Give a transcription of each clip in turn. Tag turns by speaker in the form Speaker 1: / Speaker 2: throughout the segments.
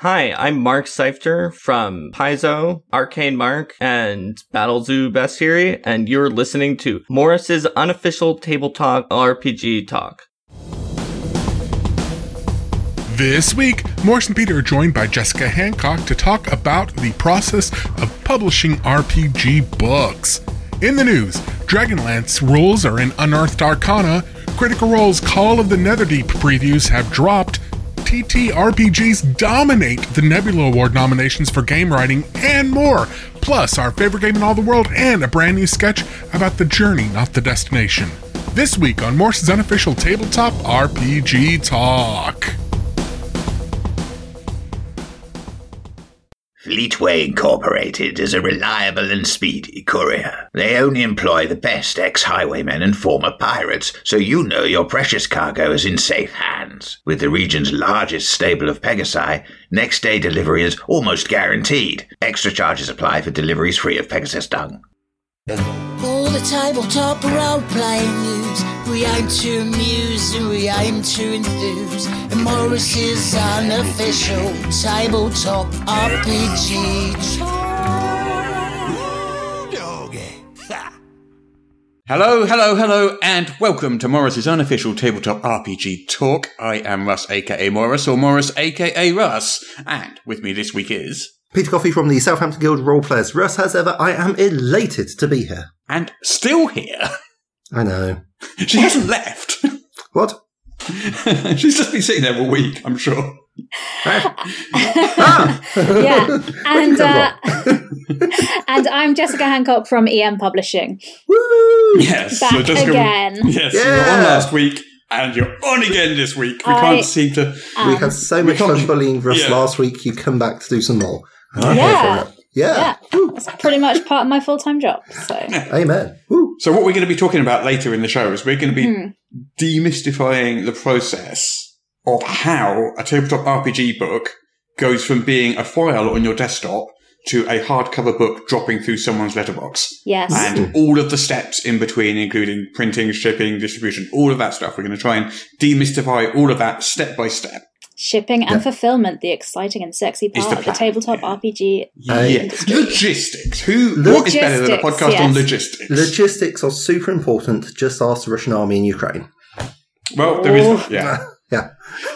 Speaker 1: Hi, I'm Mark Seifter from Paizo, Arcane Mark, and Battle Zoo Bastiri, and you're listening to Morris's unofficial Table Talk RPG Talk.
Speaker 2: This week, Morris and Peter are joined by Jessica Hancock to talk about the process of publishing RPG books. In the news, Dragonlance rules are in Unearthed Arcana, Critical Role's Call of the Netherdeep previews have dropped, TTRPGs dominate the Nebula Award nominations for game writing, and more. Plus, our favorite game in all the world and a brand new sketch about the journey, not the destination. This week on Morse's unofficial tabletop RPG Talk.
Speaker 3: Fleetway Incorporated is a reliable and speedy courier. They only employ the best ex highwaymen and former pirates, so you know your precious cargo is in safe hands. With the region's largest stable of Pegasi, next day delivery is almost guaranteed. Extra charges apply for deliveries free of Pegasus dung.
Speaker 4: All the tabletop role playing news. We aim to amuse and we aim to enthuse. And Morris's unofficial tabletop RPG.
Speaker 5: Hello, hello, hello, and welcome to Morris's unofficial tabletop RPG talk. I am Russ, aka Morris, or Morris, aka Russ, and with me this week is.
Speaker 6: Peter Coffey from the Southampton Guild Role Players. Russ, as ever, I am elated to be here.
Speaker 5: And still here.
Speaker 6: I know.
Speaker 5: She hasn't left.
Speaker 6: What?
Speaker 5: She's just been sitting there all week, I'm sure.
Speaker 7: yeah, and uh,
Speaker 6: Come
Speaker 7: and I'm Jessica Hancock from EM Publishing.
Speaker 6: Woo!
Speaker 5: Yes.
Speaker 7: Back again.
Speaker 5: Yes, you were on
Speaker 6: Yeah.
Speaker 5: last week, and you're on again this week. We
Speaker 7: I-
Speaker 5: can't seem to.
Speaker 7: Um,
Speaker 6: we had so much
Speaker 5: can't-
Speaker 6: fun bullying Russ
Speaker 5: Um, yeah.
Speaker 6: last week. You come back to do some more. And I'm
Speaker 7: Yeah.
Speaker 6: here for it. Yeah.
Speaker 7: Yeah, that's pretty much part of my full time job. So
Speaker 6: Amen. Woo.
Speaker 5: So, what we're going to be talking about later in the show is we're going to be
Speaker 7: Hmm.
Speaker 5: demystifying the process of how a tabletop RPG book goes from being a file on your desktop to a hardcover book dropping through someone's letterbox.
Speaker 7: yes,
Speaker 5: And all of the steps in between, including printing, shipping, distribution, all of that stuff. We're going to try and demystify all of that step by step.
Speaker 7: shipping and fulfillment, the exciting and sexy
Speaker 5: Is
Speaker 7: part
Speaker 5: the
Speaker 7: of the
Speaker 5: plan,
Speaker 7: tabletop RPG.
Speaker 5: yeah. Logistics. Who, what is better than a
Speaker 7: Logistics,
Speaker 5: podcast on
Speaker 7: yes.
Speaker 5: logistics?
Speaker 6: Logistics are super important. Just ask the Russian army in Ukraine.
Speaker 5: well, there
Speaker 7: Oh.
Speaker 5: is, yeah.
Speaker 6: Yeah.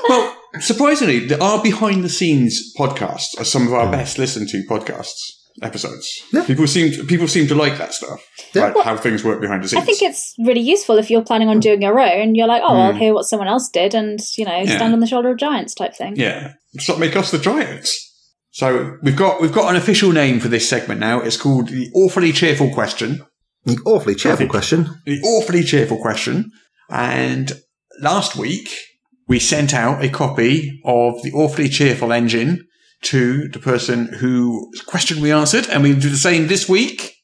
Speaker 5: Well, surprisingly, the- our behind the scenes podcasts are some of our best listened to podcasts episodes.
Speaker 6: Hmm. Yeah.
Speaker 5: People seem to, people seem to like that stuff.
Speaker 6: Yeah.
Speaker 5: Like how things work behind the
Speaker 7: I
Speaker 5: scenes.
Speaker 7: think it's really useful if you're planning
Speaker 5: Mm.
Speaker 7: on doing your own. You're like, oh, I'll hear what someone else did, and you know, stand on the shoulder of giants type thing.
Speaker 5: yeah. It's not make us the giants. So we've got we've got an official name for this segment now. It's called the awfully cheerful question.
Speaker 6: The awfully cheerful
Speaker 5: Perfect.
Speaker 6: question.
Speaker 5: The awfully cheerful question. And last week we sent out a copy of the awfully cheerful engine to the person whose question we answered, and we do the same this week,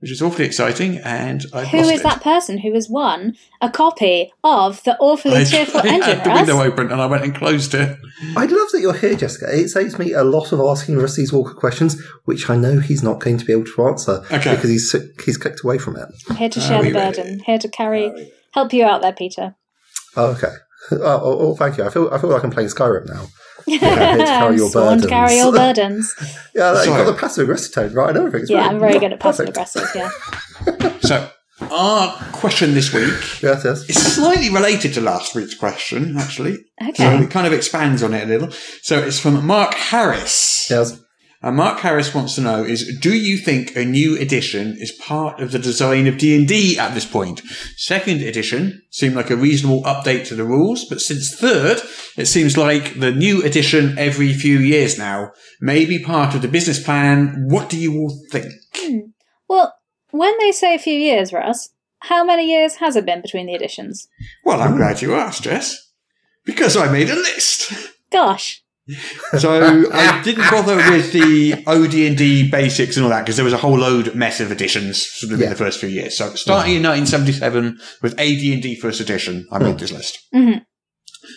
Speaker 5: which is awfully exciting. And I've
Speaker 7: Who
Speaker 5: lost
Speaker 7: is
Speaker 5: it.
Speaker 7: that person who has won a copy of the awfully
Speaker 5: I,
Speaker 7: cheerful
Speaker 5: I
Speaker 7: engine?
Speaker 5: had the
Speaker 7: Russ?
Speaker 5: window open and I went and closed it.
Speaker 6: I love that you're here, Jessica. It saves me a lot of asking Rusty's Walker questions, which I know he's not going to be able to answer
Speaker 5: Okay.
Speaker 6: because he's he's clicked away from it.
Speaker 7: I'm here to share
Speaker 5: we
Speaker 7: the
Speaker 5: read
Speaker 7: burden. Here to carry, help you out there, Peter.
Speaker 6: Oh, okay. Oh, oh, oh, thank you. I feel I feel like I'm playing Skyrim now. I'm here to carry
Speaker 7: I'm
Speaker 6: your
Speaker 7: sworn to carry your
Speaker 6: burdens.
Speaker 7: burdens.
Speaker 6: Yeah, like, you've
Speaker 5: Sorry.
Speaker 6: got the passive aggressive tone right and everything. It's
Speaker 7: yeah,
Speaker 6: really
Speaker 7: I'm very good at passive
Speaker 6: perfect.
Speaker 7: aggressive. Yeah.
Speaker 5: So our question this week
Speaker 6: Yes, yes.
Speaker 5: is slightly related to last week's question, actually. So
Speaker 7: Okay.
Speaker 5: it kind of expands on it a little. So it's from Mark Harris.
Speaker 6: Yes.
Speaker 5: And Mark Harris wants to know is do you think a new edition is part of the design of D&D at this point? Second edition seemed like a reasonable update to the rules, but since third, it seems like the new edition every few years now may be part of the business plan. What do you all think?
Speaker 7: Well, when they say a few years, Russ, how many years has it been between the editions?
Speaker 5: Well, I'm glad you asked, Jess, because I made a list.
Speaker 7: Gosh.
Speaker 5: So I didn't bother with the OD&D basics and all that because there was a whole load of massive editions sort of in
Speaker 6: Yeah.
Speaker 5: the first few years. So starting in 1977 with AD&D first edition, I made this list.
Speaker 7: hmm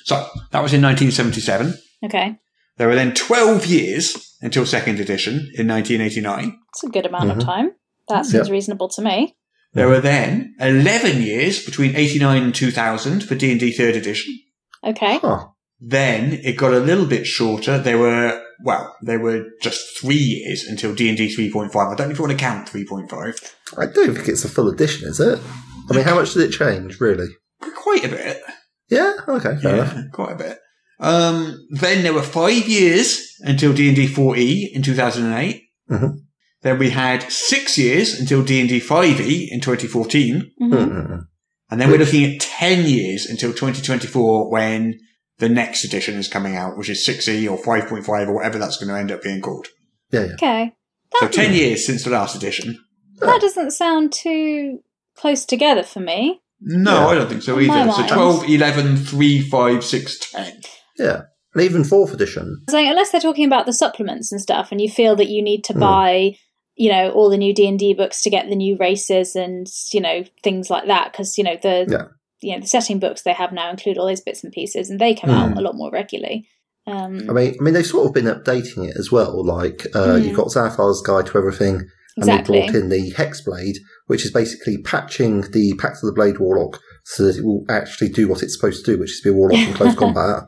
Speaker 5: So that was in 1977.
Speaker 7: Okay.
Speaker 5: There were then 12 years until second edition in 1989.
Speaker 7: It's a good amount
Speaker 6: Mm-hmm.
Speaker 7: of time. That seems reasonable to me.
Speaker 5: There were then 11 years between 89 and 2000 for D&D third edition.
Speaker 7: Okay.
Speaker 6: Huh.
Speaker 5: Then it got a little bit shorter. There were, well, there were just three years until D&D 3.5. I don't know if you want to count 3.5.
Speaker 6: I don't think it's a full edition, is it? I mean, how much did it change, really?
Speaker 5: Quite a bit.
Speaker 6: Yeah, okay, fair enough.
Speaker 5: Yeah, quite a bit. Um, then there were five years until D&D 4E E in 2008.
Speaker 6: Mhm.
Speaker 5: Then we had six years until D&D 5E E in 2014.
Speaker 6: Hmm,
Speaker 7: Mhm.
Speaker 6: Mm-mm.
Speaker 5: And then we're looking at 10 years until 2024 when the next edition is coming out, which is 6E or 5.5 or whatever that's going to end up being called.
Speaker 6: Yeah, yeah.
Speaker 7: Okay.
Speaker 5: So 10 years since the last edition.
Speaker 7: That doesn't sound too close together for me.
Speaker 5: No,
Speaker 6: Yeah.
Speaker 5: I don't think so
Speaker 7: On my
Speaker 5: either. So
Speaker 7: lines.
Speaker 5: 12, 11, 3, 5, 6, 10.
Speaker 6: Yeah. And even fourth edition.
Speaker 7: So unless they're talking about the supplements and stuff, and you feel that you need
Speaker 6: Hmm.
Speaker 7: to buy, you know, all the new D and D books to get the new races and you know things like that, because you know the
Speaker 6: Yeah.
Speaker 7: you know the setting books they have now include all those bits and pieces, and they come out a lot more regularly. Um,
Speaker 6: Hmm. I mean, I mean, they've sort of been updating it as well. Like, uh,
Speaker 7: Mm.
Speaker 6: you've got Zafar's Guide to Everything, and
Speaker 7: exactly.
Speaker 6: they brought in the Hexblade, which is basically patching the Pact of the Blade Warlock so that it will actually do what it's supposed to do, which is be a warlock in close combat.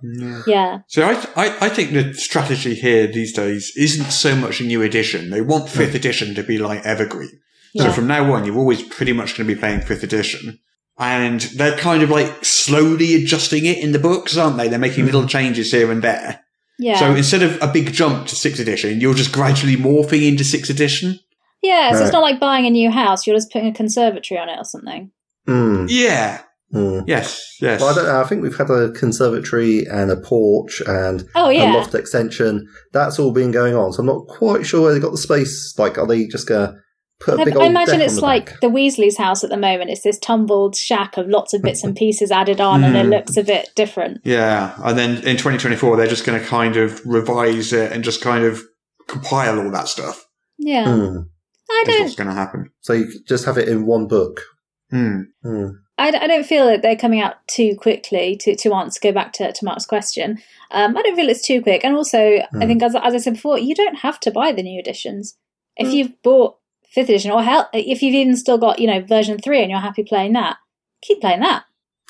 Speaker 7: Yeah.
Speaker 5: So I, I, I think the strategy here these days isn't so much a new edition. They want 5th edition to be like evergreen. So
Speaker 7: Yeah.
Speaker 5: from now on, you're always pretty much going to be playing fifth edition. And they're kind of like slowly adjusting it in the books, aren't they? They're making little changes here and there.
Speaker 7: Mm. yeah.
Speaker 5: So instead of a big jump to sixth edition, you're just gradually morphing into sixth edition.
Speaker 7: yeah. So
Speaker 6: Right.
Speaker 7: it's not like buying a new house. You're just putting a conservatory on it or something.
Speaker 6: Mm,
Speaker 5: Yeah.
Speaker 6: mm.
Speaker 5: Yes. Yes.
Speaker 6: Well, I don't know. I think we've had a conservatory and a porch and
Speaker 7: Oh yeah.
Speaker 6: a loft extension. That's all been going on. So I'm not quite sure where they got the space. Like, are they just going to put a
Speaker 7: I,
Speaker 6: big
Speaker 7: I
Speaker 6: old
Speaker 7: imagine
Speaker 6: deck
Speaker 7: it's
Speaker 6: on the
Speaker 7: like
Speaker 6: back?
Speaker 7: the Weasley's house at the moment. It's this tumbled shack of lots of bits and pieces added on, and it
Speaker 6: Hmm.
Speaker 5: Mm.
Speaker 7: looks a bit different.
Speaker 5: yeah. And then in 2024, they're just going to kind of revise it and just kind of compile all that stuff.
Speaker 7: Yeah,
Speaker 6: Mm.
Speaker 7: I
Speaker 5: Is what's
Speaker 7: don't.
Speaker 5: going to happen.
Speaker 6: So you could just have it in one book.
Speaker 5: Hmm.
Speaker 6: Mm.
Speaker 7: I, d- I don't feel that they're coming out too quickly to, to answer. Go back to, to Mark's question. Um, I don't feel it's too quick, and also
Speaker 5: Hmm.
Speaker 7: I think as, as I said before, you don't have to buy the new editions if you've bought fifth edition, or hell, if you've even still got you know version three and you're happy playing that, keep playing that.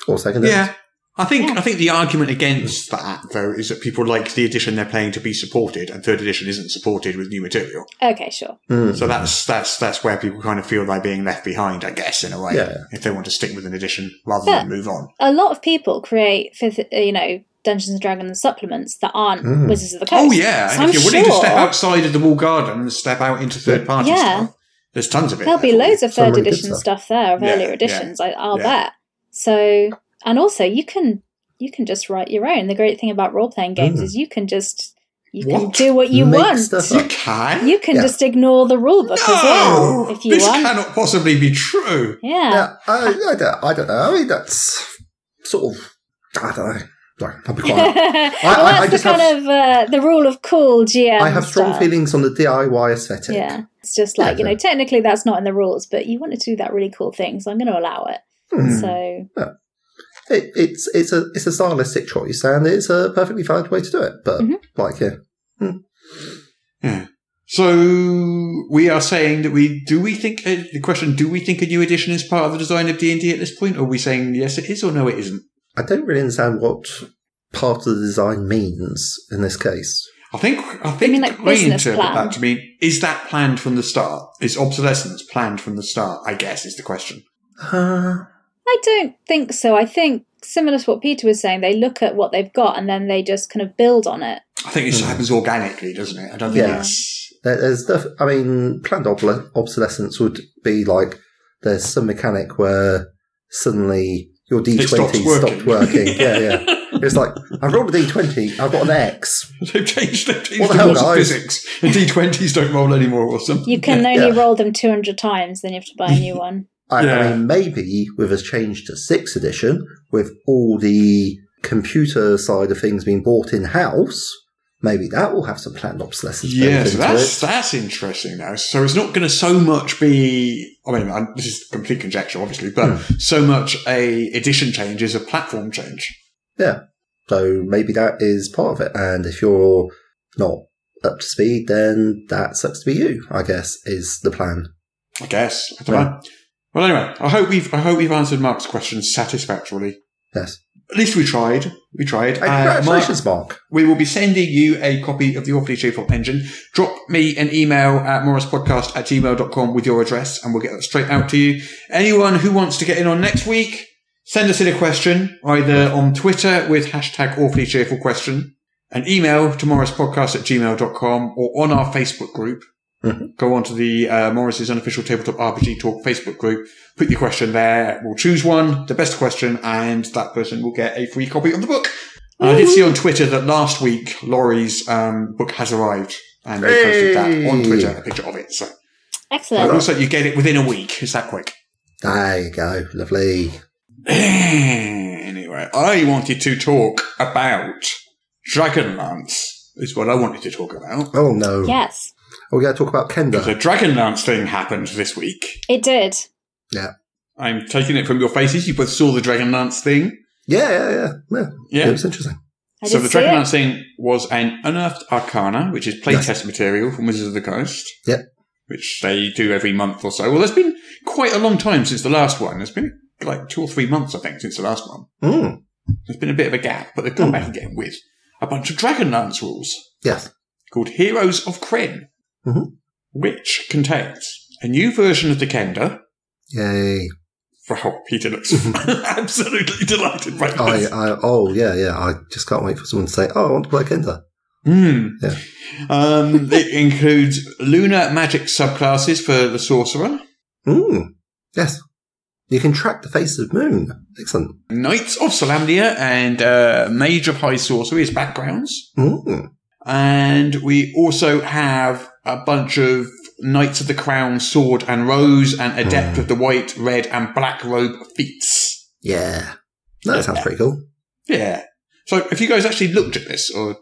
Speaker 6: Or second
Speaker 5: Yeah. I think
Speaker 7: Yeah.
Speaker 5: I think the argument against that though is that people like the edition they're playing to be supported, and third edition isn't supported with new material.
Speaker 7: Okay, sure.
Speaker 6: Mm.
Speaker 5: So that's that's that's where people kind of feel they're being left behind, I guess, in a way.
Speaker 6: Yeah.
Speaker 5: If they want to stick with an edition rather than move on.
Speaker 7: a lot of people create fifth, uh, you know, Dungeons and Dragons supplements that aren't
Speaker 6: Mm.
Speaker 7: Wizards of the Coast.
Speaker 5: Oh yeah,
Speaker 7: so
Speaker 5: and
Speaker 7: I'm
Speaker 5: if you're
Speaker 7: sure
Speaker 5: willing to step outside of the wall garden and step out into third party
Speaker 7: Yeah.
Speaker 5: stuff, there's tons of it.
Speaker 7: there'll be loads of
Speaker 6: Some
Speaker 7: third
Speaker 6: really good
Speaker 7: edition
Speaker 6: stuff.
Speaker 7: stuff. there of
Speaker 5: Yeah,
Speaker 7: earlier
Speaker 5: yeah,
Speaker 7: editions. I, I'll
Speaker 5: yeah.
Speaker 7: bet. So, and also you can you can just write your own. The great thing about role playing games
Speaker 6: Mm.
Speaker 7: is you can just you can
Speaker 5: What?
Speaker 7: do what you
Speaker 6: Make
Speaker 7: want.
Speaker 6: stuff
Speaker 5: You
Speaker 6: up.
Speaker 5: can.
Speaker 7: You can
Speaker 6: Yeah.
Speaker 7: just ignore the rule book as well
Speaker 5: No!
Speaker 7: if you
Speaker 5: this
Speaker 7: want.
Speaker 5: cannot possibly be true.
Speaker 7: yeah.
Speaker 6: Yeah, I, I, don't, I don't know. I mean, that's sort of. I don't know. No, I'll be quiet.
Speaker 7: well,
Speaker 6: I- I
Speaker 7: that's
Speaker 6: just
Speaker 7: the
Speaker 6: have-
Speaker 7: kind of uh, the rule of cool GM.
Speaker 6: I have strong
Speaker 7: stuff.
Speaker 6: feelings on the DIY aesthetic.
Speaker 7: Yeah. It's just like,
Speaker 6: Yeah,
Speaker 7: you know,
Speaker 6: yeah.
Speaker 7: technically that's not in the rules, but you wanted to do that really cool thing, so I'm going to allow it.
Speaker 6: Mm.
Speaker 5: Hmm.
Speaker 7: So,
Speaker 6: It, it's it's a it's a stylistic choice, and it's a perfectly valid way to do it. But
Speaker 7: Mhm.
Speaker 6: like, yeah,
Speaker 5: So we are saying that we do we think uh, the question do we think a new edition is part of the design of D and D at this point? Or are we saying yes it is or no it isn't?
Speaker 6: I don't really understand what part of the design means in this case.
Speaker 5: I think I think
Speaker 7: mean, like,
Speaker 5: I
Speaker 7: business
Speaker 5: interpret
Speaker 7: plan?
Speaker 5: that to mean is that planned from the start? Is obsolescence planned from the start? I guess is the question.
Speaker 6: Uh,
Speaker 7: I don't think so. I think similar to what Peter was saying, they look at what they've got and then they just kind of build on it.
Speaker 5: I think it just happens organically, doesn't it? I don't think
Speaker 6: Hmm. Yeah.
Speaker 5: it's
Speaker 6: there- there's def- I mean, planned obl- obsolescence would be like there's some mechanic where suddenly your D20
Speaker 5: stops
Speaker 6: stopped working.
Speaker 5: working.
Speaker 6: yeah, yeah. It's like I rolled a D20, I've got an X.
Speaker 5: they've changed they've changed
Speaker 6: What the
Speaker 5: the
Speaker 6: hell,
Speaker 5: rules of
Speaker 6: guys?
Speaker 5: physics. The D twenties don't roll anymore or something.
Speaker 7: You can only
Speaker 6: Yeah.
Speaker 7: roll them 200 times, then you have to buy a new one.
Speaker 6: I, I
Speaker 5: Yeah.
Speaker 6: mean, maybe with us change to sixth edition, with all the computer side of things being bought in house, maybe that will have some planned obsolescence. built
Speaker 5: Yeah, so
Speaker 6: into
Speaker 5: that's
Speaker 6: it.
Speaker 5: that's interesting now. So it's not going to so much be. I mean, i this is complete conjecture, obviously, but
Speaker 6: Hmm.
Speaker 5: so much a edition change is a platform change.
Speaker 6: yeah. So maybe that is part of it. And if you're not up to speed, then that sucks to be you. I guess is the plan.
Speaker 5: I guess. I don't
Speaker 6: Yeah.
Speaker 5: know. Well, anyway, I hope we've I hope we've answered Mark's question satisfactorily.
Speaker 6: Yes.
Speaker 5: At least we tried. We tried.
Speaker 6: Hey,
Speaker 5: Uh, Mark-
Speaker 6: congratulations, Mark.
Speaker 5: we will be sending you a copy of the Awfully Cheerful Engine. Drop me an email at morrispodcast at gmail.com with your address and we'll get that straight out to you. Anyone who wants to get in on next week, send us in a question either on Twitter with hashtag Awfully Cheerful Question, an email to morrispodcast at gmail.com or on our Facebook group. Go onto the uh, Morris's unofficial tabletop RPG talk Facebook group. Put your question there. We'll choose one, the best question, and that person will get a free copy of the book. And I did see on Twitter that last week Laurie's um, book has arrived, and they posted that on
Speaker 6: Hey.
Speaker 5: Twitter a picture of it. So it
Speaker 7: Excellent.
Speaker 5: looks like you get it within a week. It's that quick.
Speaker 6: There you go. Lovely.
Speaker 5: anyway, I wanted to talk about Dragonlance. Is what I wanted to talk about.
Speaker 6: Oh no.
Speaker 7: Yes,
Speaker 6: Are we going to talk about
Speaker 5: Because
Speaker 6: Kenda?
Speaker 5: a Dragonlance thing happened this week.
Speaker 7: it did.
Speaker 6: Yeah.
Speaker 5: I'm taking it from your faces. You both saw the Dragonlance thing.
Speaker 6: Yeah, yeah, yeah. yeah.
Speaker 5: Yeah.
Speaker 6: It was interesting.
Speaker 7: I
Speaker 5: so
Speaker 7: did
Speaker 5: the
Speaker 7: see it.
Speaker 5: Dragonlance thing was an unearthed arcana, which is playtest material from Wizards of the Coast.
Speaker 6: Yep.
Speaker 5: Which they do every month or so. Well, there's been quite a long time since the last one. There's been like two or three months, I think, since the last one.
Speaker 6: Mm.
Speaker 5: There's been a bit of a gap, but they've come back again with a bunch of Dragonlance rules
Speaker 6: Yes.
Speaker 5: called Heroes of Kryn,
Speaker 6: Mhm.
Speaker 5: which contains a new version of the Kenda.
Speaker 6: Yay.
Speaker 5: Wow, Peter looks absolutely delighted right now.
Speaker 6: I, I, oh, yeah, yeah. I just can't wait for someone to say, oh, I want to play Kenda.
Speaker 5: Hmm.
Speaker 6: Yeah.
Speaker 5: Um, it includes lunar magic subclasses for the sorcerer,
Speaker 6: Mm. Yes. You can track the face of moon. Excellent.
Speaker 5: knights of Salamnia, and uh, mage of high sorcery as backgrounds.
Speaker 6: Mm.
Speaker 5: And we also have a bunch of knights of the crown, sword and rose, and adept
Speaker 6: Hmm.
Speaker 5: of the white, red, and black robe feats.
Speaker 6: Yeah. That sounds pretty cool.
Speaker 5: Yeah. So, have you guys actually looked at this, or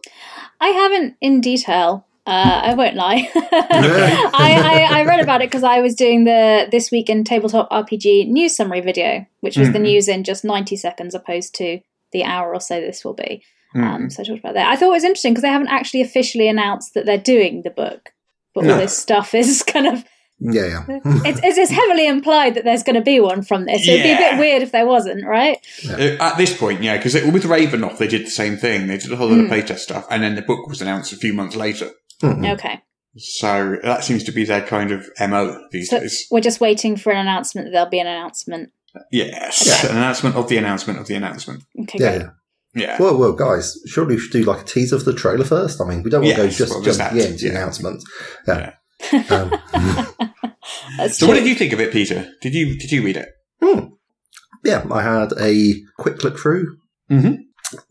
Speaker 7: I haven't in detail. Uh, I won't lie.
Speaker 6: Yeah.
Speaker 7: I, I, I read about it because I was doing the this week in tabletop RPG news summary video, which was the
Speaker 5: Mm.
Speaker 7: news in just ninety seconds, opposed to the hour or so this will be.
Speaker 5: Hmm.
Speaker 7: Um, so I talked about that. I thought it was interesting because they haven't actually officially announced that they're doing the book, but
Speaker 5: No.
Speaker 7: all this stuff is kind of
Speaker 6: Yeah, yeah.
Speaker 7: it's, it's, it's heavily implied that there's going to be one from this. It'd be a
Speaker 5: Yeah.
Speaker 7: bit weird if there wasn't, right?
Speaker 5: Uh, At this point, yeah, because with Ravenloft they did the same thing. They did a whole lot of playtest stuff, and then the book was announced a few months later. Hmm.
Speaker 6: Mm.
Speaker 7: Okay,
Speaker 5: So that seems to be their kind of mo these
Speaker 7: so
Speaker 5: days.
Speaker 7: we're just waiting for an announcement. that There'll be an announcement.
Speaker 5: Yes, an announcement of the announcement of the announcement.
Speaker 7: Okay,
Speaker 6: Yeah,
Speaker 7: great.
Speaker 6: yeah.
Speaker 5: Yeah,
Speaker 6: Well, well, guys, surely we should do like a teaser of the trailer first. I mean, we don't want to
Speaker 5: Yes,
Speaker 6: go just
Speaker 5: well, there's
Speaker 6: jump
Speaker 5: that,
Speaker 6: into
Speaker 5: yeah.
Speaker 6: announcements. Yeah. Um,
Speaker 7: That's
Speaker 5: So what
Speaker 7: true.
Speaker 5: did you think of it, Peter? Did you did you read it?
Speaker 6: hmm. yeah, I had a quick look through.
Speaker 5: Mhm.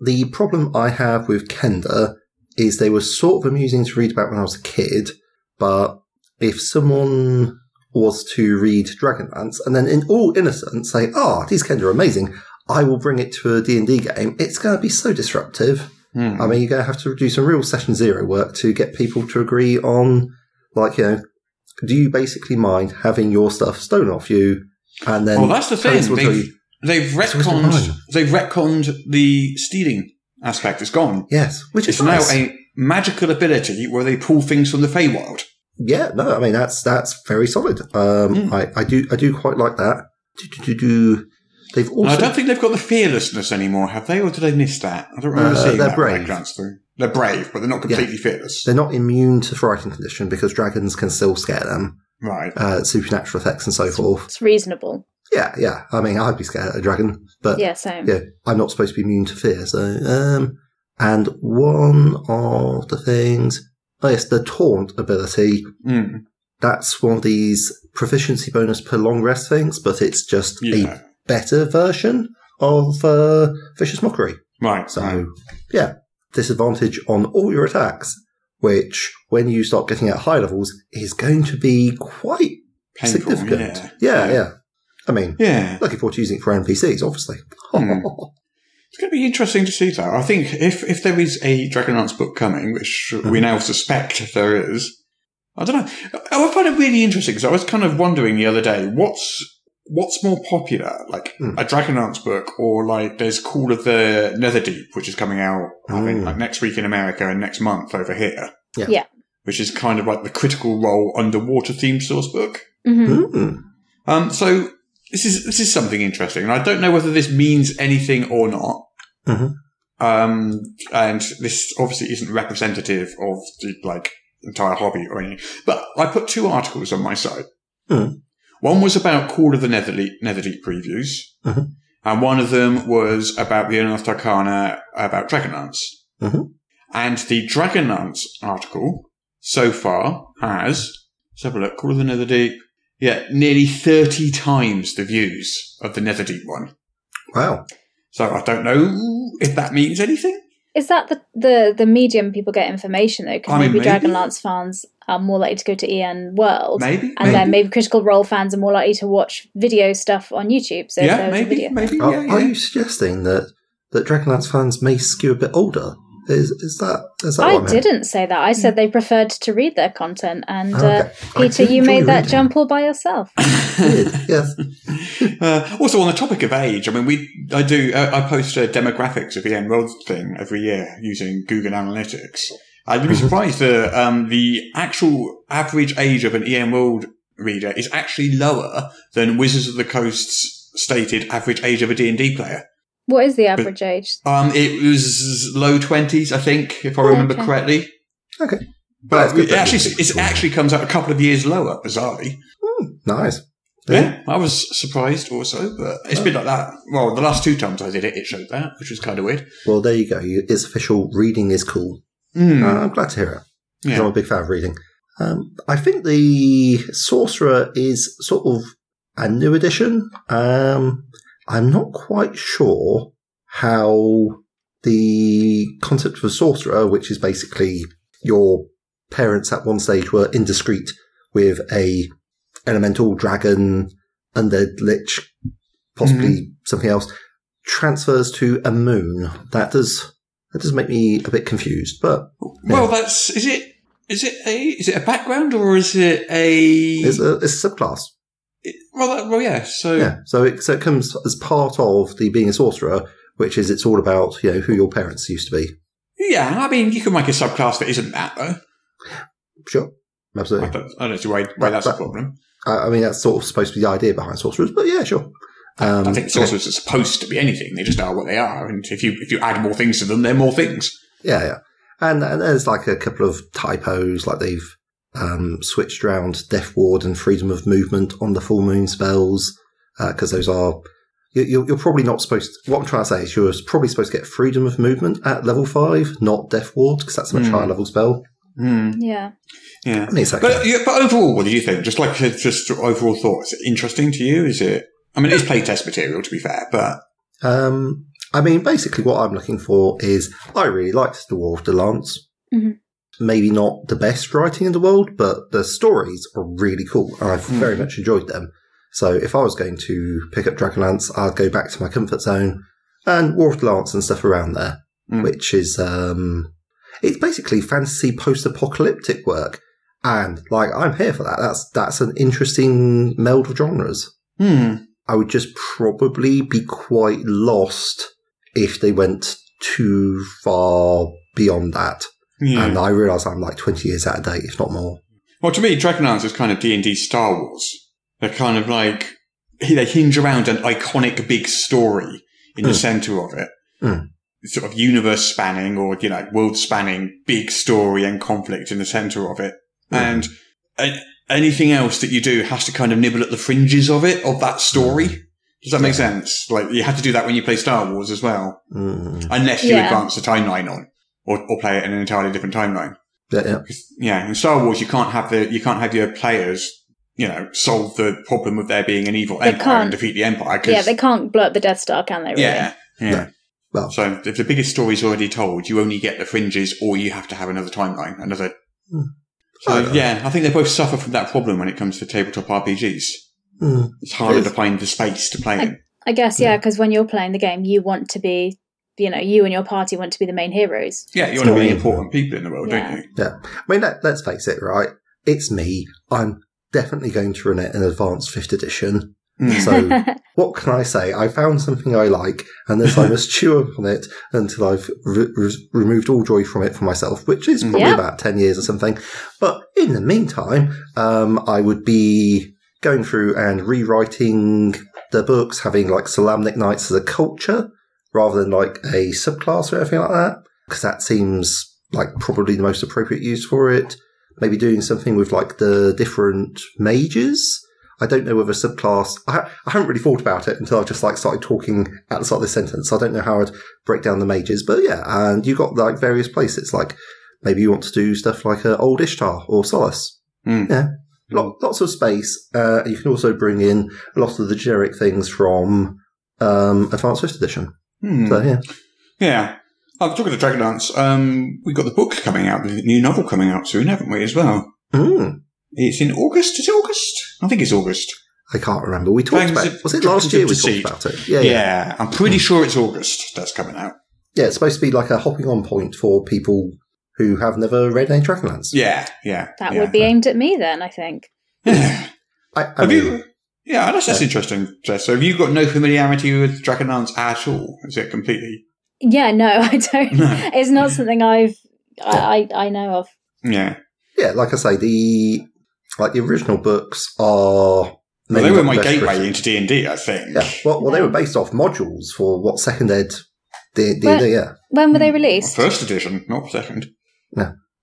Speaker 6: The problem I have with Kenda is they were sort of amusing to read about when I was a kid, but if someone was to read Dragonlance and then in all innocence say, "Ah, these Kenda are amazing," I will bring it to a D and D game. It's going to be so disruptive.
Speaker 5: Hmm.
Speaker 6: I mean, you're going to have to do some real session zero work to get people to agree on, like, you know, do you basically mind having your stuff stolen off you? And then,
Speaker 5: Well, that's the
Speaker 6: Terence
Speaker 5: thing.
Speaker 6: will tell
Speaker 5: They've,
Speaker 6: you,
Speaker 5: they've
Speaker 6: It's always
Speaker 5: retconned.
Speaker 6: mine.
Speaker 5: They've retconned the stealing aspect. It's gone.
Speaker 6: yes, which
Speaker 5: It's
Speaker 6: is nice.
Speaker 5: now a magical ability where they pull things from the Feywild.
Speaker 6: yeah, no, I mean that's that's very solid. Um,
Speaker 5: Mm.
Speaker 6: I, I do I do quite like that. Do, do, do, do. They've
Speaker 5: And I
Speaker 6: also
Speaker 5: don't think they've got the fearlessness anymore, have they? Or did I miss that? I don't remember
Speaker 6: Uh,
Speaker 5: seeing
Speaker 6: they're
Speaker 5: that when I
Speaker 6: brave.
Speaker 5: glanced through. They're brave, but they're not completely fearless.
Speaker 6: they're not immune to frightened condition because dragons can still scare them,
Speaker 5: Right.
Speaker 6: uh, supernatural effects and so forth.
Speaker 7: It's reasonable.
Speaker 6: Yeah, yeah. I mean, I'd be scared at a dragon,
Speaker 5: Uh,
Speaker 6: but
Speaker 7: Yeah, same.
Speaker 6: yeah, I'm not supposed to be immune to fear. So, um, and one of the things, oh yes, the taunt ability.
Speaker 5: Mm.
Speaker 6: That's one of these proficiency bonus per long rest things, but it's just
Speaker 5: Yeah.
Speaker 6: a better version of uh, vicious mockery.
Speaker 5: Right.
Speaker 6: So,
Speaker 5: right.
Speaker 6: yeah, disadvantage on all your attacks, which when you start getting at high levels is going to be quite
Speaker 5: Painful.
Speaker 6: significant.
Speaker 5: Yeah.
Speaker 6: yeah,
Speaker 5: Yeah.
Speaker 6: yeah. I mean,
Speaker 5: Yeah.
Speaker 6: looking forward to using it for NPCs, obviously.
Speaker 5: Hmm. It's going to be interesting to see that. I think if, if there is a Dragonlance book coming, which we now suspect there is, I don't know. I I find it really interesting because I was kind of wondering the other day what's what's more popular, like
Speaker 6: Hmm.
Speaker 5: a Dragonlance book or like there's Call of the Netherdeep, which is coming out I think
Speaker 6: Hmm.
Speaker 5: like next week in America and next month over here.
Speaker 6: Yeah.
Speaker 7: Yeah.
Speaker 5: Which is kind of like the critical role underwater themed source book.
Speaker 7: hmm
Speaker 6: Mm.
Speaker 5: Um, so this is this is something interesting, and I don't know whether this means anything or not.
Speaker 6: Mhm.
Speaker 5: Um, and this obviously isn't representative of the like entire hobby or anything. But I put two articles on my site.
Speaker 6: Hmm.
Speaker 5: One was about Call of the Netherdeep, Netherdeep previews,
Speaker 6: Mhm.
Speaker 5: and one of them was about the Unearthed Arcana about Dragonlance.
Speaker 6: Mhm.
Speaker 5: And the Dragonlance article so far has, let's have a look, Call of the Netherdeep, yeah, nearly 30 times the views of the Netherdeep one.
Speaker 6: Wow.
Speaker 5: So I don't know if that means anything.
Speaker 7: Is that the, the, the medium people get information though? Because
Speaker 5: I mean,
Speaker 7: maybe,
Speaker 5: maybe.
Speaker 7: Dragonlance fans are more likely to go to EN World,
Speaker 5: Maybe.
Speaker 7: and then
Speaker 5: maybe.
Speaker 7: maybe Critical Role fans are more likely to watch video stuff on YouTube. So if
Speaker 5: yeah,
Speaker 7: there was a
Speaker 5: maybe,
Speaker 7: video.
Speaker 5: maybe,
Speaker 6: Are,
Speaker 5: yeah,
Speaker 6: are
Speaker 5: yeah.
Speaker 6: you suggesting that that Dragonlance fans may skew a bit older? Is is that is that
Speaker 7: I
Speaker 6: what I meant?
Speaker 7: didn't say that. I said they preferred to read their content. And
Speaker 6: Oh, okay.
Speaker 7: uh,
Speaker 6: I
Speaker 7: Peter,
Speaker 6: did
Speaker 7: you
Speaker 6: enjoy
Speaker 7: made that
Speaker 6: reading.
Speaker 7: jump all by yourself.
Speaker 6: Yes.
Speaker 5: Uh, also, on the topic of age, I mean, we I do uh, I, I post a demographics of the enrolled thing every year using Google Analytics. I'd be surprised that um, the actual average age of an EM World reader is actually lower than Wizards of the Coast's stated average age of a D&D player.
Speaker 7: What is the average age?
Speaker 5: Um, it was low 20s, I think, if I remember
Speaker 7: Okay.
Speaker 5: correctly.
Speaker 6: Okay.
Speaker 5: But
Speaker 6: That's good
Speaker 5: it
Speaker 6: that
Speaker 5: actually,
Speaker 6: you-
Speaker 5: it actually comes out a couple of years lower, bizarrely.
Speaker 6: Nice.
Speaker 5: Yeah, I was surprised also, but it's been like that. Well, the last two times I did it, it showed that, which was kind of weird.
Speaker 6: Well, there you go. You, it's official. Reading is cool.
Speaker 5: Hmm.
Speaker 6: Uh, I'm glad to hear it. 'cause I'm
Speaker 5: Yeah.
Speaker 6: a big fan of reading. Um, I think the sorcerer is sort of a new addition. Um, I'm not quite sure how the concept of a sorcerer, which is basically your parents at one stage were indiscreet with a elemental dragon, undead lich, possibly something else, transfers to a moon. That does that does make me a bit confused, but
Speaker 5: Well, that's is it. Is it a is it a background or is it a
Speaker 6: it's a, it's a subclass.
Speaker 5: well that, well yeah so
Speaker 6: Yeah, so it, so it comes as part of the being a sorcerer, which is it's all about you know who your parents used to be.
Speaker 5: yeah I mean you can make a subclass that isn't that though
Speaker 6: Sure,
Speaker 5: I
Speaker 6: absolutely.
Speaker 5: don't I don't see why, why
Speaker 6: But-
Speaker 5: that's a
Speaker 6: but-
Speaker 5: problem
Speaker 6: I, I mean, that's sort of supposed to be the idea behind sorcerers, but yeah, sure. Um,
Speaker 5: I think sorcerers are supposed to be anything they just are what they are and if you if you add more things to them they're more things
Speaker 6: Yeah, yeah. And, and there's like a couple of typos, like they've um, switched around Death Ward and Freedom of Movement on the full moon spells, because those are. You, you're, you're probably not supposed. what I'm trying to say is you're probably supposed to get Freedom of Movement at level 5, not Death Ward, because that's a much
Speaker 5: Hmm.
Speaker 6: higher level spell.
Speaker 5: Hmm.
Speaker 7: Yeah.
Speaker 5: yeah
Speaker 6: I mean, it's okay.
Speaker 5: But yeah, but overall, what did you think? Just like uh, just your overall thoughts. Is it interesting to you? Is it? I mean, it's playtest material to be fair, but
Speaker 6: Um, I mean, basically, what I'm looking for is I really liked The War of the Lance.
Speaker 7: Mhm.
Speaker 6: Maybe not the best writing in the world, but the stories are really cool, and I've very much enjoyed them. So, if I was going to pick up Dragonlance, I'd go back to my comfort zone and War of the Lance and stuff around there,
Speaker 5: Mm.
Speaker 6: which is um, it's basically fantasy post-apocalyptic work, and like I'm here for that. That's that's an interesting meld of genres.
Speaker 5: hmm.
Speaker 6: I would just probably be quite lost if they went too far beyond that.
Speaker 5: yeah.
Speaker 6: And I realise I'm like 20 years out of date, if not more.
Speaker 5: well, to me, Dragonlance is kind of D and D Star Wars. They're kind of like they hinge around an iconic big story in the
Speaker 6: Mm.
Speaker 5: center of it.
Speaker 6: Mm.
Speaker 5: Sort of universe spanning or, you know, world spanning big story and conflict in the center of it.
Speaker 6: Mm.
Speaker 5: And a- anything else that you do has to kind of nibble at the fringes of it, of that story. Does that make sense? Like you have to do that when you play Star Wars as well,
Speaker 6: Mm.
Speaker 5: unless you
Speaker 7: Yeah.
Speaker 5: advance the timeline on or, or play it in an entirely different timeline.
Speaker 6: Yeah, yeah.
Speaker 5: Yeah, in Star Wars, you can't have the you can't have your players, you know, solve the problem of there being an evil
Speaker 7: They
Speaker 5: empire
Speaker 7: can't.
Speaker 5: and defeat the empire. 'cause-
Speaker 7: Yeah, they can't blow up the Death Star, can they, really?
Speaker 5: yeah, yeah.
Speaker 6: No. Well-
Speaker 5: so if the biggest story's already told, you only get the fringes, or you have to have another timeline, another.
Speaker 6: Hmm. I
Speaker 5: So
Speaker 6: don't know.
Speaker 5: yeah, I think they both suffer from that problem when it comes to tabletop RPGs.
Speaker 6: Mm.
Speaker 5: It's harder
Speaker 6: Yes.
Speaker 5: to find the space to play in.
Speaker 7: I guess, yeah, because when you're playing the game, you want to be, you know, you and your party want to be the main heroes.
Speaker 5: Yeah, you want to be
Speaker 6: Story.
Speaker 5: important people in the world,
Speaker 7: Yeah.
Speaker 5: don't you?
Speaker 6: I mean, let, let's face it, right? It's me. I'm definitely going to run it in advanced fifth edition.
Speaker 5: Mm.
Speaker 6: So, what can I say? I found something I like, and this I must chew upon it until I've re- re- removed all joy from it for myself, which is probably
Speaker 7: Yeah.
Speaker 6: about 10 years or something. But in the meantime, um, I would be going through and rewriting the books, having like Solemnic Nights as a culture, rather than like a subclass or anything like that, because that seems like probably the most appropriate use for it. Maybe doing something with like the different mages. I don't know whether subclass. I, ha- I haven't really thought about it until I just like started talking at the start of this sentence. I don't know how I'd break down the mages, but yeah, and you got like various places. Like maybe you want to do stuff like uh, Old Ishtar or Solace.
Speaker 5: Mm.
Speaker 6: Yeah, Lot, lots of space. Uh, you can also bring in a lot of the generic things from um, Advanced Fifth Edition.
Speaker 5: Hmm.
Speaker 6: So yeah,
Speaker 5: Yeah. Oh, talking of Dragon Dance, um, we've got the book coming out, the new novel coming out soon, haven't we, as well?
Speaker 6: mm,
Speaker 5: It's in August. Is it August? I think it's August.
Speaker 6: I can't remember. We talked
Speaker 5: Dragons
Speaker 6: about
Speaker 5: of-
Speaker 6: it. was it
Speaker 5: Dragons
Speaker 6: last year
Speaker 5: of
Speaker 6: we talked
Speaker 5: Deceit.
Speaker 6: about it?
Speaker 5: Yeah,
Speaker 6: Yeah, Hmm. yeah, yeah,
Speaker 5: I'm pretty sure it's August that's coming out.
Speaker 6: It's supposed to be like a hopping on point for people who have never read any Dragonlance.
Speaker 5: Yeah, yeah.
Speaker 7: That
Speaker 5: yeah.
Speaker 7: would be aimed at me then, I think.
Speaker 5: Yeah.
Speaker 6: I, I
Speaker 5: Have
Speaker 6: mean,
Speaker 5: you? Yeah, that's just interesting, Jess. So have you got no familiarity with Dragon Dance at all? Is it completely?
Speaker 7: Yeah, no, I don't.
Speaker 5: No.
Speaker 7: It's not something I've I, I, I know of.
Speaker 5: Yeah.
Speaker 6: yeah, like I say, the like the original books are.
Speaker 5: Well, they
Speaker 6: mainly
Speaker 5: were my
Speaker 6: not the best
Speaker 5: gateway
Speaker 6: written.
Speaker 5: into D and D, I think.
Speaker 6: Yeah, well, well, they
Speaker 7: No.
Speaker 6: were based off modules for what second ed, D D
Speaker 7: Well-
Speaker 6: and D. Yeah,
Speaker 7: When were they
Speaker 5: Hmm. Well,
Speaker 7: released?
Speaker 5: First edition, not second.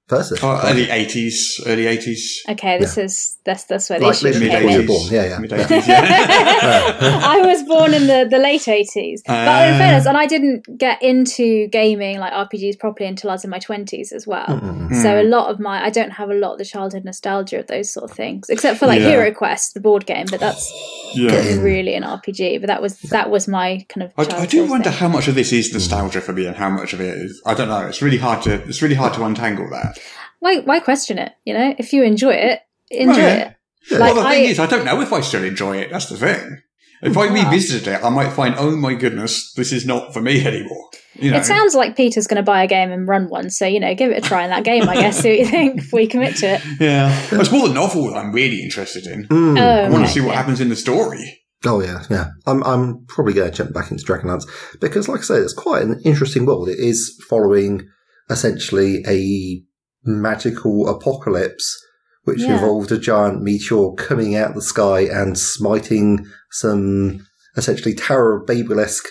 Speaker 6: first
Speaker 5: Oh,
Speaker 6: edition.
Speaker 5: early eighties, early eighties,
Speaker 7: Okay, this is that's that's where the
Speaker 6: Like
Speaker 7: issue
Speaker 6: literally
Speaker 7: came
Speaker 6: when you
Speaker 7: in.
Speaker 6: were born. Yeah, yeah.
Speaker 5: mid
Speaker 6: yeah.
Speaker 5: eighties.
Speaker 7: I was born in the, the late eighties, but in
Speaker 5: Ah.
Speaker 7: fairness, and I didn't get into gaming like RPGs properly until I was in my twenties as well.
Speaker 6: Mm-mm.
Speaker 5: Mm-hmm.
Speaker 7: So a lot of my I don't have a lot of the childhood nostalgia of those sort of things, except for like
Speaker 5: Yeah.
Speaker 7: Hero Quest, the board game, but that's
Speaker 5: yeah.
Speaker 7: not really an RPG. But that was that was my kind of.
Speaker 5: I, I
Speaker 7: childhood
Speaker 5: do wonder
Speaker 7: thing.
Speaker 5: how much of this
Speaker 6: Hmm.
Speaker 5: is nostalgia for me and how much of it is I don't know. It's really hard to it's really hard to untangle that.
Speaker 7: why why question it? You know, if you enjoy it, enjoy
Speaker 5: yeah.
Speaker 7: it. Like,
Speaker 5: well, the thing
Speaker 7: I-
Speaker 5: is, I don't know if I still enjoy it. That's the thing. If I revisited it, I might find, oh my goodness, this is not for me anymore. You know,
Speaker 7: It sounds like Peter's going to buy a game and run one, so you know, give it a try in that game. I guess. See what you think before you commit to
Speaker 5: Hmm.
Speaker 7: it.
Speaker 5: yeah. It's more the novel that I'm really interested in.
Speaker 6: Mm.
Speaker 7: Oh,
Speaker 5: I want to
Speaker 7: okay,
Speaker 5: see what
Speaker 7: yeah.
Speaker 5: happens in the story.
Speaker 6: Oh yeah, yeah. I'm I'm probably going to jump back into Dragonlance because, like I say, it's quite an interesting world. It is following essentially a magical apocalypse, which
Speaker 7: Yeah.
Speaker 6: involved a giant meteor coming out of the sky and smiting some essentially Tower of Babel-esque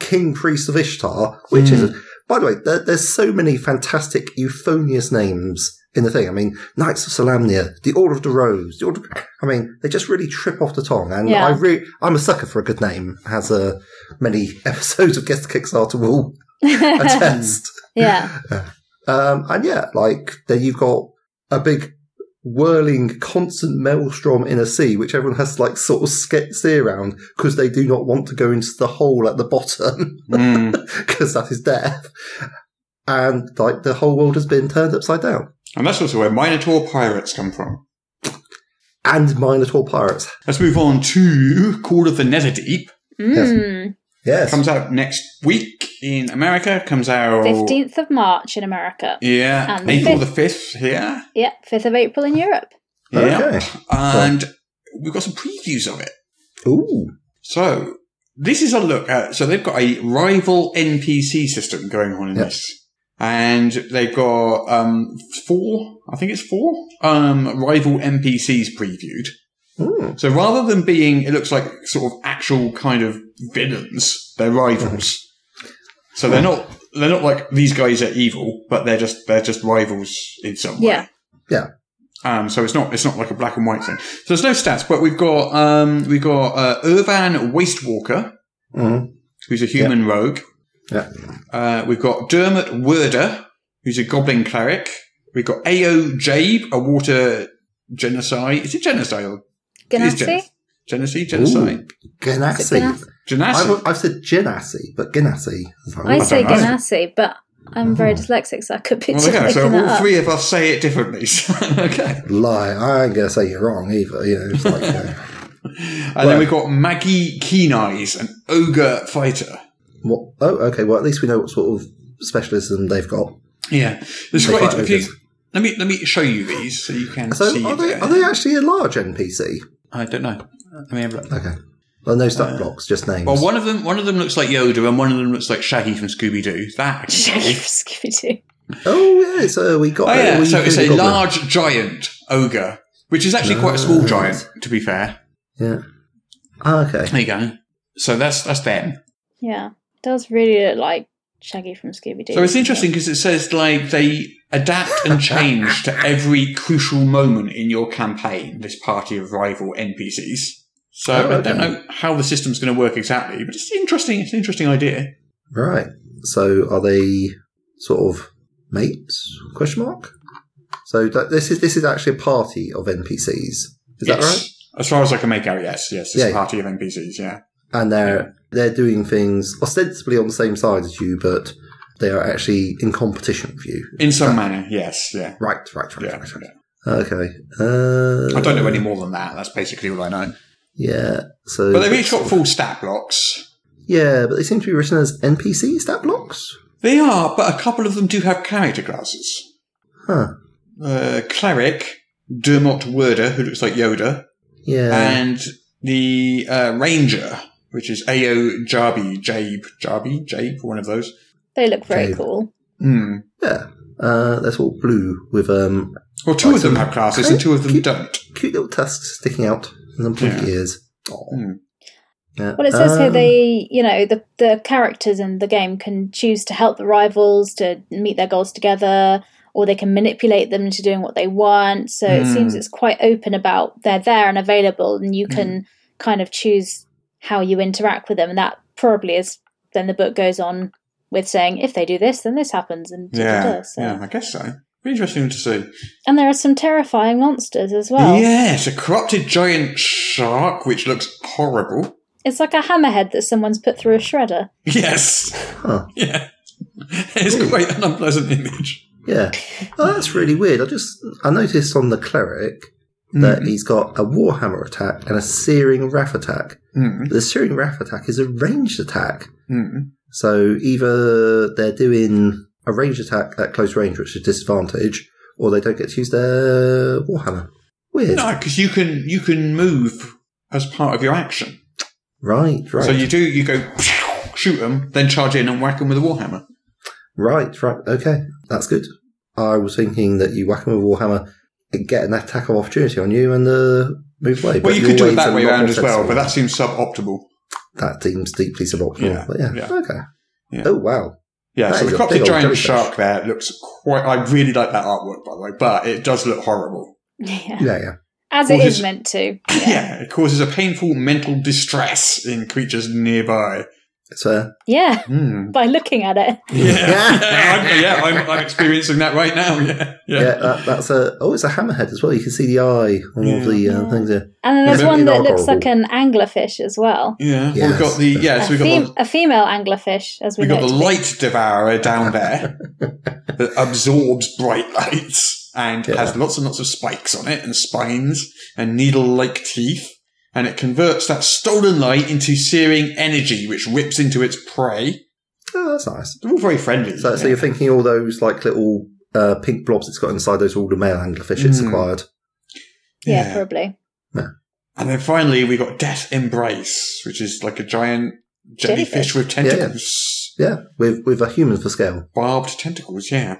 Speaker 6: king priest of Ishtar, which is, by the way, there, there's so many fantastic euphonious names in the thing. I mean, Knights of Salamnia, the Order of the Rose, the Order, I mean, they just really trip off the tongue. And
Speaker 7: Yeah.
Speaker 6: I re- I'm a sucker for a good name, as uh, many episodes of Guess the Kickstarter will attest.
Speaker 7: yeah,
Speaker 6: Um, and yeah, like then you've got a big whirling constant maelstrom in a sea, which everyone has to like sort of ske- steer around because they do not want to go into the hole at the bottom
Speaker 5: Mm.
Speaker 6: because that is death. And like the whole world has been turned upside down.
Speaker 5: And that's also where Minotaur pirates come from.
Speaker 6: And Minotaur pirates.
Speaker 5: Let's move on to Call of the Netherdeep.
Speaker 7: Mm.
Speaker 6: Yes.
Speaker 5: Comes out next week in America. Comes out
Speaker 7: fifteenth of March in America.
Speaker 5: Yeah,
Speaker 7: And the
Speaker 5: April the
Speaker 7: fifth.
Speaker 5: fifth here.
Speaker 7: Yeah, fifth of April in Europe.
Speaker 5: Yeah,
Speaker 6: Okay.
Speaker 5: and we've got some previews of it.
Speaker 6: Ooh.
Speaker 5: So this is a look at. So they've got a rival NPC system going on in
Speaker 6: Yeah.
Speaker 5: this, and they've got um, four. I think it's four um, rival NPCs previewed.
Speaker 6: Mm.
Speaker 5: So rather than being, it looks like sort of actual kind of villains, they're rivals. So they're not. They're not like these guys are evil, but they're just they're just rivals in some way.
Speaker 7: Yeah.
Speaker 6: Yeah.
Speaker 5: Um, so it's not it's not like a black and white thing. So there's no stats, but we've got um, we've got uh, Irvan Wastewalker,
Speaker 6: Mm.
Speaker 5: who's a human rogue.
Speaker 6: Yeah.
Speaker 5: Uh, we've got Dermot Werder, who's a goblin cleric. We've got A.O. Jabe, a water genocide. Is it genocide? or- it is
Speaker 7: Ganassi?
Speaker 5: Genocide? Genocide?
Speaker 7: Is it Ganassi?
Speaker 6: Ganassi.
Speaker 5: Genocide?
Speaker 6: I've, I've said Genassi, but Ganassi. is like-
Speaker 7: I say
Speaker 5: know. Hmm.
Speaker 7: Ganassi, but I'm very dyslexic, so I could be
Speaker 5: Well,
Speaker 7: just
Speaker 5: okay,
Speaker 7: making
Speaker 5: so
Speaker 7: that
Speaker 5: all
Speaker 7: up.
Speaker 5: three of us say it differently. so- okay.
Speaker 6: lie. I ain't gonna say you're wrong either. You know, it's like, uh,
Speaker 5: And then we've got Maggie Keen Eyes, an ogre fighter.
Speaker 6: what? Oh, okay. Well, at least we know what sort of specialism they've got.
Speaker 5: Yeah. This is
Speaker 6: They
Speaker 5: quite
Speaker 6: fight
Speaker 5: if you-
Speaker 6: ogres.
Speaker 5: let me let me show you these so you can
Speaker 6: So,
Speaker 5: see.
Speaker 6: are they,
Speaker 5: the-
Speaker 6: are they actually a large NPC?
Speaker 5: I don't know. Let me have a look.
Speaker 6: Okay. Well, no stat blocks, just names.
Speaker 5: Uh, Well, one of them one of them looks like Yoda, and one of them looks like Shaggy from Scooby Doo. That. actually-
Speaker 7: Scooby-Doo.
Speaker 6: Oh, yeah. So we got.
Speaker 5: oh
Speaker 6: it.
Speaker 5: yeah.
Speaker 6: We
Speaker 5: So it's a
Speaker 6: included Goblin. Ah.
Speaker 5: large giant ogre, which is actually quite a small
Speaker 6: Nice.
Speaker 5: giant, to be fair.
Speaker 6: Yeah. Ah, okay.
Speaker 5: There you go. So that's that's them.
Speaker 7: Yeah. does really look like Shaggy from Scooby Doo.
Speaker 5: So it's interesting because it says like they adapt and change to every crucial moment in your campaign. This party of rival NPCs. So
Speaker 6: Oh,
Speaker 5: I don't
Speaker 6: okay.
Speaker 5: know how the system's going to work exactly, but it's interesting. It's an interesting idea.
Speaker 6: Right. So are they sort of mates? Question mark. So that, this is this is actually a party of NPCs. Is that
Speaker 5: Yes.
Speaker 6: right?
Speaker 5: As far as I can make out, yes, yes. It's
Speaker 6: Yeah.
Speaker 5: a party of NPCs. Yeah.
Speaker 6: And they're they're doing things ostensibly on the same side as you, but they are actually in competition with you.
Speaker 5: In some manner, yes, yeah.
Speaker 6: Right. Right. Right.
Speaker 5: Yeah,
Speaker 6: right, right.
Speaker 5: yeah.
Speaker 6: Okay. Uh,
Speaker 5: I don't know any more than that. That's basically all I know.
Speaker 6: Yeah. So.
Speaker 5: But they've each got full stat blocks.
Speaker 6: Yeah, but they seem to be written as NPC stat blocks.
Speaker 5: They are, but a couple of them do have character classes.
Speaker 6: Huh.
Speaker 5: Uh, cleric, Dermot Werder, who looks like Yoda,
Speaker 6: Yeah.
Speaker 5: and the uh, Ranger, which is Ao Jarby, Jabe, Jarby, Jabe, one of those.
Speaker 7: they look very
Speaker 6: Jabe.
Speaker 7: cool.
Speaker 5: Hmm.
Speaker 6: yeah. Uh, that's all blue with um,
Speaker 5: Well, two of them have classes and two of them
Speaker 6: Cute.
Speaker 5: don't.
Speaker 6: cute little tusks sticking out and some pointy ears.
Speaker 5: Hmm.
Speaker 6: Yeah.
Speaker 7: Well, it says here
Speaker 6: Um,
Speaker 7: they, you know, the the characters in the game can choose to help the rivals to meet their goals together, or they can manipulate them into doing what they want. So it
Speaker 5: Mm.
Speaker 7: seems it's quite open about they're there and available, and you can kind of choose how you interact with them. And that probably is then the book goes on with saying if they do this, then this happens, and
Speaker 5: Yeah,
Speaker 7: da-da-da. So-
Speaker 5: yeah, I guess so. Be interesting to see.
Speaker 7: and there are some terrifying monsters as well.
Speaker 5: Yes, a corrupted giant shark, which looks horrible.
Speaker 7: It's like a hammerhead that someone's put through a shredder.
Speaker 5: Yes.
Speaker 6: Huh.
Speaker 5: Yeah. It's quite an unpleasant image.
Speaker 6: Yeah. Oh, that's really weird. I just I noticed on the cleric that
Speaker 5: Hmm.
Speaker 6: he's got a warhammer attack and a searing wrath attack.
Speaker 5: Mm.
Speaker 6: The searing wrath attack is a ranged attack.
Speaker 5: Mm.
Speaker 6: So either they're doing a ranged attack at close range, which is disadvantage, or they don't get to use their warhammer. Weird.
Speaker 5: No, because you can you can move as part of your action.
Speaker 6: Right, right.
Speaker 5: So you do you go shoot them, then charge in and whack them with a warhammer.
Speaker 6: Right, right, okay, that's good. I was thinking that you whack him with a warhammer, and get an attack of opportunity on you, and uh, move away.
Speaker 5: well,
Speaker 6: But
Speaker 5: you
Speaker 6: your
Speaker 5: could do it
Speaker 6: ways
Speaker 5: that
Speaker 6: are
Speaker 5: way
Speaker 6: a lot
Speaker 5: around
Speaker 6: more
Speaker 5: as well,
Speaker 6: sensible.
Speaker 5: but that seems suboptimal.
Speaker 6: that seems deeply suboptimal.
Speaker 5: Yeah,
Speaker 6: but yeah,
Speaker 5: yeah.
Speaker 6: okay.
Speaker 5: Yeah.
Speaker 6: Oh wow,
Speaker 5: Yeah,
Speaker 6: That
Speaker 5: so
Speaker 6: is
Speaker 5: the
Speaker 6: a
Speaker 5: corrupted
Speaker 6: big old
Speaker 5: giant
Speaker 6: jellyfish.
Speaker 5: shark there looks quite. I really like that artwork, by the way, but it does look horrible.
Speaker 7: Yeah.
Speaker 6: yeah, yeah.
Speaker 7: As it
Speaker 5: Well,
Speaker 7: is
Speaker 5: this-
Speaker 7: meant to.
Speaker 5: Yeah. it causes a painful mental distress in creatures nearby.
Speaker 6: It's uh,
Speaker 7: Yeah.
Speaker 5: Hmm.
Speaker 7: by looking at it.
Speaker 5: Yeah, yeah, I'm, yeah I'm, I'm experiencing that right now. Yeah, yeah.
Speaker 6: yeah, that, that's a oh, it's a hammerhead as well. You can see the eye on all
Speaker 5: Yeah.
Speaker 6: the uh,
Speaker 7: Yeah.
Speaker 6: things. There.
Speaker 7: And then there's
Speaker 5: Maybe
Speaker 7: one
Speaker 6: not
Speaker 7: that looks like
Speaker 6: horrible.
Speaker 7: an anglerfish as well.
Speaker 5: Yeah, well,
Speaker 6: Yes.
Speaker 5: we've got the yeah,
Speaker 7: A,
Speaker 5: so we've got
Speaker 7: fem-
Speaker 5: the,
Speaker 7: a female anglerfish, as we
Speaker 5: we've
Speaker 7: know.
Speaker 5: got the
Speaker 7: it to be.
Speaker 5: light devourer down there that absorbs bright lights and
Speaker 6: Yeah.
Speaker 5: has lots and lots of spikes on it and spines and needle-like teeth, and it converts that stolen light into searing energy, which rips into its prey.
Speaker 6: Oh, that's nice.
Speaker 5: They're all very friendly.
Speaker 6: So, so
Speaker 5: yeah.
Speaker 6: you're thinking all those like little uh, pink blobs it's got inside those are all the male anglerfish it's
Speaker 5: Mm.
Speaker 6: acquired.
Speaker 7: Yeah,
Speaker 5: yeah.
Speaker 7: probably.
Speaker 5: And then finally, we got Death Embrace, which is like a giant jellyfish,
Speaker 7: Jellyfish.
Speaker 5: with
Speaker 6: yeah.
Speaker 5: tentacles.
Speaker 6: Yeah, with with a human for scale.
Speaker 5: barbed tentacles. Yeah,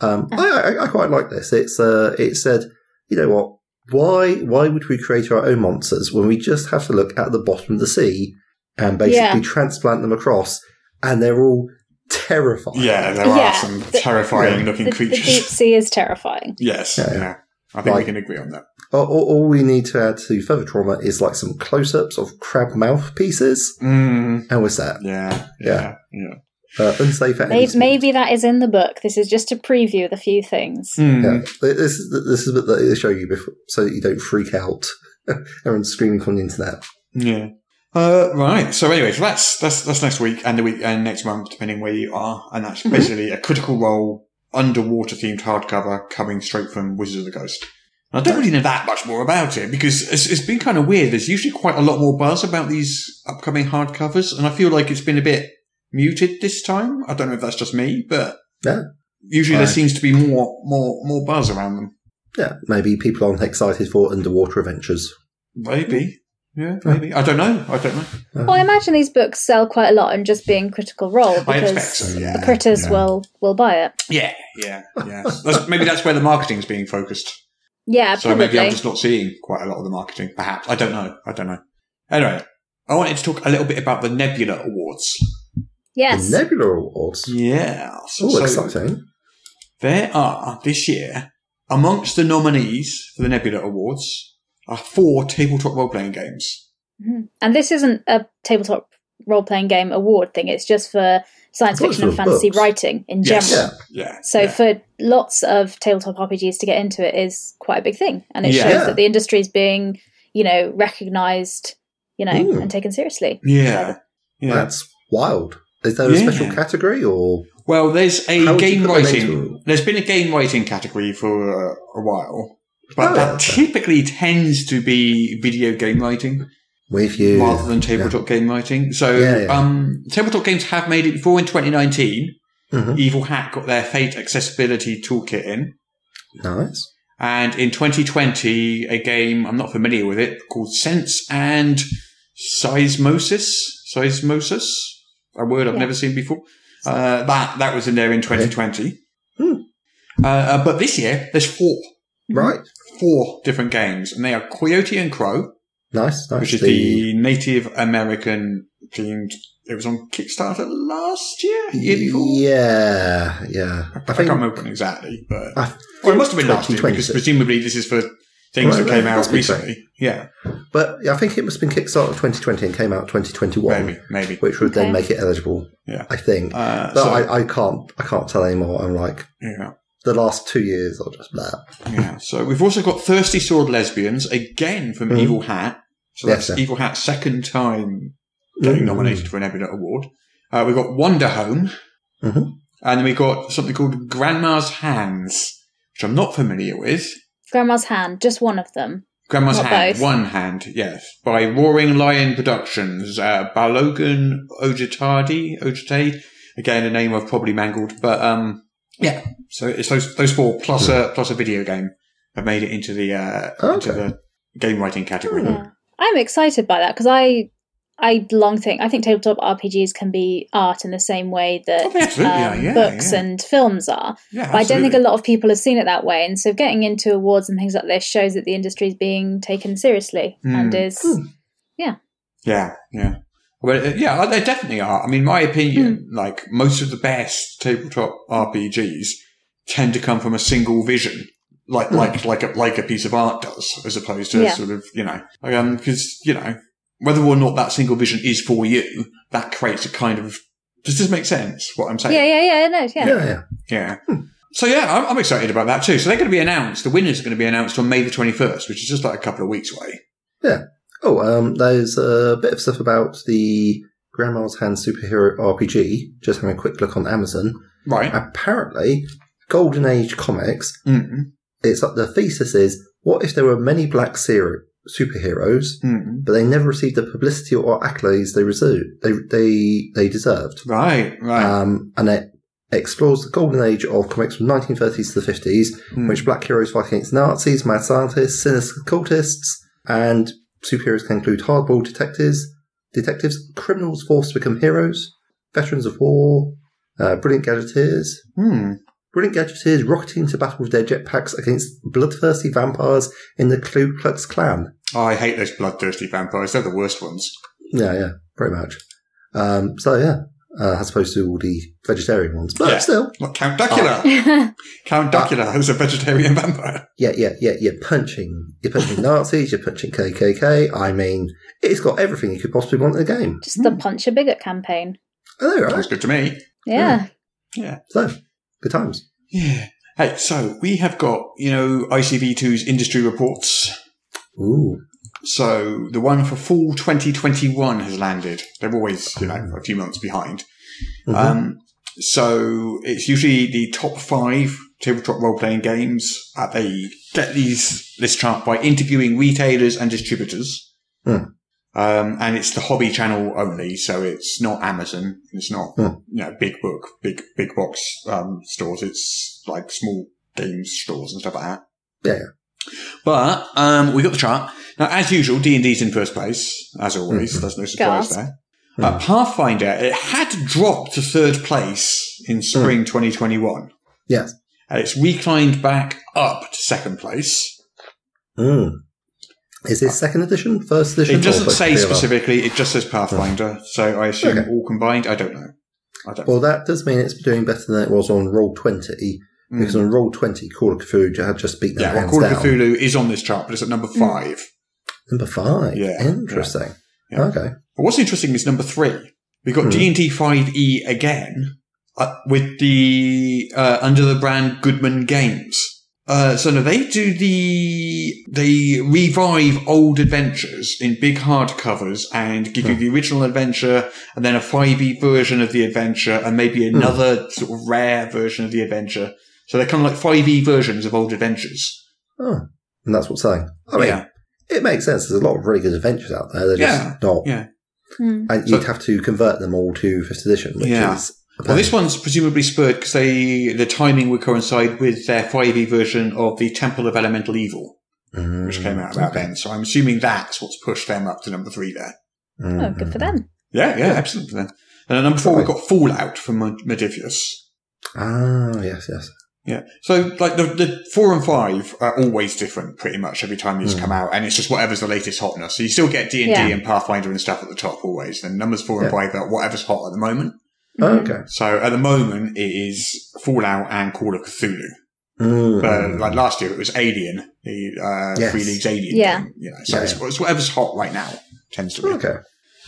Speaker 6: Um, I, I, I quite like this. It's uh, it said, you know what? Why why would we create our own monsters when we just have to look at the bottom of the sea and basically
Speaker 7: Yeah.
Speaker 6: transplant them across, and they're all terrifying.
Speaker 5: yeah, there are
Speaker 7: Yeah,
Speaker 5: some
Speaker 7: the-
Speaker 5: terrifying
Speaker 7: The,
Speaker 5: looking
Speaker 7: the deep
Speaker 5: creatures.
Speaker 7: sea is terrifying.
Speaker 5: yes,
Speaker 6: Yeah,
Speaker 5: yeah,
Speaker 6: yeah.
Speaker 5: I think
Speaker 6: Right.
Speaker 5: we can agree on that.
Speaker 6: All, all- all we need to add to further trauma is like some close ups of crab mouth pieces,
Speaker 5: Mm,
Speaker 6: and we're set.
Speaker 5: yeah,
Speaker 6: Yeah.
Speaker 5: yeah, yeah.
Speaker 6: Uh, unsafe at any
Speaker 7: Maybe,
Speaker 6: speed.
Speaker 7: maybe that is in the book. This is just a preview of the few things.
Speaker 5: Mm.
Speaker 6: Yeah, Th- this is this is what they show you before, so that you don't freak out. Everyone's screaming from the internet.
Speaker 5: Yeah. Uh, right. So anyway, so that's that's that's next week and the week and next month, depending where you are, and that's
Speaker 7: Mhm.
Speaker 5: basically a critical role underwater themed hardcover coming straight from Wizards of the Coast. I don't really know that much more about it because it's, it's been kind of weird. There's usually quite a lot more buzz about these upcoming hardcovers, and I feel like it's been a bit muted this time. I don't know if that's just me, but
Speaker 6: Yeah.
Speaker 5: usually there
Speaker 6: Right.
Speaker 5: seems to be more more more buzz around them.
Speaker 6: Yeah, maybe people aren't excited for underwater adventures.
Speaker 5: Maybe, yeah, maybe. I don't know. I don't know.
Speaker 7: Well, I imagine these books sell quite a lot and just being critical role
Speaker 5: I expect
Speaker 7: because
Speaker 5: so, yeah,
Speaker 7: the critters
Speaker 5: yeah.
Speaker 7: will will buy it.
Speaker 5: Yeah, yeah, yeah. That's, maybe that's where the marketing's being focused.
Speaker 7: Yeah,
Speaker 5: So
Speaker 7: probably.
Speaker 5: maybe I'm just not seeing quite a lot of the marketing. Perhaps I don't know. I don't know. Anyway, I wanted to talk a little bit about the Nebula Awards.
Speaker 7: Yes.
Speaker 6: The Nebula Awards.
Speaker 5: Yeah.
Speaker 6: Oh,
Speaker 5: So-
Speaker 6: exciting.
Speaker 5: There are this year, amongst the nominees for the Nebula Awards, are four tabletop role playing games.
Speaker 7: Mhm. And this isn't a tabletop role playing game award thing, it's just for science
Speaker 6: Those
Speaker 7: fiction and
Speaker 6: are
Speaker 7: fantasy
Speaker 6: books.
Speaker 7: writing in general.
Speaker 6: Yeah.
Speaker 5: Yeah.
Speaker 7: So
Speaker 5: yeah.
Speaker 7: for lots of tabletop RPGs to get into it is quite a big thing, and it
Speaker 5: Yeah.
Speaker 7: shows
Speaker 6: Yeah.
Speaker 7: that the industry is being, you know, recognised, you know,
Speaker 6: Mm.
Speaker 7: and taken seriously.
Speaker 5: yeah. Yeah.
Speaker 6: That's wild. Is there a
Speaker 5: Yeah.
Speaker 6: special category or
Speaker 5: Well, there's a
Speaker 6: How would you
Speaker 5: game
Speaker 6: put them
Speaker 5: writing.
Speaker 6: into-
Speaker 5: There's been a game writing category for uh, a while, but
Speaker 6: Oh,
Speaker 5: that
Speaker 6: okay.
Speaker 5: typically tends to be video game writing
Speaker 6: with you?
Speaker 5: rather than tabletop game writing. So,
Speaker 6: Yeah, yeah.
Speaker 5: Um, tabletop games have made it before in 2019.
Speaker 6: Mhm.
Speaker 5: Evil Hack got their Fate accessibility toolkit in,
Speaker 6: Nice.
Speaker 5: and in 2020, a game I'm not familiar with it called Sense and Seismosis. Seismosis, a word I've
Speaker 7: Yeah.
Speaker 5: never seen before. Uh, that that was in there in 2020.
Speaker 6: Hmm.
Speaker 5: Uh, uh, but this year, there's four Mm-hmm.
Speaker 6: Right.
Speaker 5: four different games, and they are Coyote and Crow,
Speaker 6: Nice. Nice.
Speaker 5: which is the Native American themed. It was on Kickstarter last year, year before.
Speaker 6: yeah. Yeah.
Speaker 5: I, can't remember when exactly, but
Speaker 6: I
Speaker 5: well, it must have been last year
Speaker 6: 2020,
Speaker 5: because
Speaker 6: so-
Speaker 5: presumably this is for things
Speaker 6: Right,
Speaker 5: that came
Speaker 6: right,
Speaker 5: out
Speaker 6: that's been fine.
Speaker 5: recently. Yeah,
Speaker 6: But yeah, I think it must have been Kickstarter 2020 and came out 2021,
Speaker 5: maybe, maybe.
Speaker 6: which would
Speaker 7: Okay.
Speaker 6: then make it eligible.
Speaker 5: Yeah.
Speaker 6: I think.
Speaker 5: Uh,
Speaker 6: but
Speaker 5: so,
Speaker 6: I, I can't. I can't tell anymore. I'm like
Speaker 5: yeah,
Speaker 6: the last two years are just that.
Speaker 5: yeah. So we've also got Thirsty Sword Lesbians again from
Speaker 6: Mhm.
Speaker 5: Evil Hat. So
Speaker 6: Yes,
Speaker 5: that's
Speaker 6: sir. Mm-hmm.
Speaker 5: Evil Hat's second time getting nominated for an Nebula Award. Uh, we've got Wonder Home,
Speaker 6: Mhm.
Speaker 5: and then we got something called Grandma's Hands, which I'm not familiar with.
Speaker 7: Grandma's hand, just one of them.
Speaker 5: Grandma's
Speaker 7: Not
Speaker 5: Hand,
Speaker 7: both.
Speaker 5: One Hand, yes, by Roaring Lion Productions, uh, Balogan Ojitardi, Ojitade, again a name I've probably mangled, but um, yeah. So it's those those four plus a plus a video game have made it into the uh, into
Speaker 6: Okay.
Speaker 5: the game writing category.
Speaker 7: Oh, Yeah. I'm excited by that because I, I long think I think tabletop RPGs can be art in the same way that um,
Speaker 5: Oh, they absolutely are, yeah,
Speaker 7: books
Speaker 5: yeah.
Speaker 7: and films are.
Speaker 5: Yeah,
Speaker 7: But I don't think
Speaker 5: absolutely.
Speaker 7: a lot of people have seen it that way. And so getting into awards and things like this shows that the industry is being taken seriously and
Speaker 5: Mm.
Speaker 7: is
Speaker 5: Yeah, yeah. Well, uh, yeah, they definitely are. I mean, my opinion,
Speaker 7: Hmm.
Speaker 5: like most of the best tabletop RPGs tend to come from a single vision, like like like a like a piece of art does, as opposed to
Speaker 7: Hmm. Yeah.
Speaker 5: sort of you know, because you know whether or not that single vision is for you, that creates a kind of. Does this make sense? What I'm saying?
Speaker 7: yeah, Hmm. yeah, yeah, no,
Speaker 6: Yeah.
Speaker 7: yeah.
Speaker 6: Yeah.
Speaker 5: Yeah. So yeah, I'm, I'm excited about that too. So they're going to be announced. The winners are going to be announced on May the 21st, which is just like a couple of weeks away.
Speaker 6: Oh, um, there's a bit of stuff about the Grandma's Hand superhero RPG. Just having a quick look on Amazon.
Speaker 5: Right.
Speaker 7: Uh.
Speaker 6: Apparently, Golden Age comics
Speaker 5: Mm-hmm.
Speaker 6: it's like the thesis is what if there were many black zero superheroes,
Speaker 5: Mm-hmm.
Speaker 6: but they never received the publicity or accolades they reserved, they they, they deserved.
Speaker 5: Right. Right.
Speaker 7: Uh.
Speaker 6: Um, and it explores the golden age of comics from 1930s to the 50s,
Speaker 5: Hmm.
Speaker 6: in which black heroes fight against Nazis, mad scientists, sinister cultists, and superheroes can include hardball detectives, detectives, criminals forced to become heroes, veterans of war, uh, brilliant gadgeteers,
Speaker 5: Hmm.
Speaker 6: Brilliant gadgeteers rocketing to battle with their jetpacks against bloodthirsty vampires in the Ku Klux Klan.
Speaker 5: Oh, I hate those bloodthirsty vampires. They're the worst ones.
Speaker 6: Yeah, yeah, pretty much. Um, so yeah, uh, as opposed to all the vegetarian ones, but
Speaker 5: Yeah.
Speaker 6: still,
Speaker 5: Like Count Dracula. Count Dracula is a vegetarian vampire.
Speaker 6: yeah, yeah, yeah. You're punching, you're punching Nazis, you're punching KKK. I mean, it's got everything you could possibly want in a game.
Speaker 7: Just
Speaker 5: Hmm.
Speaker 7: the punch a bigot campaign.
Speaker 6: Oh, there, right.
Speaker 5: Sounds good to me.
Speaker 7: Yeah.
Speaker 6: So good times.
Speaker 5: Yeah. Hey, so we have got, you know, ICV2's industry reports.
Speaker 6: Ooh,
Speaker 5: So the one for fall 2021 has landed. They're always, you know, a few months behind.
Speaker 6: Mhm.
Speaker 5: Um, so it's usually the top five tabletop role playing games. Uh, they get these this chart by interviewing retailers and distributors.
Speaker 6: Hmm.
Speaker 5: Um, and it's the hobby channel only, so it's not Amazon. It's not
Speaker 6: Hmm.
Speaker 5: you know big book, big big box um, stores. It's like small game stores and stuff like that.
Speaker 6: Yeah.
Speaker 5: But um, we got the chart now. As usual, D and D's in first place, as always. There's no surprise
Speaker 7: Gasp.
Speaker 5: there.
Speaker 6: Hmm.
Speaker 5: Uh, Pathfinder, it had dropped to third place
Speaker 6: Hmm.
Speaker 5: in spring 2021.
Speaker 6: yes.
Speaker 5: And it's reclined back up to second place.
Speaker 6: Mm. Is this second edition, first edition?
Speaker 5: It
Speaker 6: or
Speaker 5: doesn't
Speaker 6: first
Speaker 5: say
Speaker 6: era?
Speaker 5: specifically, it just says Pathfinder. So I assume
Speaker 6: Hmm. Okay.
Speaker 5: all combined, I don't know. I don't.
Speaker 6: Well, that does mean it's doing better than it was on roll twenty because on roll twenty, Call of Cthulhu had just beaten
Speaker 5: Hmm. yeah,
Speaker 6: them
Speaker 5: well,
Speaker 6: hands
Speaker 5: Call of
Speaker 6: down.
Speaker 5: Cthulhu is on this chart, but it's at number five.
Speaker 6: Number five.
Speaker 5: Yeah,
Speaker 6: Interesting.
Speaker 5: yeah.
Speaker 6: Okay.
Speaker 5: But what's interesting is number three. We got
Speaker 6: Hmm.
Speaker 5: D and D five E again uh, with the uh, under the brand Goodman Games. Uh, so now they do the they revive old adventures in big hardcovers and give you the original adventure and then a five E version of the adventure and maybe another sort of rare version of the adventure. So they're kind of like five E versions of old adventures.
Speaker 6: Oh, and that's what's saying. I mean,
Speaker 5: yeah,
Speaker 6: it makes sense. There's a lot of really good adventures out there. They're
Speaker 5: Yeah,
Speaker 6: just not.
Speaker 5: yeah.
Speaker 7: Hmm.
Speaker 6: And
Speaker 5: So-
Speaker 6: you'd have to convert them all to fifth edition, which
Speaker 5: Yeah.
Speaker 6: is. a
Speaker 5: Well,
Speaker 6: pain.
Speaker 5: this one's presumably spurred because they the timing would coincide with their 5e version of the Temple of Elemental Evil,
Speaker 6: Mm,
Speaker 5: which came out about then. So I'm assuming that's what's pushed them up to number three there.
Speaker 6: mhm.
Speaker 7: Oh, good for them.
Speaker 5: Yeah, yeah, absolutely. Then. And at number four, we've got Fallout from Mod- Modifius.
Speaker 6: Ah, yes, yes.
Speaker 5: Yeah. So, like, the, the four and five are always different pretty much every time these
Speaker 6: Mm.
Speaker 5: come out, and it's just whatever's the latest hotness. So you still get D&D
Speaker 7: Yeah.
Speaker 5: and Pathfinder and stuff at the top always. And numbers four and
Speaker 6: Yeah.
Speaker 5: five are whatever's hot at the moment.
Speaker 7: Mhm.
Speaker 6: Okay.
Speaker 5: So at the moment, it is Fallout and Call of Cthulhu.
Speaker 6: Mm.
Speaker 5: But like last year, it was Alien, the uh,
Speaker 6: Yes.
Speaker 5: Free Leagues Alien.
Speaker 7: Yeah.
Speaker 5: game, you know, so
Speaker 6: Yeah,
Speaker 5: it's, it's whatever's hot right now tends to be.
Speaker 6: okay.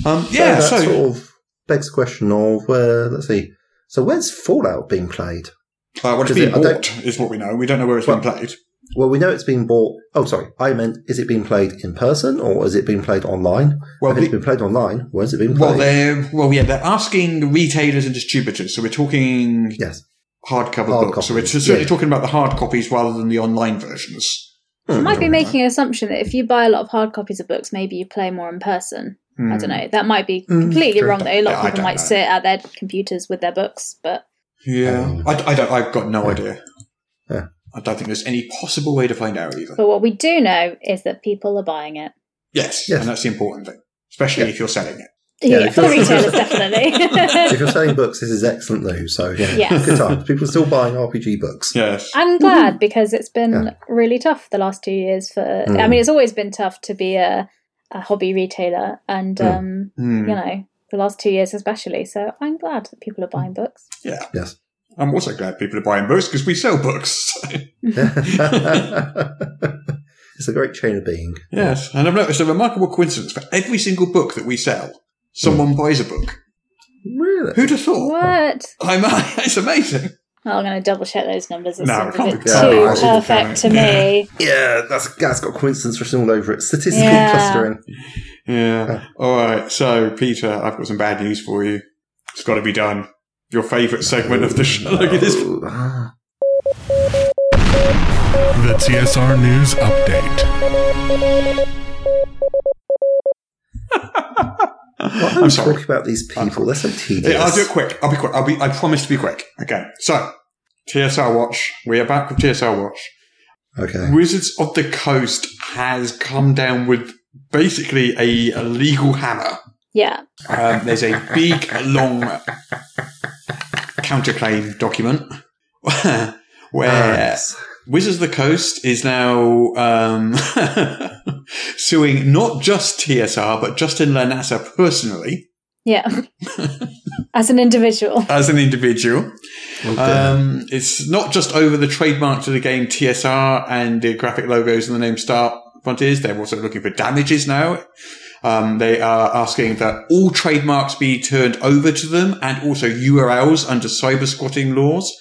Speaker 5: Um, yeah.
Speaker 6: so
Speaker 5: So,
Speaker 6: that sort of begs the question of where. Let's see. So where's Fallout being played?
Speaker 5: uh, well, it's
Speaker 6: Does
Speaker 5: being
Speaker 6: it- I don't-
Speaker 5: bought is what we know. We don't know where it's been played.
Speaker 6: Well, we know it's been bought. Oh, sorry. I meant, is it being played in person or is it being played online?
Speaker 5: Well,
Speaker 6: if it's
Speaker 5: the-
Speaker 6: been played online, where's it being
Speaker 5: Well,
Speaker 6: played?
Speaker 5: they're well, yeah, they're asking retailers and distributors. So we're talking
Speaker 6: yes.
Speaker 5: hardcover
Speaker 6: Hard
Speaker 5: books. So we're
Speaker 6: copies,
Speaker 5: certainly
Speaker 6: yeah.
Speaker 5: talking about the hard copies rather than the online versions.
Speaker 7: I might be
Speaker 5: Mm.
Speaker 7: making an assumption that if you buy a lot of hard copies of books, maybe you play more in person. I
Speaker 5: Hmm.
Speaker 7: don't know. That might be
Speaker 6: Mm,
Speaker 7: completely
Speaker 6: true.
Speaker 7: wrong, though. A lot
Speaker 5: Yeah, I
Speaker 7: of people
Speaker 5: don't
Speaker 7: might
Speaker 5: know.
Speaker 7: sit at their computers with their books, but
Speaker 5: Yeah,
Speaker 6: Um,
Speaker 5: I, I don't. I've got no idea.
Speaker 6: Yeah.
Speaker 5: I don't think there's any possible way to find out either.
Speaker 7: but what we do know is that people are buying it.
Speaker 5: Yes,
Speaker 6: Yes.
Speaker 5: and that's the important thing, especially if you're selling it.
Speaker 6: Yeah,
Speaker 7: Yeah,
Speaker 6: if
Speaker 7: for the
Speaker 6: you're-
Speaker 7: retailers, definitely.
Speaker 6: if you're selling books, this is excellent news. So, yeah.
Speaker 7: Yes.
Speaker 6: Good times. People are still buying RPG books.
Speaker 5: Yes.
Speaker 7: I'm glad because it's been
Speaker 6: Mm-hmm. Yeah.
Speaker 7: really tough the last two years. For I
Speaker 6: Mm.
Speaker 7: mean, it's always been tough to be a, a hobby retailer, and
Speaker 6: Mm.
Speaker 7: um,
Speaker 5: Hmm.
Speaker 7: you know, the last two years especially. So I'm glad that people are buying books.
Speaker 5: Yeah.
Speaker 6: Yes.
Speaker 5: I'm also glad people are buying books because we sell books.
Speaker 6: it's a great chain of being.
Speaker 5: yes. And I've noticed a remarkable coincidence for every single book that we sell, someone buys a book.
Speaker 6: Really?
Speaker 5: Who'd have thought?
Speaker 7: What?
Speaker 5: I'm, it's amazing.
Speaker 7: Well, I'm going to double check those numbers. It
Speaker 5: No,
Speaker 7: seems
Speaker 5: can't
Speaker 7: a bit
Speaker 5: be
Speaker 6: done.
Speaker 7: too
Speaker 6: Yeah, it's
Speaker 7: perfect to me.
Speaker 6: Yeah, that's, that's got coincidence written all over it. Statistical
Speaker 7: Yeah.
Speaker 6: clustering.
Speaker 5: Yeah. All right. So, Peter, I've got some bad news for you. It's got to be done. Your favourite segment of the show. Look at this.
Speaker 6: Oh, ah.
Speaker 2: The TSR News Update.
Speaker 6: Why are
Speaker 5: I'm
Speaker 6: we
Speaker 5: sorry.
Speaker 6: talking about these people? They're so tedious.
Speaker 5: Yeah, I'll do it quick. I'll be quick. I'll be. I promise to be quick. Okay. So, TSR Watch. We are back with TSR Watch.
Speaker 6: Okay.
Speaker 5: Wizards of the Coast has come down with basically a, a legal hammer.
Speaker 7: Yeah.
Speaker 5: Um, there's a big, long counterclaim document where
Speaker 6: Ah, Yes.
Speaker 5: Wizards of the Coast is now um, suing not just TSR, but Justin Lanassa personally
Speaker 7: Yeah. As an individual.
Speaker 5: as an individual.
Speaker 6: Oh, dear.
Speaker 5: Um, it's not just over the trademark to the game TSR and the graphic logos and the name Star Frontiers. They're also looking for damages now. Um, they are asking that all trademarks be turned over to them and also URLs under cyber squatting laws.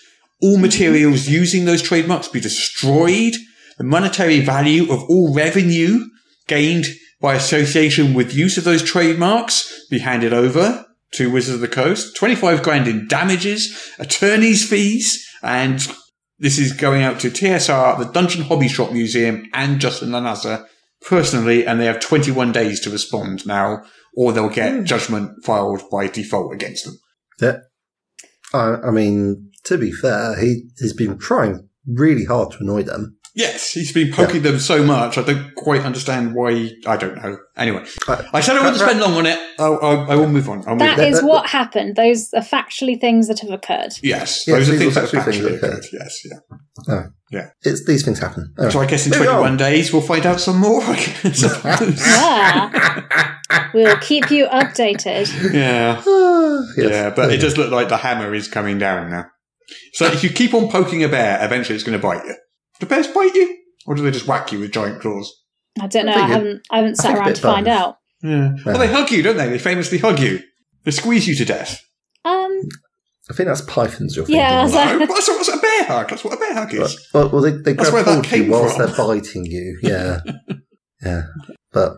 Speaker 5: All materials using those trademarks be destroyed. The monetary value of all revenue gained by association with use of those trademarks be handed over to Wizards of the Coast. 25 grand in damages, attorney's fees, and this is going out to TSR, the Dungeon Hobby Shop Museum, and Justin Lanasa personally, and they have 21 days to respond now, or they'll get judgment filed by default against them.
Speaker 6: Yeah. I, I mean, to be fair, he, he's been trying really hard to annoy them.
Speaker 5: Yes, he's been poking them so much. I don't quite understand why. I don't know. Anyway,
Speaker 6: Uh,
Speaker 5: I said I wouldn't
Speaker 6: uh,
Speaker 5: spend long on it. I, I, I will move on. I'll move
Speaker 7: That
Speaker 5: on.
Speaker 7: is
Speaker 6: that-
Speaker 7: what happened. Those are factually things that have occurred.
Speaker 5: Yes,
Speaker 6: Yes,
Speaker 5: those are
Speaker 6: these
Speaker 5: things
Speaker 6: are
Speaker 5: that have
Speaker 6: actually
Speaker 5: actually
Speaker 6: things that
Speaker 5: occurred. Yes, yeah.
Speaker 6: It's These things happen. Anyway.
Speaker 5: So I guess in
Speaker 6: Moving
Speaker 5: 21
Speaker 6: on.
Speaker 5: days we'll find out some more. I guess.
Speaker 7: Yeah. We'll keep you updated.
Speaker 5: Yeah.
Speaker 6: Ah, Yes.
Speaker 5: Yeah, but it does look like the hammer is coming down now. So if you keep on poking a bear, eventually it's going to bite you. Do bears bite you? Or do they just whack you with giant claws?
Speaker 7: I don't know.
Speaker 6: I
Speaker 7: I,
Speaker 6: think it-
Speaker 7: haven't. I haven't
Speaker 6: I
Speaker 7: sat
Speaker 6: think a
Speaker 7: around
Speaker 6: bit
Speaker 7: to find
Speaker 6: both.
Speaker 7: out.
Speaker 5: Yeah. Well,
Speaker 6: Yeah.
Speaker 5: they hug you, don't they? They famously hug you. They squeeze you to death.
Speaker 7: Um,
Speaker 6: I think that's pythons you're thinking.
Speaker 7: Yeah,
Speaker 6: of.
Speaker 7: I was like-
Speaker 5: No, what's, a, what's a bear hug? That's what a bear hug is.
Speaker 6: Well, well, they, they
Speaker 5: That's
Speaker 6: grab
Speaker 5: where that
Speaker 6: hold of you
Speaker 5: came
Speaker 6: whilst
Speaker 5: from.
Speaker 6: they're biting you. Yeah, yeah. But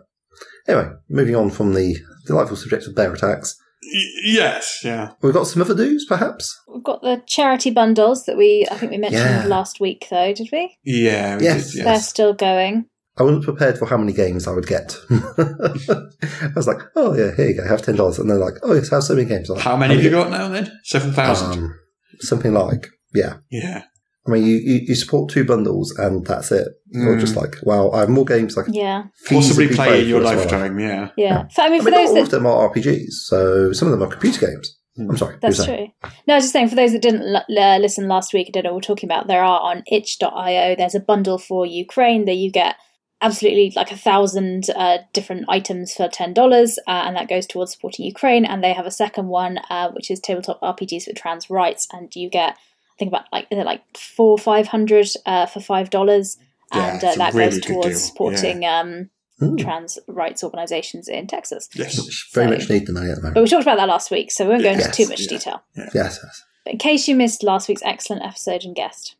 Speaker 6: anyway, moving on from the delightful subject of bear attacks,
Speaker 5: Y- yes, yeah.
Speaker 6: we've got some other do's, perhaps.
Speaker 7: we've got the charity bundles that we. I think we mentioned
Speaker 6: Yeah.
Speaker 7: last week, though, did we?
Speaker 5: Yeah. we
Speaker 6: Yes.
Speaker 5: did,
Speaker 7: They're still going.
Speaker 6: I wasn't prepared for how many games I would get. I was like, oh yeah, here you go, have ten dollars, and they're like, oh yes, have so many games. I'm like,
Speaker 5: How many have you got now then? 7,000.
Speaker 6: Um, something like, yeah.
Speaker 5: yeah.
Speaker 6: I mean, you, you, you support two bundles and that's it. Or
Speaker 5: Mm.
Speaker 6: just like, wow, I have more games I can
Speaker 7: Yeah,
Speaker 5: Possibly
Speaker 6: feasibly
Speaker 5: play in your
Speaker 6: for as well.
Speaker 5: lifetime, yeah.
Speaker 7: yeah. For- I mean,
Speaker 6: I
Speaker 7: for
Speaker 6: mean, not
Speaker 7: those
Speaker 6: all
Speaker 7: that Hmm.
Speaker 6: of them are RPGs, so some of them are computer games. I'm sorry. you were
Speaker 7: That's
Speaker 6: saying?
Speaker 7: true. No, I was just saying, for those that didn't l- uh, listen last week, I don't know what we're talking about, there are on itch.io, there's a bundle for Ukraine that you get absolutely like a thousand uh, different items for $10, uh, and that goes towards supporting Ukraine. And they have a second one, uh, which is tabletop RPGs with trans rights, and you get, I think about like, is it like four or 500 uh, for $5?
Speaker 5: Yeah, it's
Speaker 7: And uh,
Speaker 5: a
Speaker 7: that
Speaker 5: really
Speaker 7: goes
Speaker 5: good deal.
Speaker 7: towards supporting um,
Speaker 6: Ooh,
Speaker 7: trans rights organizations in Texas.
Speaker 5: Yes.
Speaker 6: which very
Speaker 7: So- Oh,
Speaker 6: much need the money at the
Speaker 7: But
Speaker 6: moment.
Speaker 7: we talked about that last week, so we won't go into
Speaker 6: Yes,
Speaker 7: too much
Speaker 5: yeah.
Speaker 7: detail.
Speaker 6: Yes, yes.
Speaker 7: But in case you missed last week's excellent episode and guest,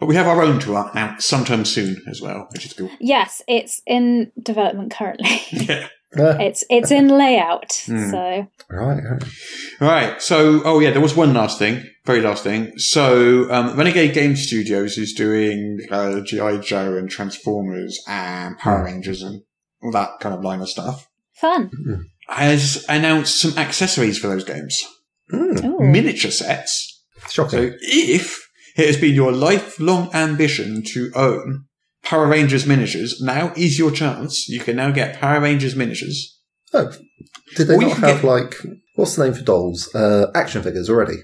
Speaker 5: But we have our own to out now sometime soon as well, which is cool.
Speaker 7: yes, it's in development currently.
Speaker 5: Yeah.
Speaker 6: Ah,
Speaker 7: it's it's in layout,
Speaker 5: Hmm.
Speaker 7: so
Speaker 6: right, right.
Speaker 5: Right. So, oh yeah, there was one last thing, very last thing. So, um, Renegade Game Studios is doing uh, GI Joe and Transformers and Power Rangers and all that kind of line of stuff.
Speaker 7: fun.
Speaker 5: Has announced some accessories for those games,
Speaker 6: Mm,
Speaker 7: Ooh.
Speaker 5: miniature sets.
Speaker 6: shocking.
Speaker 5: So, if it has been your lifelong ambition to own Power Rangers miniatures, now is your chance. You can now get Power Rangers miniatures.
Speaker 6: oh, did they
Speaker 5: Or you
Speaker 6: not
Speaker 5: can
Speaker 6: have,
Speaker 5: get-
Speaker 6: like, what's the name for dolls? Uh, action figures already.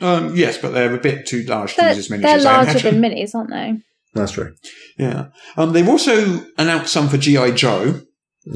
Speaker 5: Um, yes, but they're a bit too large to
Speaker 7: They're,
Speaker 5: use as
Speaker 7: they're
Speaker 5: miniatures. I
Speaker 7: larger
Speaker 5: imagine.
Speaker 7: than minis, aren't they?
Speaker 6: That's true.
Speaker 5: Yeah. Um, they've also announced some for G.I. Joe.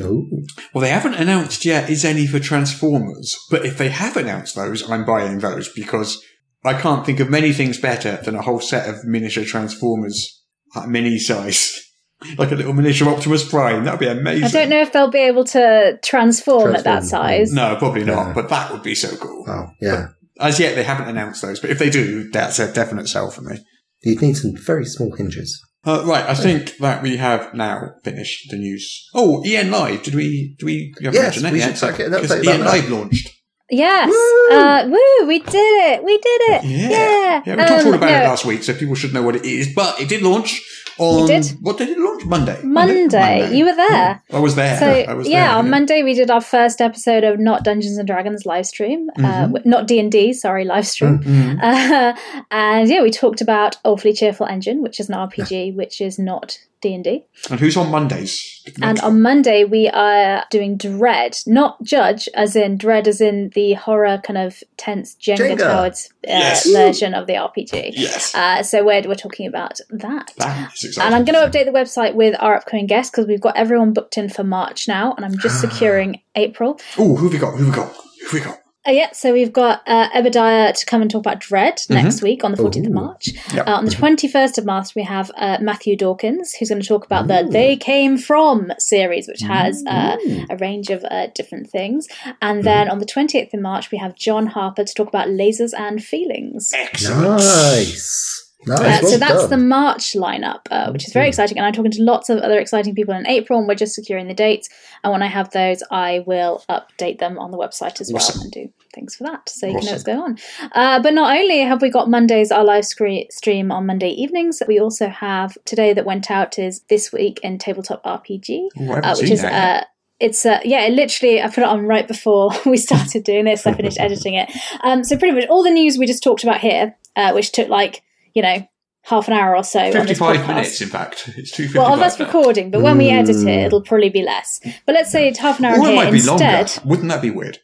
Speaker 6: Ooh.
Speaker 5: Well, they haven't announced yet is any for Transformers, but if they have announced those, I'm buying those because I can't think of many things better than a whole set of miniature Transformers, like mini size, like a little miniature Optimus Prime. That'd be amazing.
Speaker 7: I don't know if they'll be able to transform, at that
Speaker 6: Transform.
Speaker 7: size.
Speaker 5: No, probably not,
Speaker 6: Yeah.
Speaker 5: but that would be so cool.
Speaker 6: Oh, yeah.
Speaker 5: As yet, they haven't announced those, but if they do, that's a definite sell for me.
Speaker 6: You'd need some very small hinges.
Speaker 5: Uh, right, I think that we have now finished the news. Oh, EN Live, did we? Do we? we haven't
Speaker 6: Yes,
Speaker 5: mentioned that
Speaker 6: we
Speaker 5: yet.
Speaker 6: should start getting an
Speaker 5: Because
Speaker 6: update about
Speaker 5: EN
Speaker 6: that.
Speaker 5: Live launched.
Speaker 7: Yes,
Speaker 6: Woo!
Speaker 7: Uh, woo, we did it, we did it,
Speaker 5: Yeah,
Speaker 7: yeah.
Speaker 5: we talked
Speaker 7: Um,
Speaker 5: all about it
Speaker 7: no,
Speaker 5: last week, so people should know what it is. But it did launch on
Speaker 7: It did.
Speaker 5: what day did it launch? Monday.
Speaker 7: Monday. You were there.
Speaker 5: I was there.
Speaker 7: So
Speaker 5: I was
Speaker 7: yeah,
Speaker 5: there,
Speaker 7: on Monday we did our first episode of not Dungeons and Dragons live stream, uh,
Speaker 5: Mhm.
Speaker 7: w- not D and D, sorry, live stream.
Speaker 5: Mhm.
Speaker 7: Uh, and yeah, we talked about Awfully Cheerful Engine, which is an RPG, which is not D and D.
Speaker 5: And who's on Mondays?
Speaker 7: And on Monday we are doing Dread, not Judge, as in Dread, as in the horror kind of tense Jenga,
Speaker 6: Jenga.
Speaker 7: towered uh,
Speaker 5: Yes.
Speaker 7: version of the RPG.
Speaker 5: Yes.
Speaker 7: Uh, so we're we're talking about that.
Speaker 5: that is exciting.
Speaker 7: And I'm going to update the website with our upcoming guests because we've got everyone booked in for March now, and I'm just securing April.
Speaker 5: Oh, who we got? Who we got? Who we got?
Speaker 7: Uh, yeah, so we've got uh, Ebediah to come and talk about Dread next week on the 14th of
Speaker 6: Ooh.
Speaker 7: March. Uh, on the 21st of March, we have uh, Matthew Dawkins, who's going to talk about the They Came From series, which has uh, a range of uh, different things. And then on the 20th of March, we have John Harper to talk about lasers and feelings.
Speaker 5: Excellent.
Speaker 6: Nice. Nice.
Speaker 7: Uh,
Speaker 6: well
Speaker 7: so that's the
Speaker 6: done.
Speaker 7: March lineup, uh, which is very exciting. And I'm talking to lots of other exciting people in April, and we're just securing the dates. And when I have those, I will update them on the website as
Speaker 5: Awesome.
Speaker 7: well and do things for that so you can
Speaker 5: Awesome.
Speaker 7: know what's going on. Uh, but not only have we got Mondays, our live scre- stream on Monday evenings, we also have today that went out is This Week in Tabletop RPG,
Speaker 5: Ooh, I haven't
Speaker 7: uh, which
Speaker 5: seen
Speaker 7: is.
Speaker 5: that
Speaker 7: Uh, it's uh, yeah, it literally I put it on right before we started doing this. I finished editing it. Um, so pretty much all the news we just talked about here, uh, which took like you know half an hour or so. on this
Speaker 5: Fifty-five
Speaker 7: podcast.
Speaker 5: minutes, in fact. It's two fifty-five.
Speaker 7: Well, that's
Speaker 5: now.
Speaker 7: recording, but when we edit
Speaker 6: Mm.
Speaker 7: it, it'll probably be less. But let's say it's half an hour
Speaker 5: Or it
Speaker 7: here
Speaker 5: might be
Speaker 7: instead.
Speaker 5: longer. Wouldn't that be weird?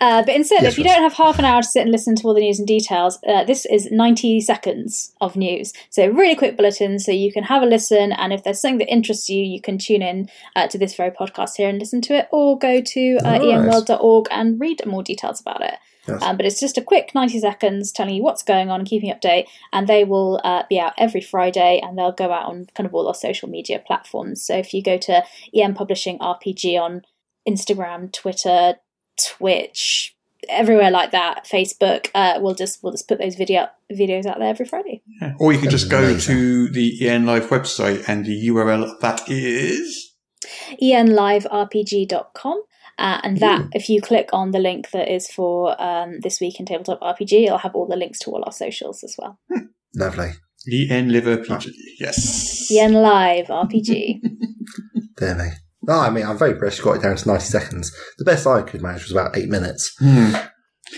Speaker 7: Uh, but instead,
Speaker 6: Yes,
Speaker 7: if you
Speaker 6: Russ.
Speaker 7: don't have half an hour to sit and listen to all the news and details, uh, this is 90 seconds of news. So, really quick bulletin, so you can have a listen. And if there's something that interests you, you can tune in uh, to this very podcast here and listen to it, or go to uh,
Speaker 6: Nice.
Speaker 7: emworld.org and read more details about it.
Speaker 6: Yes.
Speaker 7: Um, but it's just a quick 90 seconds telling you what's going on and keeping you update. And they will uh, be out every Friday and they'll go out on kind of all our social media platforms. So if you go to EM Publishing RPG on Instagram, Twitter, Twitch, everywhere like that, Facebook, uh, we'll just we'll just put those video videos out there every Friday.
Speaker 5: Or you can just go
Speaker 6: Amazing.
Speaker 5: to the EN Live website and the URL of that is.
Speaker 7: E enliverpg.com. Uh, and that, if you click on the link that is for um, this week in tabletop RPG, it'll have all the links to all our socials as well.
Speaker 6: Lovely.
Speaker 5: EN E Liver PG. Yes.
Speaker 7: Yen E Live RPG.
Speaker 6: Dear me. No, I mean, I'm very impressed. You got it down to 90 seconds. The best I could manage was about eight minutes.
Speaker 5: Hmm.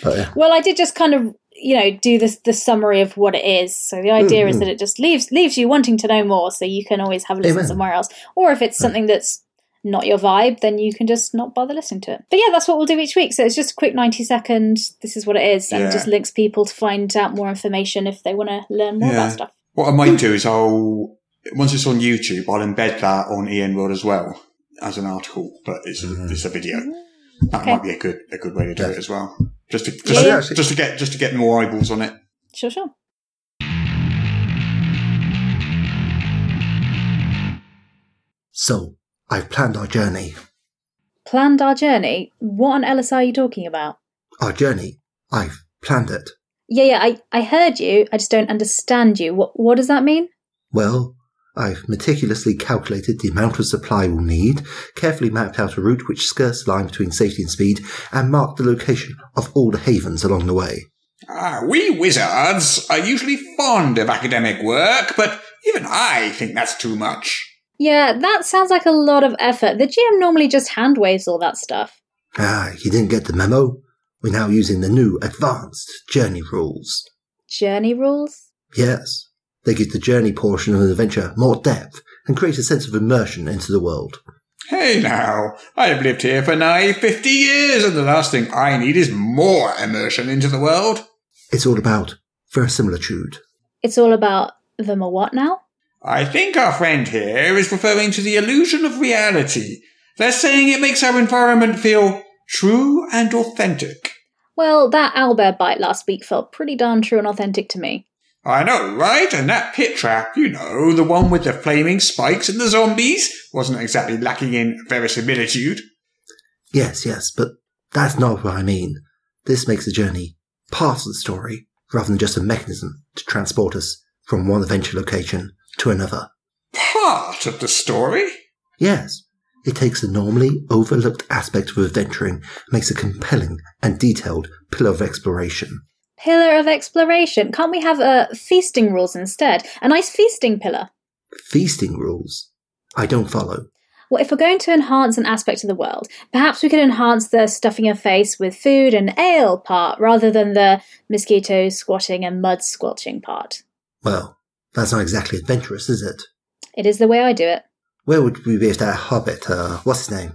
Speaker 6: But yeah.
Speaker 7: Well, I did just kind of, you know, do this the summary of what it is. So the idea is
Speaker 5: Mm-hmm.
Speaker 6: Mhm.
Speaker 7: that it just leaves leaves you wanting to know more, so you can always have a listen
Speaker 6: Amen.
Speaker 7: somewhere else. Or if it's something that's not your vibe, then you can just not bother listening to it. But yeah, that's what we'll do each week. So it's just a quick ninety second. This is what it is, and
Speaker 5: Yeah.
Speaker 7: just links people to find out more information if they want to learn more
Speaker 5: Yeah.
Speaker 7: about stuff.
Speaker 5: What I might do is I'll once it's on YouTube, I'll embed that on EN World as well as an article, but it's a,
Speaker 6: Mhm.
Speaker 5: it's a video. That
Speaker 7: Mm-hmm. Okay.
Speaker 5: might be a good a good way to do it as well. Just to just,
Speaker 7: Yeah, yeah.
Speaker 5: to, just to get just to get more eyeballs on it.
Speaker 7: Sure, sure.
Speaker 6: So, I've planned our journey.
Speaker 7: Planned our journey. What on Ellis are you talking about?
Speaker 6: Our journey. I've planned it.
Speaker 7: Yeah, yeah, I, I heard you. I just don't understand you. What what does that mean?
Speaker 6: Well, I've meticulously calculated the amount of supply we'll need, carefully mapped out a route which skirts the line between safety and speed, and marked the location of all the havens along the way.
Speaker 5: Ah, we wizards are usually fond of academic work, but even I think that's too much.
Speaker 7: Yeah, that sounds like a lot of effort. The GM normally just hand waves all that stuff.
Speaker 6: Ah, you didn't get the memo? We're now using the new advanced journey rules.
Speaker 7: Journey rules?
Speaker 6: Yes, they give the journey portion of an adventure more depth and create a sense of immersion into the world.
Speaker 5: Hey now, I have lived here for nigh fifty years, and the last thing I need is more immersion into the world.
Speaker 6: It's all about verisimilitude.
Speaker 7: It's all about them or what now?
Speaker 5: I think our friend here is referring to the illusion of reality. They're saying it makes our environment feel true and authentic.
Speaker 7: Well, that owlbear bite last week felt pretty darn true and authentic to me.
Speaker 5: I know, right? And that pit trap, you know, the one with the flaming spikes and the zombies, wasn't exactly lacking in verisimilitude.
Speaker 6: Yes, yes, but that's not what I mean. This makes the journey part of the story rather than just a mechanism to transport us from one adventure location to another.
Speaker 5: Part of the story.
Speaker 6: Yes, it takes a normally overlooked aspect of adventuring, and makes a compelling and detailed pillar of exploration.
Speaker 7: Pillar of exploration. Can't we have uh, feasting rules instead? A nice feasting pillar.
Speaker 6: Feasting rules. I don't follow.
Speaker 7: Well, if we're going to enhance an aspect of the world, perhaps we could enhance the stuffing your face with food and ale part rather than the mosquitoes squatting and mud squelching part.
Speaker 6: Well, that's not exactly adventurous, is it?
Speaker 7: It is the way I do it.
Speaker 6: Where would we be if that hobbit, uh, what's his name?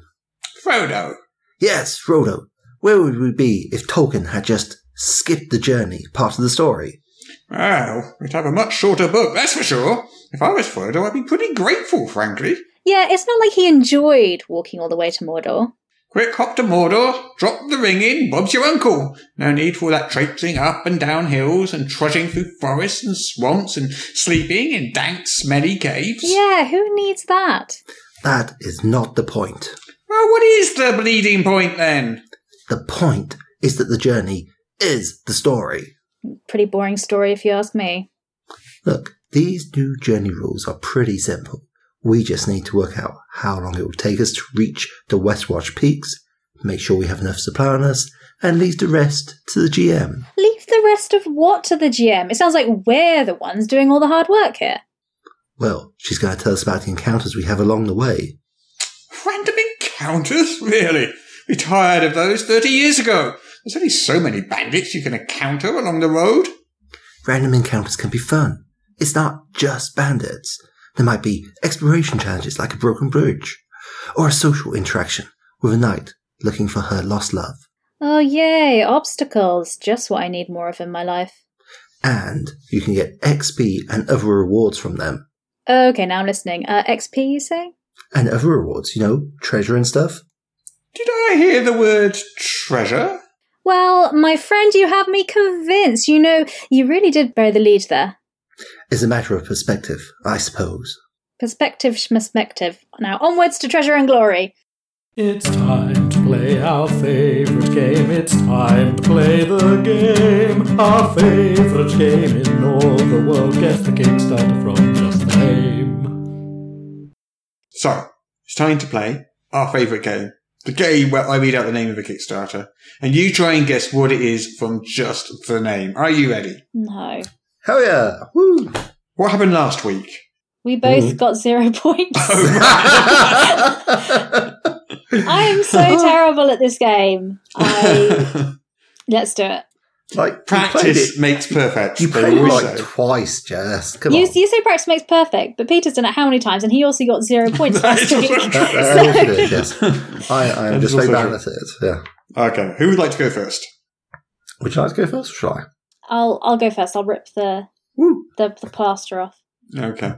Speaker 5: Frodo.
Speaker 6: Yes, Frodo. Where would we be if Tolkien had just skipped the journey part of the story?
Speaker 5: Well, Oh, we'd have a much shorter book, that's for sure. If I was Frodo, I'd be pretty grateful, frankly.
Speaker 7: Yeah, it's not like he enjoyed walking all the way to Mordor.
Speaker 5: Quick hop to Mordor, drop the ring in, Bob's your uncle. No need for all that traipsing up and down hills and trudging through forests and swamps and sleeping in dank, smelly caves.
Speaker 7: Yeah, who needs that?
Speaker 6: That is not the point.
Speaker 5: Well, what is the bleeding point then?
Speaker 6: The point is that the journey is the story.
Speaker 7: Pretty boring story, if you ask me.
Speaker 6: Look, these new journey rules are pretty simple. We just need to work out how long it will take us to reach the Westwatch Peaks, make sure we have enough supply on us, and leave the rest to the GM.
Speaker 7: Leave the rest of what to the GM? It sounds like we're the ones doing all the hard work here.
Speaker 6: Well, she's going to tell us about the encounters we have along the way.
Speaker 5: Random encounters? Really? Be tired of those 30 years ago. There's only so many bandits you can encounter along the road.
Speaker 6: Random encounters can be fun. It's not just bandits. There might be exploration challenges like a broken bridge, or a social interaction with a knight looking for her lost love.
Speaker 7: Oh, yay, obstacles. Just what I need more of in my life.
Speaker 6: And you can get XP and other rewards from them.
Speaker 7: Okay, now I'm listening. Uh, XP, you say?
Speaker 6: And other rewards, you know, treasure and stuff.
Speaker 5: Did I hear the word treasure?
Speaker 7: Well, my friend, you have me convinced. You know, you really did bury the lead there.
Speaker 6: It's a matter of perspective, I suppose.
Speaker 7: Perspective, perspective. Now, onwards to treasure and glory.
Speaker 8: It's time to play our favorite game. It's time to play the game. Our favorite game in all the world. Guess the Kickstarter from just the name.
Speaker 5: So, it's time to play our favourite game. The game where I read out the name of a Kickstarter and you try and guess what it is from just the name. Are you ready?
Speaker 7: No.
Speaker 6: Hell yeah! Woo!
Speaker 5: What happened last week?
Speaker 7: We both got zero points. I am so terrible at this game. I... Let's do it.
Speaker 6: like You played
Speaker 5: Practice
Speaker 6: it,
Speaker 5: makes perfect.
Speaker 6: you
Speaker 5: they
Speaker 6: played it
Speaker 5: always
Speaker 6: like
Speaker 5: say.
Speaker 6: twice, Jess. Come
Speaker 7: You,
Speaker 6: on.
Speaker 7: you say practice makes perfect, but Peter's done it how many times? And he also got zero points last week.
Speaker 6: That- that is
Speaker 7: So-
Speaker 6: good, yes. I, I am
Speaker 5: That is
Speaker 6: just very
Speaker 5: also
Speaker 6: bad
Speaker 5: true.
Speaker 6: at it. Yeah.
Speaker 5: Okay, who would like to go first?
Speaker 6: Would you like to go first, or shall I?
Speaker 7: I'll I'll go first. I'll rip the the, the plaster off.
Speaker 5: Okay.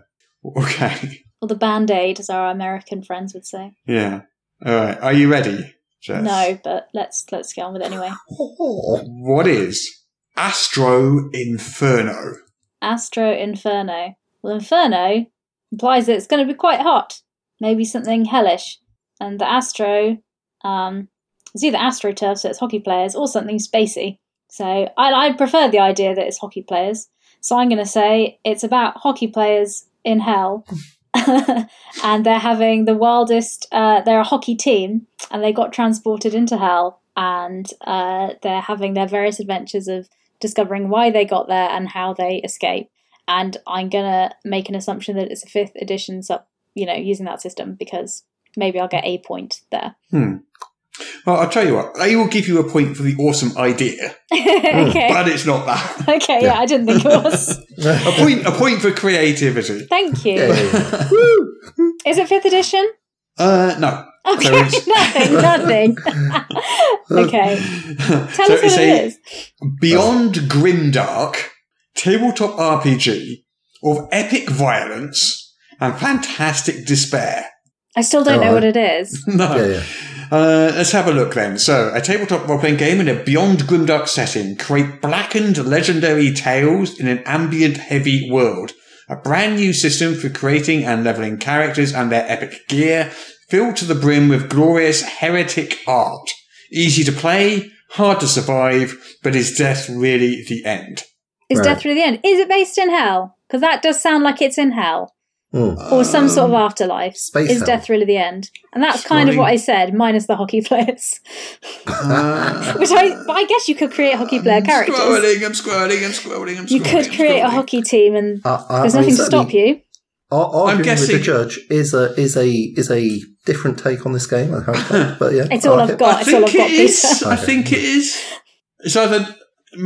Speaker 5: Okay.
Speaker 7: Or the band aid, as our American friends would say.
Speaker 5: Yeah. All right. Are you ready, Jess?
Speaker 7: No, but let's let's get on with it anyway.
Speaker 6: Oh,
Speaker 5: What is Astro Inferno?
Speaker 7: Astro Inferno. Well, Inferno implies that it's going to be quite hot, maybe something hellish. And the Astro, um, it's either AstroTurf, so it's hockey players, or something spacey. So I, I prefer the idea that it's hockey players. So I'm going to say it's about hockey players in hell. and they're having the wildest, uh, they're a hockey team, and they got transported into hell. And uh, they're having their various adventures of discovering why they got there and how they escape. And I'm gonna make an assumption that it's a fifth edition sub, you know, using that system because maybe I'll get a point there.
Speaker 5: Well, I'll tell you what. I will give you a point for the awesome idea,
Speaker 7: okay,
Speaker 6: Hmm.
Speaker 5: but it's not that.
Speaker 7: okay, yeah, I didn't think it was.
Speaker 5: A point. A point for creativity.
Speaker 7: Thank
Speaker 6: yeah,
Speaker 7: you.
Speaker 6: yeah, yeah.
Speaker 7: Is it fifth edition?
Speaker 5: Uh, no.
Speaker 7: Okay,
Speaker 5: There is.
Speaker 7: nothing, nothing. okay, tell
Speaker 5: so
Speaker 7: us
Speaker 5: it's
Speaker 7: what
Speaker 5: a
Speaker 7: it is.
Speaker 5: Beyond Grimdark tabletop RPG of epic violence and fantastic despair.
Speaker 7: I still don't know
Speaker 6: Alright.
Speaker 7: what it is.
Speaker 5: No.
Speaker 6: Yeah, yeah.
Speaker 5: Uh, let's have a look then. So, a tabletop role-playing game in a beyond grimdark setting. Create blackened legendary tales in an ambient heavy world. A brand new system for creating and leveling characters and their epic gear, filled to the brim with glorious heretic art. Easy to play, hard to survive, but is death really the end?
Speaker 7: Is
Speaker 6: Right.
Speaker 7: death through the end? Is it based in hell? Because that does sound like it's in hell.
Speaker 5: Hmm.
Speaker 6: Mm.
Speaker 7: or some sort of afterlife.
Speaker 6: space
Speaker 7: is
Speaker 6: hell.
Speaker 7: death really the end? And that's kind of
Speaker 5: Sorry.
Speaker 7: what I said, minus the hockey players. Which I, but I guess you could create hockey player characters.
Speaker 5: Scrolling, I'm scrolling, I'm scrolling, I'm scrolling.
Speaker 7: You could
Speaker 5: I'm
Speaker 7: create a
Speaker 5: scrolling.
Speaker 7: hockey team, and
Speaker 5: Uh,
Speaker 6: I- I-
Speaker 7: there's
Speaker 6: Uh, I
Speaker 7: nothing to
Speaker 6: certainly-
Speaker 7: stop you.
Speaker 6: Ar-
Speaker 5: I'm
Speaker 6: Arguing with the
Speaker 5: guessing-
Speaker 6: judge is a is a is a different take on this game and how it's played. But yeah,
Speaker 7: It's
Speaker 6: I
Speaker 7: all
Speaker 6: like
Speaker 7: I've
Speaker 6: it.
Speaker 7: got.
Speaker 5: I
Speaker 7: That's all
Speaker 5: think
Speaker 7: I've got,
Speaker 5: it is.
Speaker 7: Peter.
Speaker 5: I think it is. It's either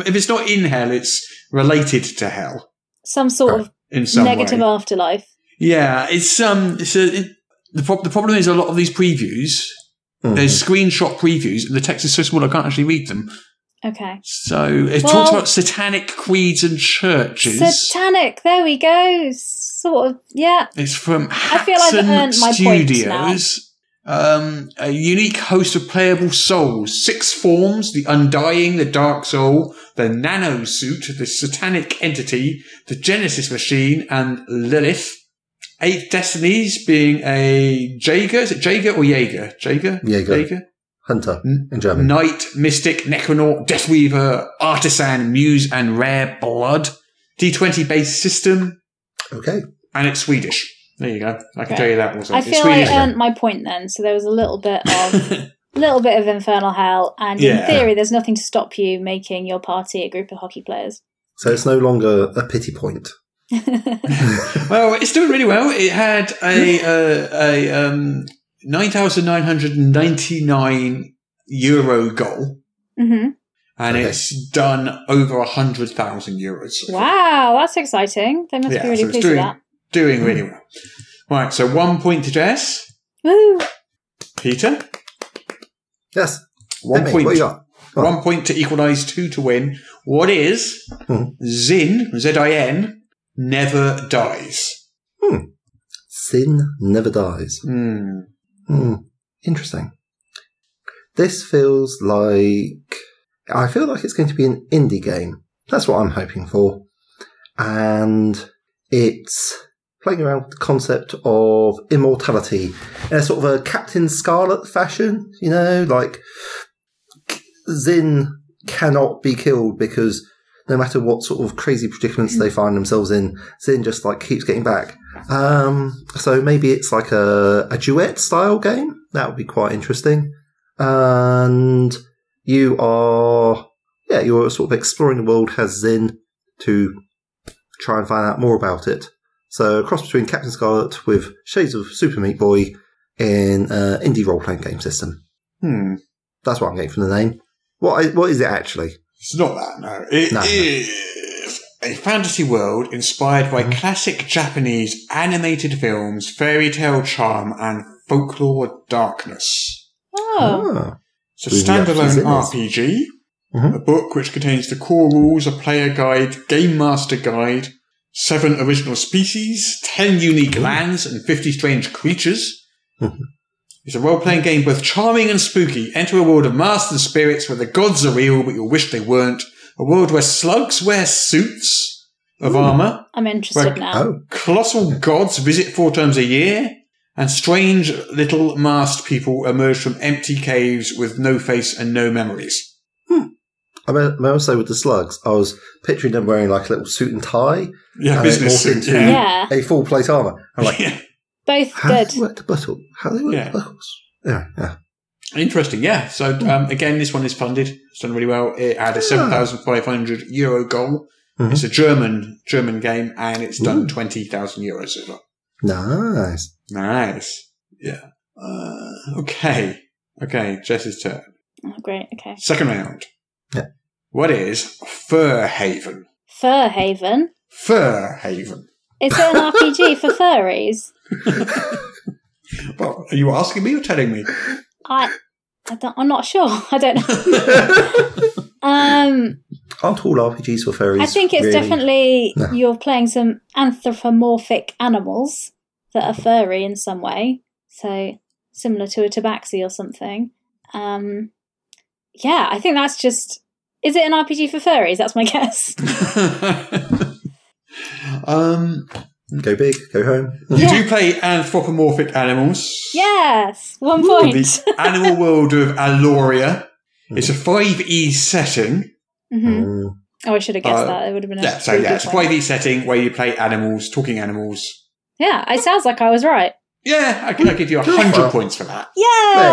Speaker 5: if it's not in hell, it's related to hell
Speaker 7: Some sort of
Speaker 5: in some
Speaker 7: negative
Speaker 5: way.
Speaker 7: afterlife.
Speaker 5: Yeah, it's um. It's a, it, the, prob- the problem is a lot of these previews. There's screenshot previews, and the text is so small I can't actually read them.
Speaker 7: Okay.
Speaker 5: So it
Speaker 7: Well-
Speaker 5: talks about satanic creeds and churches.
Speaker 7: Satanic. There we go. Sort of. Yeah.
Speaker 5: It's from Hatson
Speaker 7: feel I've earned my points now.
Speaker 5: Studios. Um, a unique host of playable souls. Six forms the Undying, the Dark Soul, the Nano Suit, the Satanic Entity, the Genesis Machine, and Lilith. Eight destinies being a Jaeger. Is it Jaeger or Jaeger? Jaeger?
Speaker 6: Jaeger. Hunter in German.
Speaker 5: Knight, Mystic, Necronaut, Deathweaver, Artisan, Muse, and Rare Blood. D20 based system,
Speaker 6: Okay,
Speaker 5: and it's Swedish. There you go. I can
Speaker 7: Right.
Speaker 5: tell you that also.
Speaker 7: I
Speaker 5: It's
Speaker 7: feel
Speaker 5: Swedish.
Speaker 7: I earned my point then, so there was a little bit of little bit of infernal hell, and in
Speaker 5: Yeah.
Speaker 7: theory, there's nothing to stop you making your party a group of hockey players.
Speaker 6: so it's no longer a pity point.
Speaker 7: Mm-hmm.
Speaker 5: well, it's doing really well. It had a uh, a um, nine thousand nine hundred ninety nine euro goal,
Speaker 7: hmm
Speaker 5: and
Speaker 6: Okay.
Speaker 5: it's done over a hundred thousand euros.
Speaker 7: Wow, that's exciting. They must
Speaker 5: Yeah,
Speaker 7: be really
Speaker 5: so it's
Speaker 7: pleased with
Speaker 5: doing
Speaker 7: that.
Speaker 5: doing really well. Right, so one point to Jess,
Speaker 7: Woo!
Speaker 5: Peter.
Speaker 6: Yes.
Speaker 5: One
Speaker 6: Hit me,
Speaker 5: point.
Speaker 6: What you got? Go on.
Speaker 5: One point to equalise, two to win. What is
Speaker 6: Hmm.
Speaker 5: Zin, Z I N, never dies?
Speaker 6: Sin never dies.
Speaker 5: Hmm.
Speaker 6: Hmm. Interesting. This feels like I feel like it's going to be an indie game. That's what I'm hoping for. And it's playing around with the concept of immortality in a sort of a Captain Scarlet fashion, you know, like Zin cannot be killed because no matter what sort of crazy predicaments they find themselves in, Zin just like keeps getting back. Um, so maybe it's like a, a duet style game. That would be quite interesting. And you are, yeah, you're sort of exploring the world as Zin to try and find out more about it. So a cross between Captain Scarlet with Shades of Super Meat Boy in uh, indie role playing game system.
Speaker 5: Hmm.
Speaker 6: That's what I'm getting from the name. What is, what is it actually?
Speaker 5: It's not that, no. It is
Speaker 6: No, no.
Speaker 5: a fantasy world inspired by
Speaker 6: Mm-hmm.
Speaker 5: classic Japanese animated films, fairy tale charm, and folklore darkness.
Speaker 7: Oh,
Speaker 6: Ah,
Speaker 5: It's a
Speaker 6: With the
Speaker 5: standalone
Speaker 6: options
Speaker 5: RPG,
Speaker 6: Mhm.
Speaker 5: a book which contains the core rules, a player guide, game master guide, seven original species, ten unique lands, and fifty strange creatures.
Speaker 6: Mhm.
Speaker 5: It's a role-playing game both charming and spooky. Enter a world of masks and spirits where the gods are real, but you'll wish they weren't. A world where slugs wear suits of armor,
Speaker 7: I'm interested
Speaker 5: Right.
Speaker 7: now.
Speaker 6: oh,
Speaker 5: colossal gods visit four times a year, and strange little masked people emerge from empty caves with no face and no memories.
Speaker 6: I mean, I also with the slugs, I was picturing them wearing like a little suit and tie,
Speaker 5: Yeah,
Speaker 6: and
Speaker 5: business
Speaker 6: they morph
Speaker 5: suit.
Speaker 6: into
Speaker 5: Yeah.
Speaker 7: Yeah.
Speaker 6: a full plate armor. I'm like,
Speaker 5: Yeah.
Speaker 7: Both
Speaker 6: how
Speaker 7: good.
Speaker 6: do they work the buttle? How do they work
Speaker 5: Yeah.
Speaker 6: the buttles? Yeah, yeah.
Speaker 5: Interesting, yeah. So um, again, this one is funded. It's done really well. It had a seven thousand five hundred euro goal.
Speaker 6: Mhm.
Speaker 5: It's a German German game, and it's done
Speaker 6: Ooh.
Speaker 5: twenty thousand euros as well.
Speaker 6: Nice.
Speaker 5: Nice, yeah. Uh, okay, okay. Jess's turn.
Speaker 7: Oh, great. Okay.
Speaker 5: Second round.
Speaker 6: Yeah.
Speaker 5: What is Fur Haven?
Speaker 7: Fur Haven.
Speaker 5: Fur Haven.
Speaker 7: Is it an RPG for furries?
Speaker 5: Well, are you asking me or telling me?
Speaker 7: I, I don't, I'm not sure. I don't know. um,
Speaker 6: Aren't all RPGs for fairies?
Speaker 7: I think it's
Speaker 6: really-
Speaker 7: definitely
Speaker 6: No.
Speaker 7: you're playing some anthropomorphic animals that are furry in some way, so similar to a tabaxi or something. Um, yeah, I think that's just. Is it an RPG for furries? That's my guess.
Speaker 5: um,
Speaker 6: go big, go home.
Speaker 5: you
Speaker 7: Yeah.
Speaker 5: do play anthropomorphic animals.
Speaker 7: yes, one
Speaker 5: Ooh,
Speaker 7: point.
Speaker 5: The animal world of Aloria. It's a 5e setting.
Speaker 7: hmm
Speaker 6: Mm,
Speaker 7: Oh, I should have guessed
Speaker 5: Uh,
Speaker 7: that. It would have been a
Speaker 5: Yeah, so
Speaker 7: really
Speaker 5: yeah,
Speaker 7: good
Speaker 5: it's a
Speaker 7: point.
Speaker 5: 5e setting where you play animals, talking animals.
Speaker 7: Yeah, it sounds like I was right.
Speaker 5: Yeah, I can I give you 100
Speaker 6: Well.
Speaker 5: points for that.
Speaker 7: Yeah,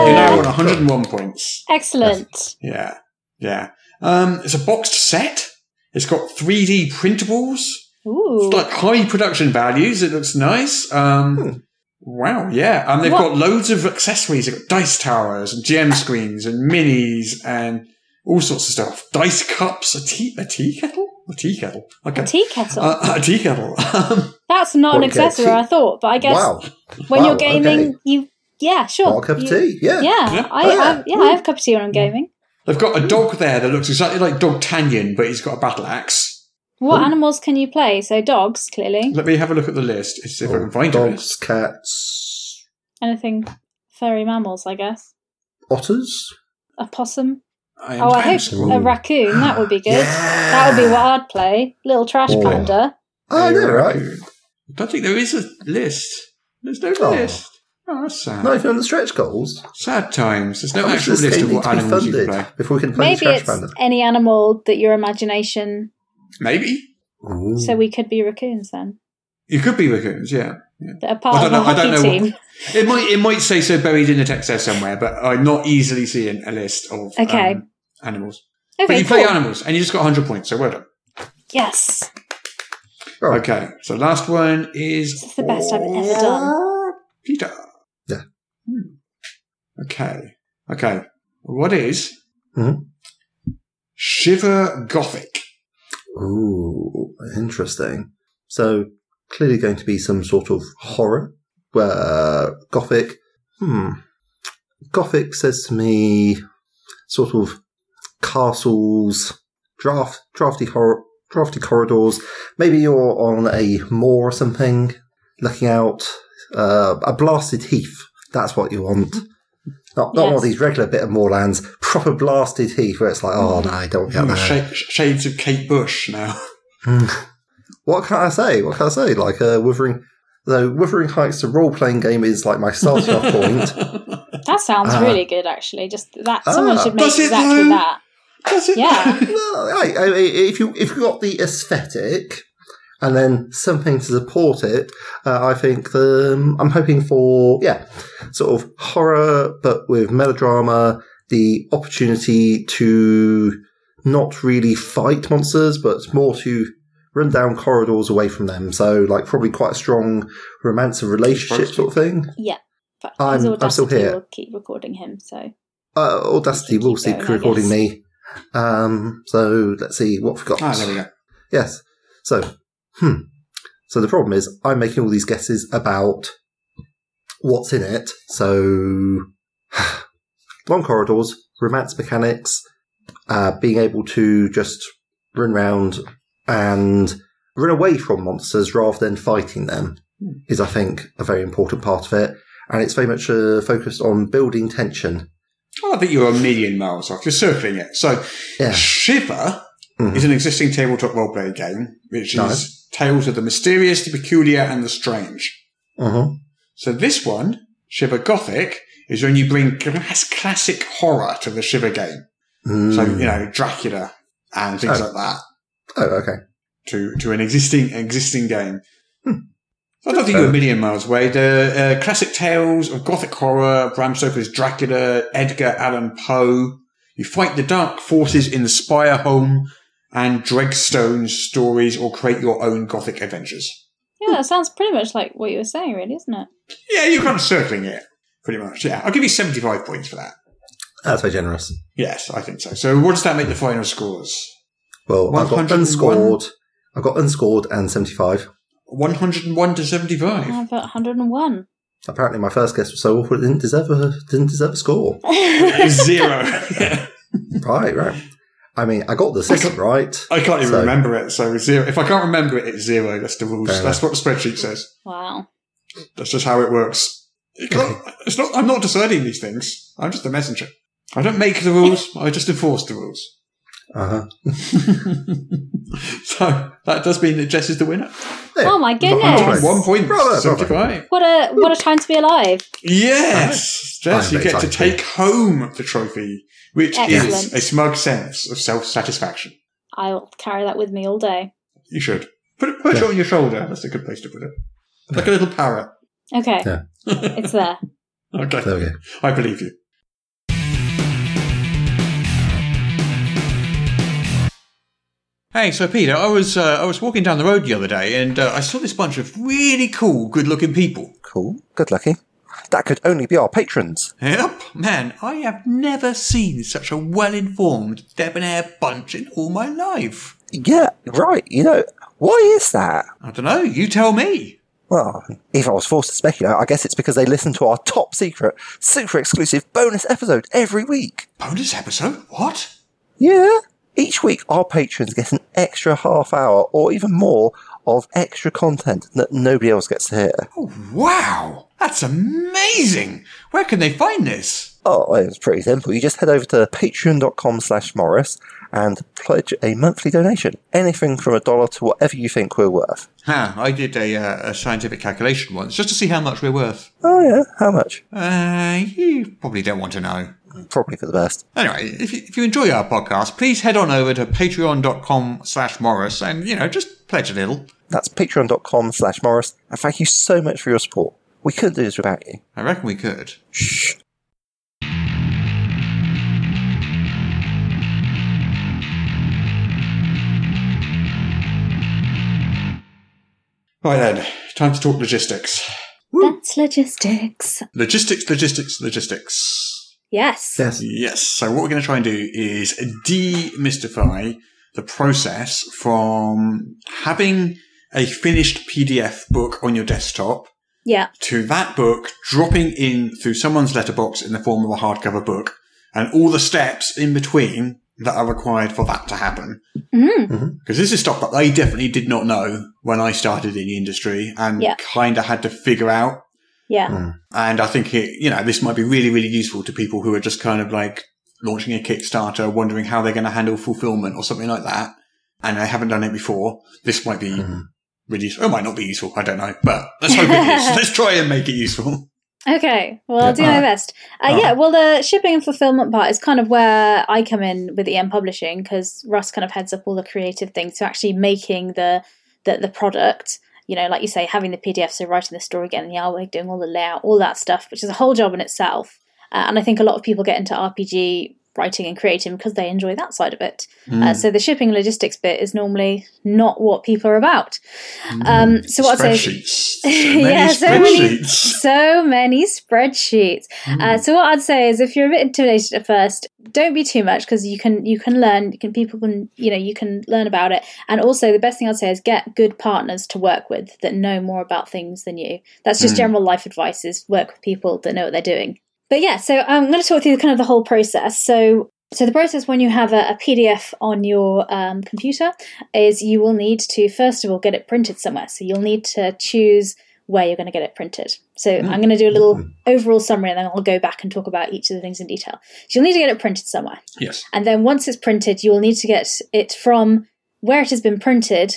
Speaker 5: You're now
Speaker 6: Yeah.
Speaker 5: on 101 points.
Speaker 7: excellent.
Speaker 5: Yeah, yeah. Um, it's a boxed set. It's got 3D printables.
Speaker 7: Ooh, Hmm.
Speaker 5: It's like high production values. It looks nice. Um, Wow, yeah. And they've got
Speaker 7: What-
Speaker 5: loads of accessories. They've got dice towers and gem screens and minis and all sorts of stuff. Dice cups, a tea, a tea kettle? A tea kettle. Like
Speaker 7: a tea kettle.
Speaker 5: Uh, a tea kettle. Um,
Speaker 7: That's not an
Speaker 6: What, okay,
Speaker 7: accessory,
Speaker 6: tea?
Speaker 7: I thought, but I guess
Speaker 6: wow.
Speaker 7: when
Speaker 6: Wow,
Speaker 7: you're gaming,
Speaker 6: okay.
Speaker 7: you yeah, sure.
Speaker 6: What a cup of
Speaker 7: You-
Speaker 6: tea. Yeah.
Speaker 7: Yeah,
Speaker 5: Yeah.
Speaker 7: I,
Speaker 6: Oh, yeah.
Speaker 7: I yeah, I have a cup of tea when I'm gaming.
Speaker 5: they've got a dog there that looks exactly like Dog Tanyan, but he's got a battle axe.
Speaker 7: What animals can you play? So dogs, clearly.
Speaker 5: Let me have a look at the list and see if I
Speaker 7: Oh,
Speaker 5: can find it.
Speaker 6: Dogs, cats,
Speaker 7: Anything furry mammals, I guess.
Speaker 6: otters.
Speaker 7: A possum.
Speaker 5: I am
Speaker 7: Oh, I hope
Speaker 5: absolutely-
Speaker 7: a raccoon. That would be good.
Speaker 6: Yeah.
Speaker 7: That would be what I'd play. Little trash
Speaker 6: Oh.
Speaker 7: panda.
Speaker 6: I know, right?
Speaker 5: I don't think there is a list. There's no
Speaker 6: Oh.
Speaker 5: list. Oh, that's sad.
Speaker 6: Not even on the stretch goals.
Speaker 5: Sad times. There's no
Speaker 6: How much
Speaker 5: actual
Speaker 6: does
Speaker 5: list
Speaker 6: this game
Speaker 5: of
Speaker 6: need
Speaker 5: what
Speaker 6: to be
Speaker 5: animals you can
Speaker 6: funded
Speaker 5: play.
Speaker 6: before we can play
Speaker 7: Maybe
Speaker 6: the Scratch
Speaker 7: it's
Speaker 6: Panda?
Speaker 7: any animal that your imagination.
Speaker 5: Maybe.
Speaker 6: Ooh.
Speaker 7: So we could be raccoons then.
Speaker 5: You could be raccoons, yeah. yeah.
Speaker 7: That are part of the hockey team.
Speaker 5: What, it might it might say so buried in the text there somewhere, but I'm not easily seeing a list of
Speaker 7: Okay.
Speaker 5: um, animals. but
Speaker 7: Okay,
Speaker 5: you play
Speaker 7: cool.
Speaker 5: animals, and you just got 100 points, so well done.
Speaker 7: Yes,
Speaker 6: Right.
Speaker 5: Okay, so last one is
Speaker 7: this is the best I've ever done.
Speaker 5: Peter.
Speaker 6: Yeah.
Speaker 5: Hmm. Okay. Okay. What is
Speaker 6: Mhm.
Speaker 5: Shiver Gothic?
Speaker 6: Ooh, interesting. So clearly going to be some sort of horror. Where Gothic, hmm, Gothic says to me, sort of castles, draft, drafty, hor- drafty corridors. Maybe you're on a moor or something, looking out uh, a blasted heath. That's what you want. Not, not one of
Speaker 7: Yes.
Speaker 6: these regular bit of moorlands, proper blasted heath where it's like, oh no, I don't want to be out
Speaker 5: Oh,
Speaker 6: there.
Speaker 5: sh- sh- shades of Kate Bush now.
Speaker 6: what can I say? What can I say? Like uh, Withering, the Withering Heights, the role playing game is like my starting off point.
Speaker 7: That sounds
Speaker 6: Ah.
Speaker 7: really good, actually. Just that someone
Speaker 6: Ah.
Speaker 7: should make
Speaker 5: Does it
Speaker 7: exactly
Speaker 5: though?
Speaker 7: that.
Speaker 5: Does it?
Speaker 7: Yeah.
Speaker 6: Well, I, I, if you if you got the aesthetic and then something to support it, uh, I think the um, I'm hoping for yeah, sort of horror but with melodrama, the opportunity to not really fight monsters, but more to run down corridors away from them. So like probably quite a strong romance and relationship sort of thing.
Speaker 7: Yeah. But
Speaker 6: I'm-
Speaker 7: his
Speaker 6: I'm still
Speaker 7: Audacity
Speaker 6: here.
Speaker 7: will keep recording him, so.
Speaker 6: Uh, Audacity
Speaker 7: Keep
Speaker 6: will keep
Speaker 7: going, I
Speaker 6: recording
Speaker 7: guess.
Speaker 6: me. Um, so let's see what we've got.
Speaker 5: Ah, there we go.
Speaker 6: Yes. So, hmm. So the problem is, I'm making all these guesses about what's in it. So, long corridors, romance mechanics, uh, being able to just run round and run away from monsters rather than fighting them
Speaker 5: Hmm.
Speaker 6: is, I think, a very important part of it. And it's very much uh, focused on building tension.
Speaker 5: Oh, I think you're a million miles off. You're circling it. So,
Speaker 6: Yeah.
Speaker 5: Shiver
Speaker 6: Mhm.
Speaker 5: is an existing tabletop role-playing game, which
Speaker 6: No.
Speaker 5: is tales of the mysterious, the peculiar, and the strange.
Speaker 6: Uh-huh.
Speaker 5: So this one, Shiver Gothic, is when you bring class- classic horror to the Shiver game. So, you know, Dracula and things
Speaker 6: Oh.
Speaker 5: like that
Speaker 6: Mm. Oh, okay.
Speaker 5: to, to an existing existing game. Hmm. So I don't think you're a million miles away. The uh, classic tales of Gothic horror, Bram Stoker's Dracula, Edgar Allan Poe. You fight the dark forces in Spireholm and Dregstone's stories or create your own Gothic adventures.
Speaker 7: Yeah, that sounds pretty much like what you were saying, really, isn't it?
Speaker 5: Yeah, you're kind of circling it, pretty much. Yeah, I'll give you 75 points for that.
Speaker 6: That's very generous.
Speaker 5: Yes, I think so. So what does that make the final scores?
Speaker 6: Well, I've got
Speaker 5: 101?
Speaker 6: unscored. I've got unscored and 75.
Speaker 5: 101 to
Speaker 7: I've
Speaker 5: 75.
Speaker 7: got 101.
Speaker 6: Apparently, my first guess was so awful it didn't deserve a didn't deserve a score.
Speaker 5: Zero.
Speaker 6: right, right. I mean, I got the system right.
Speaker 5: I can't even
Speaker 6: So-
Speaker 5: remember it, so zero. If I can't remember it, it's zero. That's the rules.
Speaker 6: Fair
Speaker 5: That's what the spreadsheet says.
Speaker 7: Wow.
Speaker 5: That's just how it works. You can't- it's not, I'm not deciding these things. I'm just a messenger. I don't make the rules. I just enforce the rules.
Speaker 6: Uh-huh.
Speaker 5: So that does mean that Jess is the winner.
Speaker 6: There.
Speaker 7: Oh my
Speaker 6: We've got one
Speaker 7: goodness.
Speaker 6: point.
Speaker 5: One point,
Speaker 6: Bravo, bravo.
Speaker 5: 75.
Speaker 7: What a what a time to be alive.
Speaker 5: Yes, Jess,
Speaker 6: I'm
Speaker 5: you get to
Speaker 6: excited.
Speaker 5: take home the trophy, which is
Speaker 7: Excellent.
Speaker 5: a smug sense of self-satisfaction.
Speaker 7: I'll carry that with me all day.
Speaker 5: You should put it, put it on your shoulder. That's a good place to put it, like a little parrot.
Speaker 7: Okay.
Speaker 6: Yeah.
Speaker 7: it's there.
Speaker 5: Okay,
Speaker 6: There we go.
Speaker 5: I believe you. Hey, so Peter, I was uh, I was walking down the road the other day, and uh, I saw this bunch of really cool, good-looking people.
Speaker 6: Cool. Good lucky. That could only be our patrons.
Speaker 5: Yep, man, I have never seen such a well-informed, debonair bunch in all my life.
Speaker 9: Yeah, right. You know, why is that?
Speaker 5: I don't know. You tell me.
Speaker 9: Well, if I was forced to speculate, I guess it's because they listen to our top secret, super exclusive bonus episode every week.
Speaker 5: Bonus episode? What?
Speaker 9: Yeah. Each week, our patrons get an extra half hour or even more of extra content that nobody else gets to hear.
Speaker 5: Oh, wow, that's amazing. Where can they find this?
Speaker 9: Oh, it's pretty simple. You just head over to patreon.com slash morris and pledge a monthly donation. Anything from a dollar to whatever you think we're worth.
Speaker 5: Huh, I did a, uh, a scientific calculation once just to see how much we're worth.
Speaker 9: Oh, yeah. How much?
Speaker 5: Uh, you probably don't want to know.
Speaker 9: Probably for the best.
Speaker 5: Anyway, if you, if you enjoy our podcast, please head on over to patreon.com slash Morris and, you know, just pledge a little.
Speaker 9: That's patreon.com slash Morris, and thank you so much for your support. We couldn't do this without you.
Speaker 5: I reckon we could.
Speaker 9: Shh.
Speaker 5: Right then, time to talk logistics.
Speaker 7: That's logistics.
Speaker 5: Logistics, logistics, logistics.
Speaker 7: Yes.
Speaker 6: Yes.
Speaker 5: Yes. So what we're going to try and do is demystify the process from having a finished PDF book on your desktop
Speaker 7: Yeah.
Speaker 5: to that book dropping in through someone's letterbox in the form of a hardcover book and all the steps in between that are required for that to happen.
Speaker 7: Mm.
Speaker 5: Because this is stuff that I definitely did not know when I started in the industry and
Speaker 7: Yeah.
Speaker 5: kind of had to figure out.
Speaker 7: Yeah.
Speaker 5: And I think it, you know, this might be really, really useful to people who are just kind of like launching a Kickstarter, wondering how they're going to handle fulfillment or something like that. And they haven't done it before. This might be really useful. It might not be useful. I don't know, but let's hope it is. Let's try and make it useful.
Speaker 7: Okay, well, I'll do
Speaker 5: Alright.
Speaker 7: my best. Uh, Yeah, well, the shipping and fulfillment part is kind of where I come in with EM Publishing because Russ kind of heads up all the creative things. So actually making the, the the product, you know, like you say, having the PDF, so writing the story, getting the artwork, doing all the layout, all that stuff, which is a whole job in itself. Uh, and I think a lot of people get into RPG writing and creating because they enjoy that side of it. Uh, so the shipping and logistics bit is normally not what people are about. Um, so what I'd say.
Speaker 5: Spreadsheets. So many
Speaker 7: Yeah, so many-
Speaker 5: spreadsheets. Hmm.
Speaker 7: so many spreadsheets. Uh, so what I'd say is, if you're a bit intimidated at first, don't be too much because you can you can learn. You can people can you know you can learn about it. And also, the best thing I'd say is get good partners to work with that know more about things than you. That's
Speaker 5: Hmm.
Speaker 7: just general life advice: is work with people that know what they're doing. But yeah, so I'm going to talk through kind of the whole process. So. So the process when you have a, a PDF on your um, computer is you will need to first of all get it printed somewhere. So you'll need to choose where you're going to get it printed. So I'm going to do a little overall summary and then I'll go back and talk about each of the things in detail. So you'll need to get it printed somewhere.
Speaker 5: Yes.
Speaker 7: And then once it's printed, you will need to get it from where it has been printed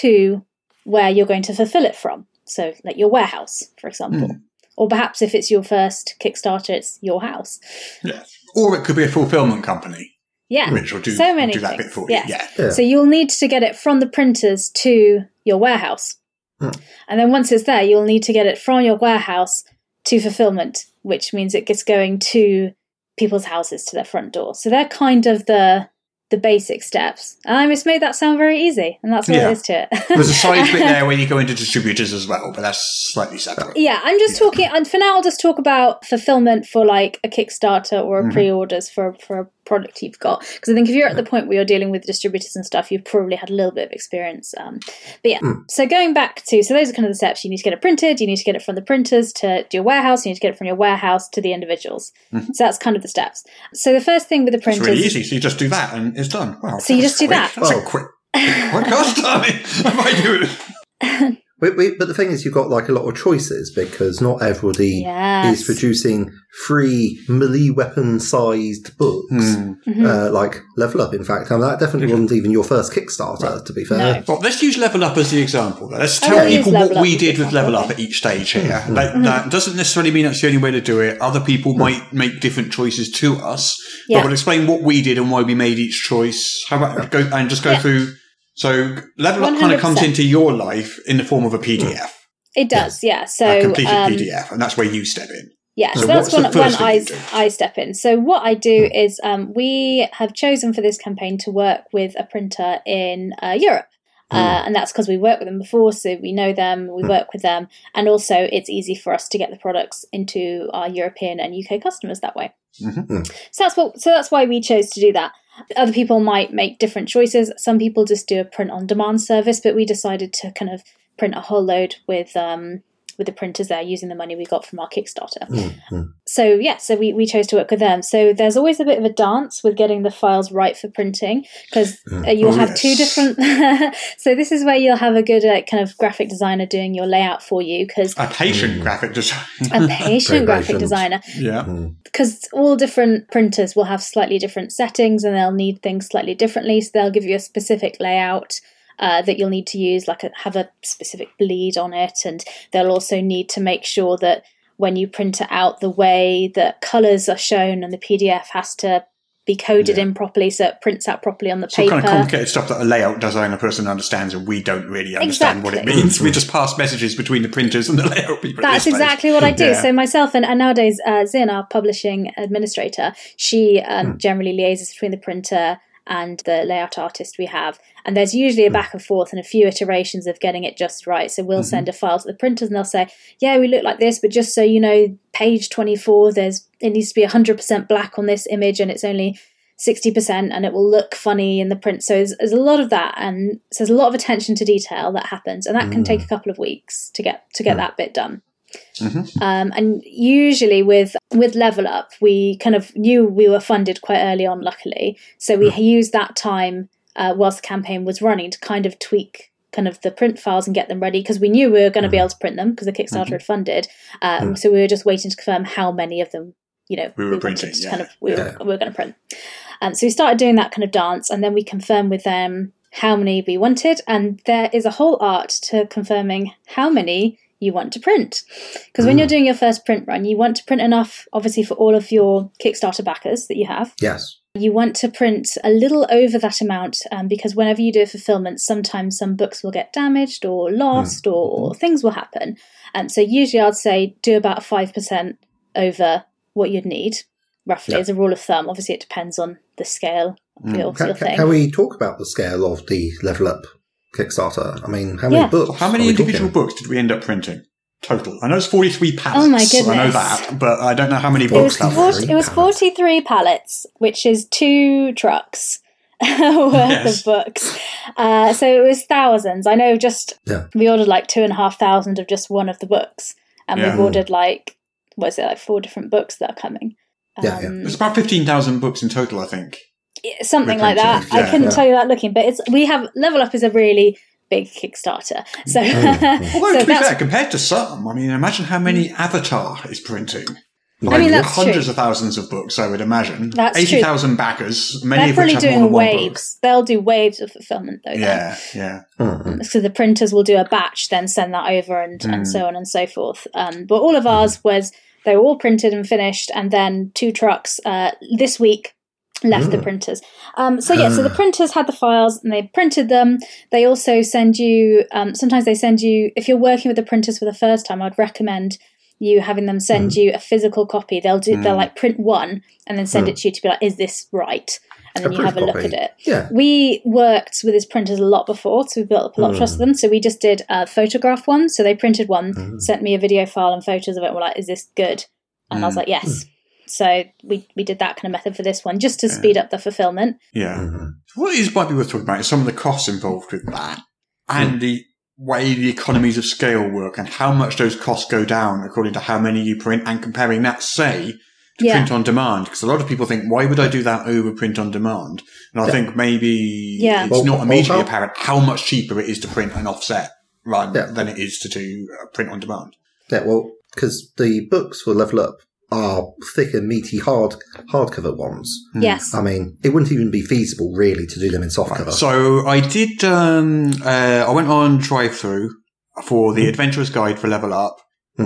Speaker 7: to where you're going to fulfill it from. So, like your warehouse, for example. Or perhaps if it's your first Kickstarter, it's your house.
Speaker 5: Or it could be a fulfillment company,
Speaker 7: Yeah.
Speaker 5: which will do,
Speaker 7: so many
Speaker 5: do that
Speaker 7: things.
Speaker 5: bit for
Speaker 7: yes.
Speaker 5: you. Yeah.
Speaker 6: Yeah.
Speaker 7: So you'll need to get it from the printers to your warehouse. And then once it's there, you'll need to get it from your warehouse to fulfillment, which means it gets going to people's houses to their front door. So they're kind of the the basic steps. And I just made that sound very easy, and that's what
Speaker 5: Yeah.
Speaker 7: it is to it.
Speaker 5: There's a side bit there where you go into distributors as well, but that's slightly separate.
Speaker 7: Yeah, I'm just talking, and for now, I'll just talk about fulfillment for like a Kickstarter or a
Speaker 5: Mm-hmm.
Speaker 7: pre-orders for for a product you've got. Because I think if you're at the point where you're dealing with distributors and stuff, you've probably had a little bit of experience. Um, but yeah,
Speaker 5: Mm.
Speaker 7: so going back to so those are kind of the steps. You need to get it printed. You need to get it from the printers to your warehouse. You need to get it from your warehouse to the individuals. So that's kind of the steps. So the first thing with the
Speaker 5: It's
Speaker 7: printers,
Speaker 5: Mm-hmm. really easy. So you just do that and it's done. Wow.
Speaker 7: So you
Speaker 5: that's
Speaker 7: just do
Speaker 5: quick.
Speaker 7: that.
Speaker 5: That's a quick, quick podcast, darling. If I do it-
Speaker 6: Wait, wait, but the thing is, you've got like a lot of choices because not everybody
Speaker 7: Yes.
Speaker 6: is producing free melee weapon sized books
Speaker 5: Hmm.
Speaker 7: Mm-hmm.
Speaker 6: uh, like Level Up. In fact, and that definitely wasn't even your first Kickstarter, to be fair.
Speaker 5: Well, let's use Level Up as the example. though. Let's
Speaker 7: I
Speaker 5: tell
Speaker 7: will use
Speaker 5: people what
Speaker 7: Level
Speaker 5: we
Speaker 7: Up as
Speaker 5: did
Speaker 7: the
Speaker 5: with Level Up
Speaker 7: example. Mm-hmm.
Speaker 5: at each stage here. That, that doesn't necessarily mean that's the only way to do it. Other people might make different choices to us,
Speaker 7: Yeah.
Speaker 5: but we'll explain what we did and why we made each choice. How about go and just go through? So Level Up kind of comes
Speaker 7: 100%.
Speaker 5: into your life in the form of a PDF,
Speaker 7: it does. Yeah, Mm. so
Speaker 5: a completed
Speaker 7: um,
Speaker 5: PDF, and that's where you step in.
Speaker 7: Yeah, so,
Speaker 5: So
Speaker 7: that's
Speaker 5: what's the
Speaker 7: when, when
Speaker 5: first thing you
Speaker 7: I,
Speaker 5: do? Hmm.
Speaker 7: I step in. So what I do is um, we have chosen for this campaign to work with a printer in uh, Europe. Uh,
Speaker 5: Hmm.
Speaker 7: and that's because we worked with them before, so we know them, we work with them, and also it's easy for us to get the products into our European and UK customers that way.
Speaker 5: Mm-hmm. Hmm.
Speaker 7: So that's what. So that's why we chose to do that. Other people might make different choices. Some people just do a print-on-demand service, but we decided to kind of print a whole load with um, with the printers there using the money we got from our Kickstarter.
Speaker 5: Hmm,
Speaker 7: So yeah, so we, we chose to work with them. So there's always a bit of a dance with getting the files right for printing because uh, you'll
Speaker 5: Oh,
Speaker 7: have two
Speaker 5: yes.
Speaker 7: different. so this is where you'll have a good uh, kind of graphic designer doing your layout for you because
Speaker 5: A patient graphic design.
Speaker 7: a patient graphic
Speaker 6: patient.
Speaker 7: designer
Speaker 5: yeah.
Speaker 7: because all different printers will have slightly different settings and they'll need things slightly differently. So they'll give you a specific layout uh, that you'll need to use, like a, have a specific bleed on it, and they'll also need to make sure that when you print it out, the way that colours are shown and the PDF has to be coded in properly so it prints out properly on the
Speaker 5: So
Speaker 7: paper.
Speaker 5: kind of complicated stuff that a layout designer person understands, and we don't really understand what it
Speaker 7: Exactly.
Speaker 5: means. We just pass messages between the printers and the layout people. at
Speaker 7: That's
Speaker 5: this stage.
Speaker 7: exactly what I do.
Speaker 5: Yeah.
Speaker 7: So myself and, and nowadays uh, Zin, our publishing administrator, she um, generally liaises between the printer and the layout artist we have. And there's usually a back and forth and a few iterations of getting it just right. So we'll send a file to the printers and they'll say, "Yeah, we look like this, but just so you know, page 24, there's it needs to be 100% black on this image, and it's only." 60% and it will look funny in the print. So there's, there's a lot of that and so there's a lot of attention to detail that happens and that can take a couple of weeks to get to get that bit done. Um, and usually with with level up, we kind of knew we were funded quite early on, luckily. So we used that time uh, whilst the campaign was running to kind of tweak kind of the print files and get them ready because we knew we were going to
Speaker 5: Mm-hmm.
Speaker 7: be able to print them because the Kickstarter had funded. Um, So we were just waiting to confirm how many of them, you know,
Speaker 5: We were
Speaker 7: wanted
Speaker 5: printing,
Speaker 7: to
Speaker 5: yeah.
Speaker 7: kind of we were, we were going to print. Um, so we started doing that kind of dance, and then we confirmed with them how many we wanted, and there is a whole art to confirming how many you want to print. Because when you're
Speaker 5: Mm.
Speaker 7: doing your first print run, you want to print enough, obviously, for all of your Kickstarter backers that you have.
Speaker 6: Yes.
Speaker 7: You want to print a little over that amount um, because whenever you do a fulfillment, sometimes some books will get damaged or
Speaker 6: Hmm.
Speaker 7: lost or,
Speaker 6: Mm-hmm.
Speaker 7: or things will happen. And so usually I'd say do about 5% over what you'd need, roughly,
Speaker 6: Yeah.
Speaker 7: as a rule of thumb. Obviously, it depends on the scale of your, of
Speaker 6: Can,
Speaker 7: your
Speaker 6: can,
Speaker 7: thing.
Speaker 6: can we talk about the scale of the level up Kickstarter? I mean, how many
Speaker 7: Yeah.
Speaker 6: books?
Speaker 5: So how
Speaker 6: are
Speaker 5: many
Speaker 6: we
Speaker 5: individual
Speaker 6: talking?
Speaker 5: books did we end up printing total? I know it's forty-three pallets.
Speaker 7: Oh my
Speaker 5: I know
Speaker 7: goodness.
Speaker 5: that, but I don't know how many
Speaker 7: It was,
Speaker 5: books that was.
Speaker 7: 40, it was 43 pallets, which is two trucks worth
Speaker 5: Yes.
Speaker 7: of books. Uh, so it was thousands. I know just
Speaker 6: Yeah.
Speaker 7: we ordered like two and a half thousand of just one of the books, and
Speaker 5: Yeah.
Speaker 7: we've ordered like what is it like four different books that are coming.
Speaker 6: Yeah,
Speaker 7: Um,
Speaker 6: yeah.
Speaker 5: It's about fifteen thousand books in total, I think.
Speaker 7: yeah, something like that.
Speaker 5: Reprinted,
Speaker 7: I
Speaker 5: yeah.
Speaker 7: couldn't
Speaker 6: Yeah.
Speaker 7: tell you that looking, but it's we have level up is a really big Kickstarter. So,
Speaker 5: Although
Speaker 7: so
Speaker 5: to be
Speaker 7: that's
Speaker 5: fair, compared to some, I mean, imagine how many Avatar is printing. Like
Speaker 7: mean, that's
Speaker 5: hundreds
Speaker 7: true.
Speaker 5: of thousands of books, I would imagine.
Speaker 7: That's
Speaker 5: Eighty thousand backers, many
Speaker 7: they're
Speaker 5: of which
Speaker 7: probably
Speaker 5: have more than
Speaker 7: doing
Speaker 5: one book.
Speaker 7: waves. They'll do waves of fulfillment though. then.
Speaker 5: Yeah, yeah.
Speaker 6: Mhm.
Speaker 7: Um, so the printers will do a batch, then send that over, and,
Speaker 6: Hmm.
Speaker 7: and so on and so forth. Um, but all of ours was they were all printed and finished, and then two trucks uh, this week left
Speaker 6: Hmm.
Speaker 7: the printers. Um, so yeah, so the printers had the files and they printed them. They also send you um, sometimes they send you if you're working with the printers for the first time, I'd recommend you having them send
Speaker 6: Hmm.
Speaker 7: you a physical copy. They'll do they'll like print one and then send it to you to be like, is this right? And then you
Speaker 6: Hmm. proof
Speaker 7: have a look
Speaker 6: copy.
Speaker 7: at it.
Speaker 6: Yeah.
Speaker 7: We worked with his printers a lot before, so we built up a lot of
Speaker 5: Hmm.
Speaker 7: trust with them. So we just did a photograph one. So they printed one, sent me a video file and photos of it. And we're like, is this good? And
Speaker 5: Hmm.
Speaker 7: I was like, yes. So we, we did that kind of method for this one just to speed up the fulfillment.
Speaker 5: Yeah.
Speaker 6: Mm-hmm.
Speaker 5: What is might be worth talking about is some of the costs involved with that
Speaker 6: Mm.
Speaker 5: and the way the economies of scale work and how much those costs go down according to how many you print and comparing that, say, to
Speaker 7: Yeah.
Speaker 5: print on demand. Because a lot of people think, why would I do that over print on demand? And I think maybe
Speaker 7: Yeah.
Speaker 5: it's
Speaker 6: Well,
Speaker 5: not
Speaker 6: well,
Speaker 5: immediately
Speaker 6: well-
Speaker 5: apparent how much cheaper it is to print an offset rather
Speaker 6: Yeah.
Speaker 5: than it is to do uh, print on demand.
Speaker 6: Yeah, well, because the books for level up are thick and meaty, hard hardcover ones.
Speaker 5: Hmm.
Speaker 7: Yes.
Speaker 6: I
Speaker 5: Um,
Speaker 6: mean, it wouldn't even be feasible, really, to do them in softcover.
Speaker 5: So I did. Um, uh, I went on drive through for
Speaker 6: Mm-hmm.
Speaker 5: the Adventurer's Guide for Level Up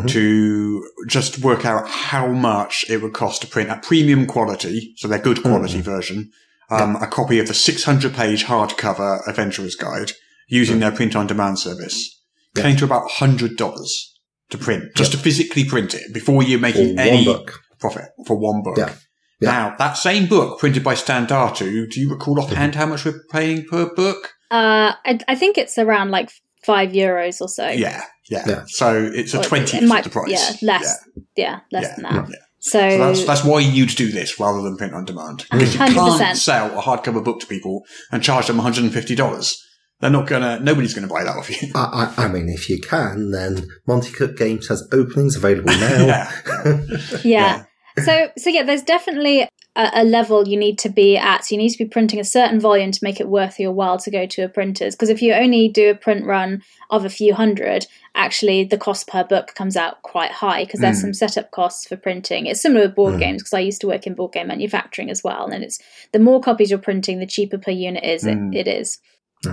Speaker 5: to just work out how much it would cost to print at premium quality, so their
Speaker 6: Mm-hmm.
Speaker 5: good quality version, um, a copy of the 600 page hardcover Adventurer's Guide using
Speaker 6: Mm-hmm.
Speaker 5: their print on demand service. Came to about $100 to print, just to physically print it before you're making
Speaker 6: one
Speaker 5: any
Speaker 6: book.
Speaker 5: profit for one book.
Speaker 6: Yeah. Yeah.
Speaker 5: Now, that same book printed by Standartu, do you recall
Speaker 6: Mm-hmm.
Speaker 5: offhand how much we're paying per book?
Speaker 7: Uh, I, I think it's around like five euros or so.
Speaker 5: Yeah, yeah.
Speaker 6: Yeah.
Speaker 5: So it's a
Speaker 7: Or it- it
Speaker 5: 20th
Speaker 7: might-
Speaker 5: of the price.
Speaker 7: Yeah, less. Yeah, less
Speaker 5: Yeah.
Speaker 7: than that.
Speaker 5: Yeah.
Speaker 7: So,
Speaker 5: So that's, that's why you'd do this rather than print on demand. Because you
Speaker 7: 100%.
Speaker 5: can't sell a hardcover book to people and charge them $150. They're not going to, nobody's going to buy that off you.
Speaker 6: I, I, I mean, if you can, then Monty Cook Games has openings available now.
Speaker 5: yeah.
Speaker 7: Oh, yeah. so so yeah there's definitely a, a level you need to be at so you need to be printing a certain volume to make it worth your while to go to a printer's because if you only do a print run of a few hundred actually the cost per book comes out quite high because there's some setup costs for printing it's similar with board games because i used to work in board game manufacturing as well and it's the more copies you're printing the cheaper per unit is it, it is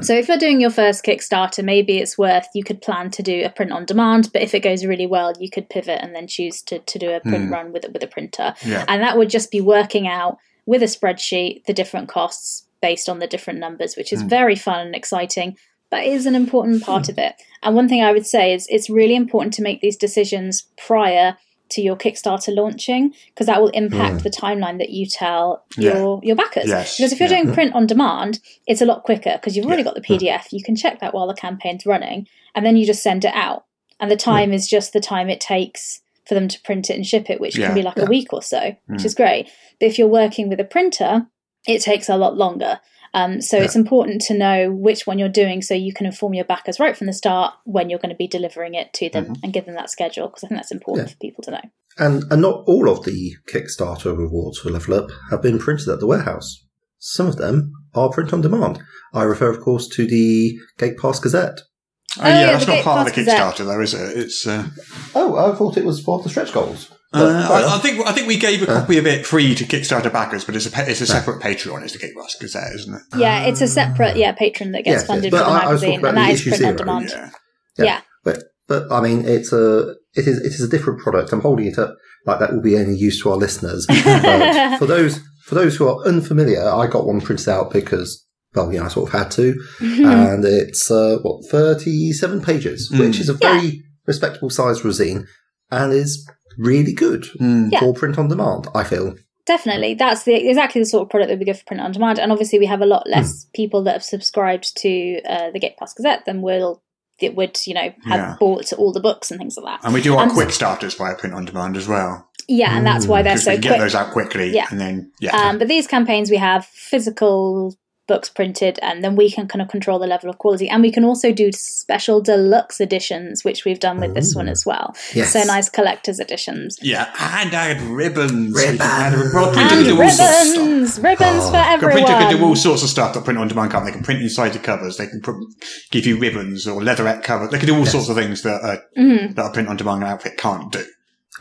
Speaker 7: so if you're doing your first Kickstarter, maybe it's worth you could plan to do a print on demand, but if it goes really well, you could pivot and then choose to, to do a print run with a- with a printer.
Speaker 5: Yeah.
Speaker 7: And that would just be working out with a spreadsheet the different costs based on the different numbers, which is very fun and exciting, but is an important part of it. And one thing I would say is it's really important to make these decisions prior to your Kickstarter launching because that will impact the timeline that you tell
Speaker 5: Mm. Yeah.
Speaker 7: your your backers.
Speaker 5: Yes,
Speaker 7: Because if you're
Speaker 5: yeah.
Speaker 7: doing print on demand, it's a lot quicker because you've already got the PDF. You can check that while the campaign's running, and then you just send it out. And
Speaker 6: Hmm.
Speaker 7: the time is just the time it takes for them to print it and ship it, which
Speaker 5: Yeah.
Speaker 7: can be
Speaker 6: Hmm.
Speaker 7: like a week or so, which is great. But if you're working with a printer, it takes a lot longer. Um, so it's important to know which one you're doing so you can inform your backers right from the start when you're going to be delivering it to them and give them that schedule because I think that's important
Speaker 6: Mm-hmm. Yeah.
Speaker 7: for people to know.
Speaker 6: And, and not all of the Kickstarter rewards for Level Up have been printed at the warehouse. Some of them are print on demand. I refer, of course, to the Gate Pass Gazette.
Speaker 5: Oh,
Speaker 7: Oh, yeah,
Speaker 5: yeah,
Speaker 7: the
Speaker 5: that's not part of the
Speaker 7: Gate Pass
Speaker 5: Kickstarter, though, is it? It's. Uh,
Speaker 6: Oh, I thought it was part of the stretch goals. But uh,
Speaker 5: uh,
Speaker 6: fair enough.
Speaker 5: I, I think I think we gave a copy of it free to Kickstarter backers, but it's a pa- it's a separate Patreon. It's the Gate Pass Gazette, isn't it?
Speaker 7: Yeah, it's a separate yeah patron
Speaker 6: Yes,
Speaker 7: that gets
Speaker 6: yes,
Speaker 7: funded
Speaker 6: but
Speaker 7: for the
Speaker 6: I- I was talking
Speaker 7: magazine,
Speaker 6: about
Speaker 7: and
Speaker 6: the
Speaker 7: that is
Speaker 6: issue
Speaker 7: print on
Speaker 6: zero.
Speaker 7: demand.
Speaker 5: Yeah.
Speaker 7: yeah.
Speaker 6: But but I mean, it's a it is it is a different product. I'm holding it up like that will be any use to our listeners. But for those for those who are unfamiliar, I got one printed out because well, you know, I sort of had to,
Speaker 7: Hmm.
Speaker 6: and it's uh, what thirty seven pages,
Speaker 5: Mm.
Speaker 6: which is a very respectable sized rosine, and is really good
Speaker 7: Yeah.
Speaker 6: for print on demand. I feel.
Speaker 7: Definitely, that's the exactly the sort of product that would be good for print on demand, and obviously we have a
Speaker 5: Hmm.
Speaker 7: lot less people that have subscribed to uh, the Gate Pass Gazette than will that would you know have
Speaker 5: Yeah. Um,
Speaker 7: bought all the books and things like that.
Speaker 5: And we do our
Speaker 7: And-
Speaker 5: quick starters via print on demand as well,
Speaker 7: yeah, and that's why they're
Speaker 5: because
Speaker 7: so
Speaker 5: we can
Speaker 7: quick.
Speaker 5: get those out quickly,
Speaker 7: Yeah.
Speaker 5: and then yeah,
Speaker 7: Um, but these campaigns, we have physical books printed, and then we can kind of control the level of quality. And we can also do special deluxe editions, which we've done with this one as well.
Speaker 6: Yes.
Speaker 7: So nice collector's editions.
Speaker 5: yeah, and add ribbons. We can
Speaker 6: Ribbons.
Speaker 5: add rib- well,
Speaker 7: And
Speaker 5: printer can do all sorts of stuff.
Speaker 7: ribbons! Ribbons for
Speaker 5: A printer can do all
Speaker 7: everyone!
Speaker 5: sorts of stuff that print on demand can't. They can print inside the covers. They can pr- give you ribbons or leatherette cover. They can do all sorts of things that uh,
Speaker 7: Mhm.
Speaker 5: that a print on demand outfit can't do.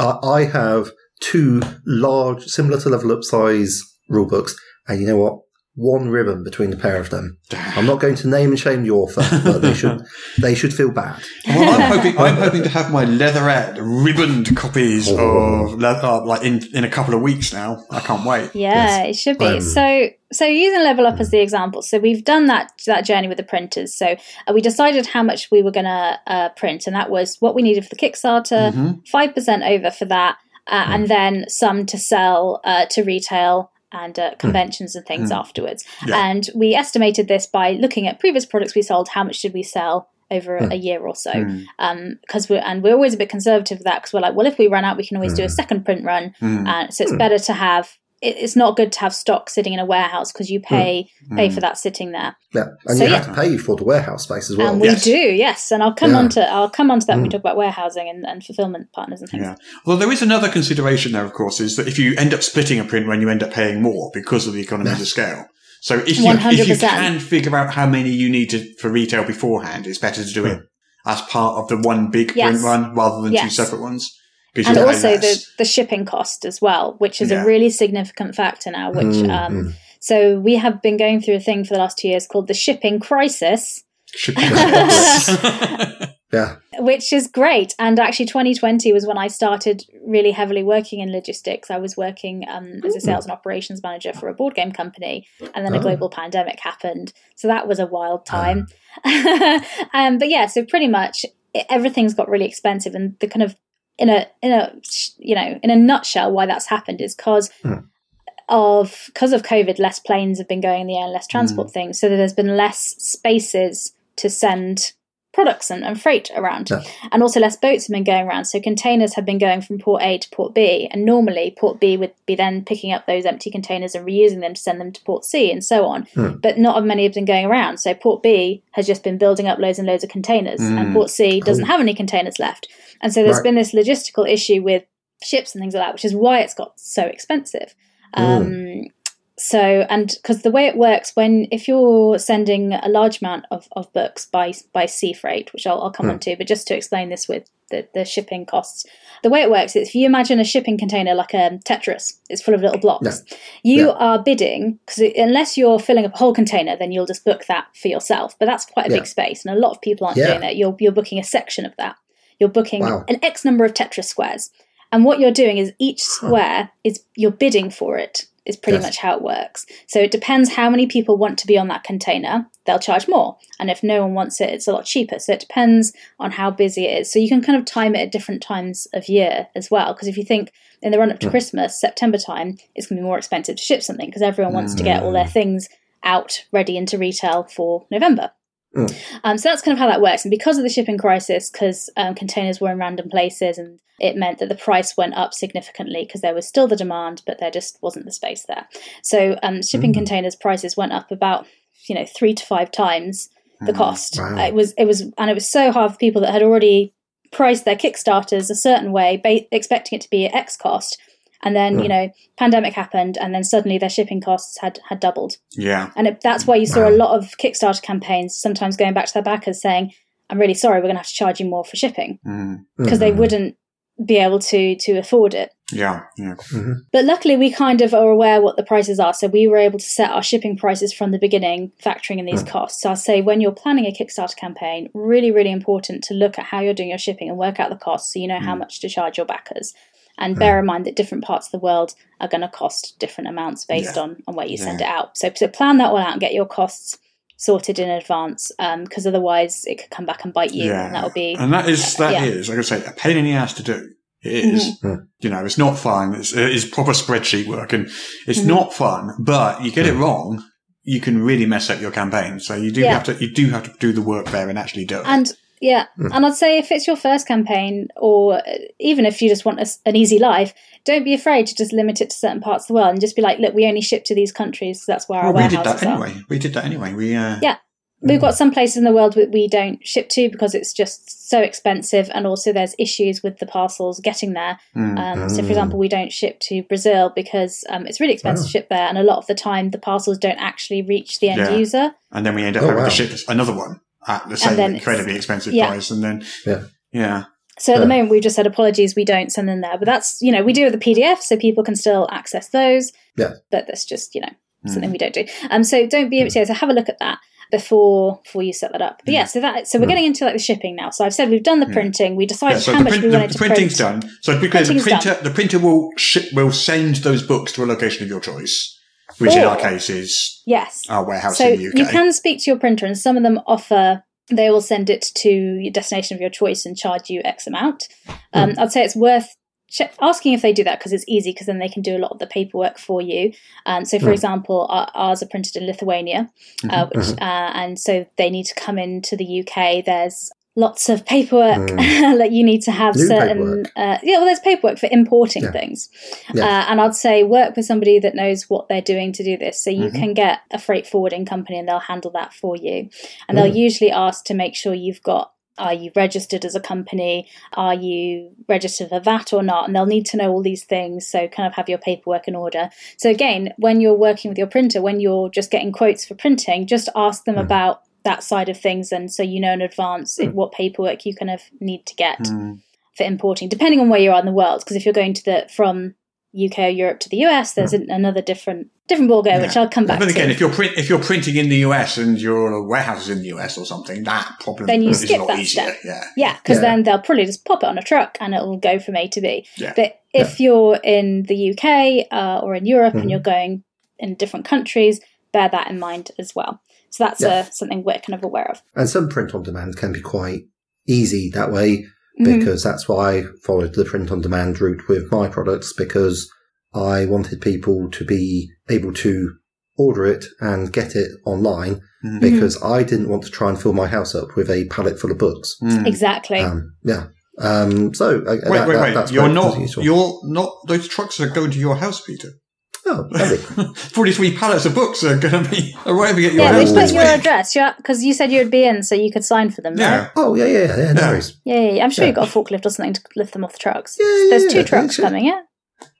Speaker 6: I, I have two large, similar to level up size rule books, and you know what? One ribbon between the pair of them. I'm not going to name and shame the author, but they should they should feel bad.
Speaker 5: Well, I'm hoping I'm hoping to have my leatherette ribboned copies of le- uh, like in in a couple of weeks now. I can't wait.
Speaker 7: Yeah, it should be.
Speaker 6: Um,
Speaker 7: so, so using Level Up as the example, so we've done that that journey with the printers. So uh, we decided how much we were going to uh, print, and that was what we needed for the Kickstarter, 5 percent over for that, uh, and then some to sell uh, to retail and uh, conventions and things afterwards.
Speaker 5: Yeah.
Speaker 7: And we estimated this by looking at previous products we sold. How much did we sell? Over a- a year or so, because we're and we're always a bit conservative with that because we're like, well, if we run out, we can always do
Speaker 5: Mm.
Speaker 7: a second print run, uh, so it's
Speaker 5: Hmm.
Speaker 7: better to have. It, it's not good to have stock sitting in a warehouse because you
Speaker 5: Hmm.
Speaker 7: pay pay for that sitting there.
Speaker 6: Yeah, and
Speaker 7: So,
Speaker 6: you have
Speaker 7: yeah.
Speaker 6: to pay for the warehouse space as well.
Speaker 7: and we
Speaker 5: yes. Hmm.
Speaker 7: do, yes. And I'll come
Speaker 6: Yeah.
Speaker 7: on to I'll come on to that when we talk about warehousing and, and fulfillment partners and things.
Speaker 5: Yeah. Well, there is another consideration there, of course, is that if you end up splitting a print run, you end up paying more because of the economies of scale. So if you, if you
Speaker 7: 100%.
Speaker 5: can figure out how many you need to, for retail beforehand, it's better to do it as part of the one big
Speaker 7: Hmm. Yes.
Speaker 5: print run rather than two
Speaker 7: Yes.
Speaker 5: separate ones. 'cause
Speaker 7: And
Speaker 5: you'll pay
Speaker 7: also the,
Speaker 5: less.
Speaker 7: the shipping cost as well, which is
Speaker 5: Yeah. Hmm.
Speaker 7: a really significant factor now. Which um, so we have been going through a thing for the last two years called the shipping crisis,
Speaker 5: Should be-
Speaker 6: yeah,
Speaker 7: which is great. And actually, 2020 was when I started really heavily working in logistics. I was working um, as a sales and operations manager for a board game company, and then a global pandemic happened. So that was a wild time. um, but yeah, so pretty much e- everything's got really expensive, and the kind of in a in a sh- you know in a nutshell, why that's happened is because of because of COVID, less planes have been going in the air and
Speaker 6: Mm.
Speaker 7: less transport things, so that there's been less spaces to send products and, and freight around.
Speaker 6: Yeah.
Speaker 7: And also less boats have been going around. So containers have been going from port A to port B. And normally port B would be then picking up those empty containers and reusing them to send them to port C and so on.
Speaker 6: Hmm.
Speaker 7: But not many have been going around. So port B has just been building up loads and loads of containers. And port C doesn't have any containers left. And so
Speaker 6: Hmm.
Speaker 7: there's
Speaker 6: Right.
Speaker 7: been this logistical issue with ships and things like that, which is why it's got so expensive. Um, so and because the way it works when if you're sending a large amount of, of books by by sea freight which i'll, I'll come
Speaker 6: Hmm.
Speaker 7: on to but just to explain this with the, the shipping costs the way it works is if you imagine a shipping container like a tetris it's full of little blocks you
Speaker 6: Yeah.
Speaker 7: are bidding because unless you're filling up a whole container then you'll just book that for yourself but that's quite a
Speaker 6: Yeah.
Speaker 7: big space and a lot of people aren't
Speaker 6: Yeah.
Speaker 7: doing that you're, you're booking a section of that you're booking
Speaker 6: Wow.
Speaker 7: an x number of tetris squares and what you're doing is each square is you're bidding for it, is pretty
Speaker 6: Yes.
Speaker 7: much how it works. So it depends how many people want to be on that container, they'll charge more. And if no one wants it, it's a lot cheaper. So it depends on how busy it is. So you can kind of time it at different times of year as well. Because if you think in the run up to Christmas, September time, it's going to be more expensive to ship something because everyone wants to get all their things out ready into retail for November. Um, so that's kind of how that works. And because of the shipping crisis, because um, containers were in random places, and it meant that the price went up significantly because there was still the demand, but there just wasn't the space there. So um, shipping containers prices went up about you know three to five times the
Speaker 5: Mm,
Speaker 7: cost.
Speaker 6: wow.
Speaker 7: It was it was and it was so hard for people that had already priced their kickstarters a certain way, ba- expecting it to be at X cost, and then you know pandemic happened, and then suddenly their shipping costs had had doubled.
Speaker 5: Hmm. Yeah.
Speaker 7: And it, that's why you saw a lot of Kickstarter campaigns sometimes going back to their backers saying, "I'm really sorry, we're going to have to charge you more for shipping
Speaker 5: Mm.
Speaker 7: because
Speaker 6: Mm-hmm.
Speaker 7: they wouldn't be able to to afford it."
Speaker 5: Yeah. Yeah.
Speaker 7: But luckily, we kind of are aware what the prices are, so we were able to set our shipping prices from the beginning, factoring in these costs. So I'll say when you're planning a Kickstarter campaign, really, really important to look at how you're doing your shipping and work out the costs, so you know how much to charge your backers. And bear in mind that different parts of the world are going to cost different amounts based on, on where you send it out. So, so plan that all out and get your costs sorted in advance, because otherwise it could come back and bite you,
Speaker 5: yeah.
Speaker 7: and that'll be
Speaker 5: And that is that is
Speaker 7: yeah. Mm-hmm.
Speaker 5: like I say, a pain in the ass to do. It is. You know, it's not fun. It's, it's proper spreadsheet work, and it's
Speaker 7: Mm-hmm.
Speaker 5: not fun. But you get it wrong, you can really mess up your campaign. So you do
Speaker 7: Yeah.
Speaker 5: have to you do have to do the work there and actually do it.
Speaker 7: And yeah,
Speaker 5: Hmm.
Speaker 7: and I'd say if it's your first campaign, or uh, even if you just want a s an easy life, don't be afraid to just limit it to certain parts of the world and just be like, look, we only ship to these countries, so that's where
Speaker 5: well,
Speaker 7: our
Speaker 5: we
Speaker 7: warehouses
Speaker 5: did that
Speaker 7: are.
Speaker 5: anyway. We did that anyway. We uh,
Speaker 7: Yeah. We've got some places in the world that we don't ship to because it's just so expensive, and also there's issues with the parcels getting there.
Speaker 5: Hmm.
Speaker 7: Um, so, for example, we don't ship to Brazil because um, it's really
Speaker 5: Oh.
Speaker 7: expensive to ship there, and a lot of the time the parcels don't actually reach the end
Speaker 5: Yeah.
Speaker 7: user.
Speaker 5: and then we end up
Speaker 6: Oh,
Speaker 5: having
Speaker 6: wow.
Speaker 5: to ship another one at the same
Speaker 7: then it's-
Speaker 5: incredibly expensive
Speaker 7: yeah.
Speaker 5: price, and then
Speaker 6: Yeah.
Speaker 5: yeah,
Speaker 7: So at the moment, we've just said apologies, we don't send them there. But that's, you know, we do have the PDF, so people can still access those.
Speaker 6: Yeah.
Speaker 7: But that's just, you know,
Speaker 5: Hmm.
Speaker 7: something we don't do. Um, so don't be, yeah, so have a look at that before before you set that up.
Speaker 5: Hmm.
Speaker 7: But yeah, so that so we're getting into like the shipping now. So I've said we've done the printing, we
Speaker 5: yeah.
Speaker 7: decided
Speaker 5: So
Speaker 7: how
Speaker 5: the,
Speaker 7: much
Speaker 5: print,
Speaker 7: we wanted
Speaker 5: the
Speaker 7: to
Speaker 5: printing's
Speaker 7: print.
Speaker 5: done. So because the
Speaker 7: Printing's
Speaker 5: printer the printer will ship will send those books to a location of your choice, which in
Speaker 7: Or-
Speaker 5: our case is
Speaker 7: Yes.
Speaker 5: our warehouse
Speaker 7: Oh. so
Speaker 5: in the UK.
Speaker 7: you can speak to your printer, and some of them offer they will send it to your destination of your choice and charge you X amount.
Speaker 5: Hmm.
Speaker 7: Um, I'd say it's worth che- asking if they do that because it's easy because then they can do a lot of the paperwork for you. Um, so, for
Speaker 5: Hmm.
Speaker 7: example, our, ours are printed in Lithuania,
Speaker 5: Mm-hmm.
Speaker 7: uh, which, uh, and so they need to come into the UK. There's lots of paperwork
Speaker 5: Hmm.
Speaker 7: that you need to have
Speaker 6: New
Speaker 7: certain
Speaker 6: paperwork.
Speaker 7: uh, yeah well there's paperwork for importing things
Speaker 6: Yeah.
Speaker 7: uh, and I'd say work with somebody that knows what they're doing to do this. So you
Speaker 6: Mm-hmm.
Speaker 7: can get a freight forwarding company and they'll handle that for you. And they'll
Speaker 6: Mm.
Speaker 7: usually ask to make sure you've got are you registered as a company? Are you registered for VAT or not? And they'll need to know all these things. So kind of have your paperwork in order. So again, when you're working with your printer, when you're just getting quotes for printing, just ask them about that side of things and so you know in advance what paperwork you kind of need to get for importing, depending on where you are in the world. Because if you're going to the from UK or Europe to the US, there's an, another different different ballgame, which I'll come back
Speaker 5: But again,
Speaker 7: to.
Speaker 5: if you're print, if you're printing in the US and your warehouse is in the US or something, that problem
Speaker 7: Then you
Speaker 5: is a
Speaker 7: skip
Speaker 5: lot
Speaker 7: that
Speaker 5: easier.
Speaker 7: step.
Speaker 5: Yeah.
Speaker 7: yeah, because
Speaker 6: Yeah.
Speaker 7: then they'll probably just pop it on a truck and it'll go from A to B.
Speaker 5: Yeah.
Speaker 7: But if you're in the UK uh, or in Europe
Speaker 6: Mm-hmm.
Speaker 7: and you're going in different countries, bear that in mind as well. So that's
Speaker 6: Yeah.
Speaker 7: uh, something we're kind of aware of.
Speaker 6: And some print on demand can be quite easy that way
Speaker 7: Mm-hmm.
Speaker 6: because that's why I followed the print on demand route with my products because I wanted people to be able to order it and get it online
Speaker 7: Mm-hmm.
Speaker 6: because I didn't want to try and fill my house up with a pallet full of books.
Speaker 7: Exactly.
Speaker 6: Um, yeah. Um, so uh,
Speaker 5: Wait,
Speaker 6: that-
Speaker 5: Hmm. wait,
Speaker 6: that-
Speaker 5: wait!
Speaker 6: that's
Speaker 5: you're
Speaker 6: both
Speaker 5: not.
Speaker 6: useful.
Speaker 5: You're not. Those trucks are going to your house, Peter.
Speaker 6: oh, lovely.
Speaker 5: Forty-three pallets of books are going to be arriving at your
Speaker 7: yeah,
Speaker 5: house.
Speaker 7: they put
Speaker 5: this
Speaker 7: your
Speaker 5: week.
Speaker 7: address, because you said you'd be in, so you could sign for them, right?
Speaker 5: Yeah.
Speaker 6: oh yeah, yeah, yeah, yeah. No
Speaker 5: Yeah.
Speaker 6: worries.
Speaker 7: Yeah, yeah, yeah. I'm sure
Speaker 6: Yeah.
Speaker 7: you've got a forklift or something to lift them off the trucks.
Speaker 6: Yeah, yeah,
Speaker 7: There's
Speaker 6: yeah,
Speaker 7: two trucks
Speaker 6: yeah.
Speaker 7: coming, yeah.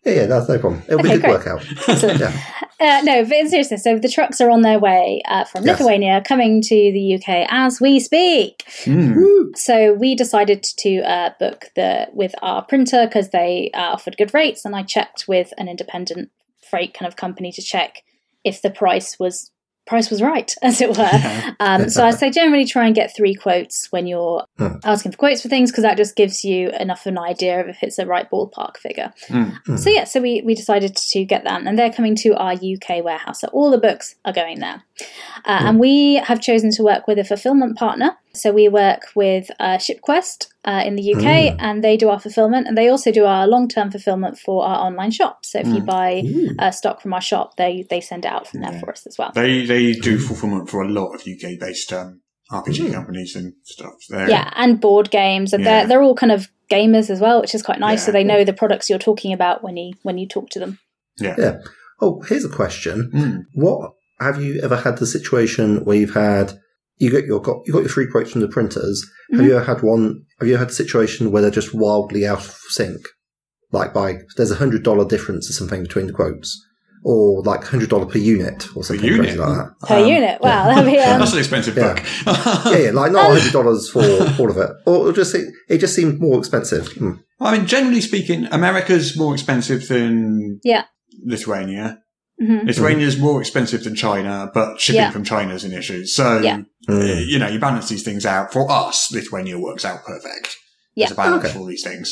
Speaker 6: Yeah, yeah, that's no problem. It'll be
Speaker 7: Okay,
Speaker 6: a good
Speaker 7: great.
Speaker 6: workout.
Speaker 7: Excellent.
Speaker 6: Yeah.
Speaker 7: Uh, no, but in seriousness, so the trucks are on their way uh, from
Speaker 6: Yes.
Speaker 7: Lithuania, coming to the UK as we speak.
Speaker 6: Woo.
Speaker 7: So we decided to uh, book the with our printer because they uh, offered good rates, and I checked with an independent freight kind of company to check if the price was price was right, as it were. Um, so I say generally try and get three quotes when you're asking for quotes for things because that just gives you enough of an idea of if it's the right ballpark figure. So yeah, so we we decided to get them, and they're coming to our UK warehouse. So all the books are going there. Uh, And we have chosen to work with a fulfillment partner. So we work with uh, ShipQuest uh, in the UK, and they do our fulfillment, and they also do our long-term fulfillment for our online shop. So if you buy uh, stock from our shop, they they send it out from there for us as well.
Speaker 5: They they do fulfillment for a lot of UK-based um, RPG companies and stuff. They're,
Speaker 7: Hmm. yeah, and board games, and
Speaker 5: Yeah.
Speaker 7: they're they're all kind of gamers as well, which is quite nice.
Speaker 5: Yeah.
Speaker 7: So they know the products you're talking about when you when you talk to them.
Speaker 5: Yeah. Hmm.
Speaker 6: Yeah. Oh, here's a question. What have you ever had the situation where you've had you get your got you got your free quotes from the printers?
Speaker 7: Mm-hmm.
Speaker 6: Have you ever had one? Have you ever had a situation where they're just wildly out of sync? Like by there's a hundred dollar difference or something between the quotes, or like hundred dollar per unit or something
Speaker 5: unit?
Speaker 6: crazy like that.
Speaker 7: per
Speaker 5: Um,
Speaker 7: unit. Wow, that'd be um,
Speaker 5: That's an expensive
Speaker 6: Yeah.
Speaker 5: book.
Speaker 6: yeah, yeah, like not hundred dollars for all of it, or it just se- it just seemed more expensive. Hmm.
Speaker 5: I mean, generally speaking, America's more expensive than
Speaker 7: yeah.
Speaker 5: Lithuania.
Speaker 7: Mhm.
Speaker 5: Lithuania's more expensive than China, but shipping
Speaker 7: Yeah.
Speaker 5: from China is an issue. So,
Speaker 7: Yeah.
Speaker 5: uh,
Speaker 6: Mm.
Speaker 5: you know, you balance these things out. For us, Lithuania works out perfect.
Speaker 7: Yeah.
Speaker 5: It's a balance
Speaker 6: Okay.
Speaker 5: for all these things.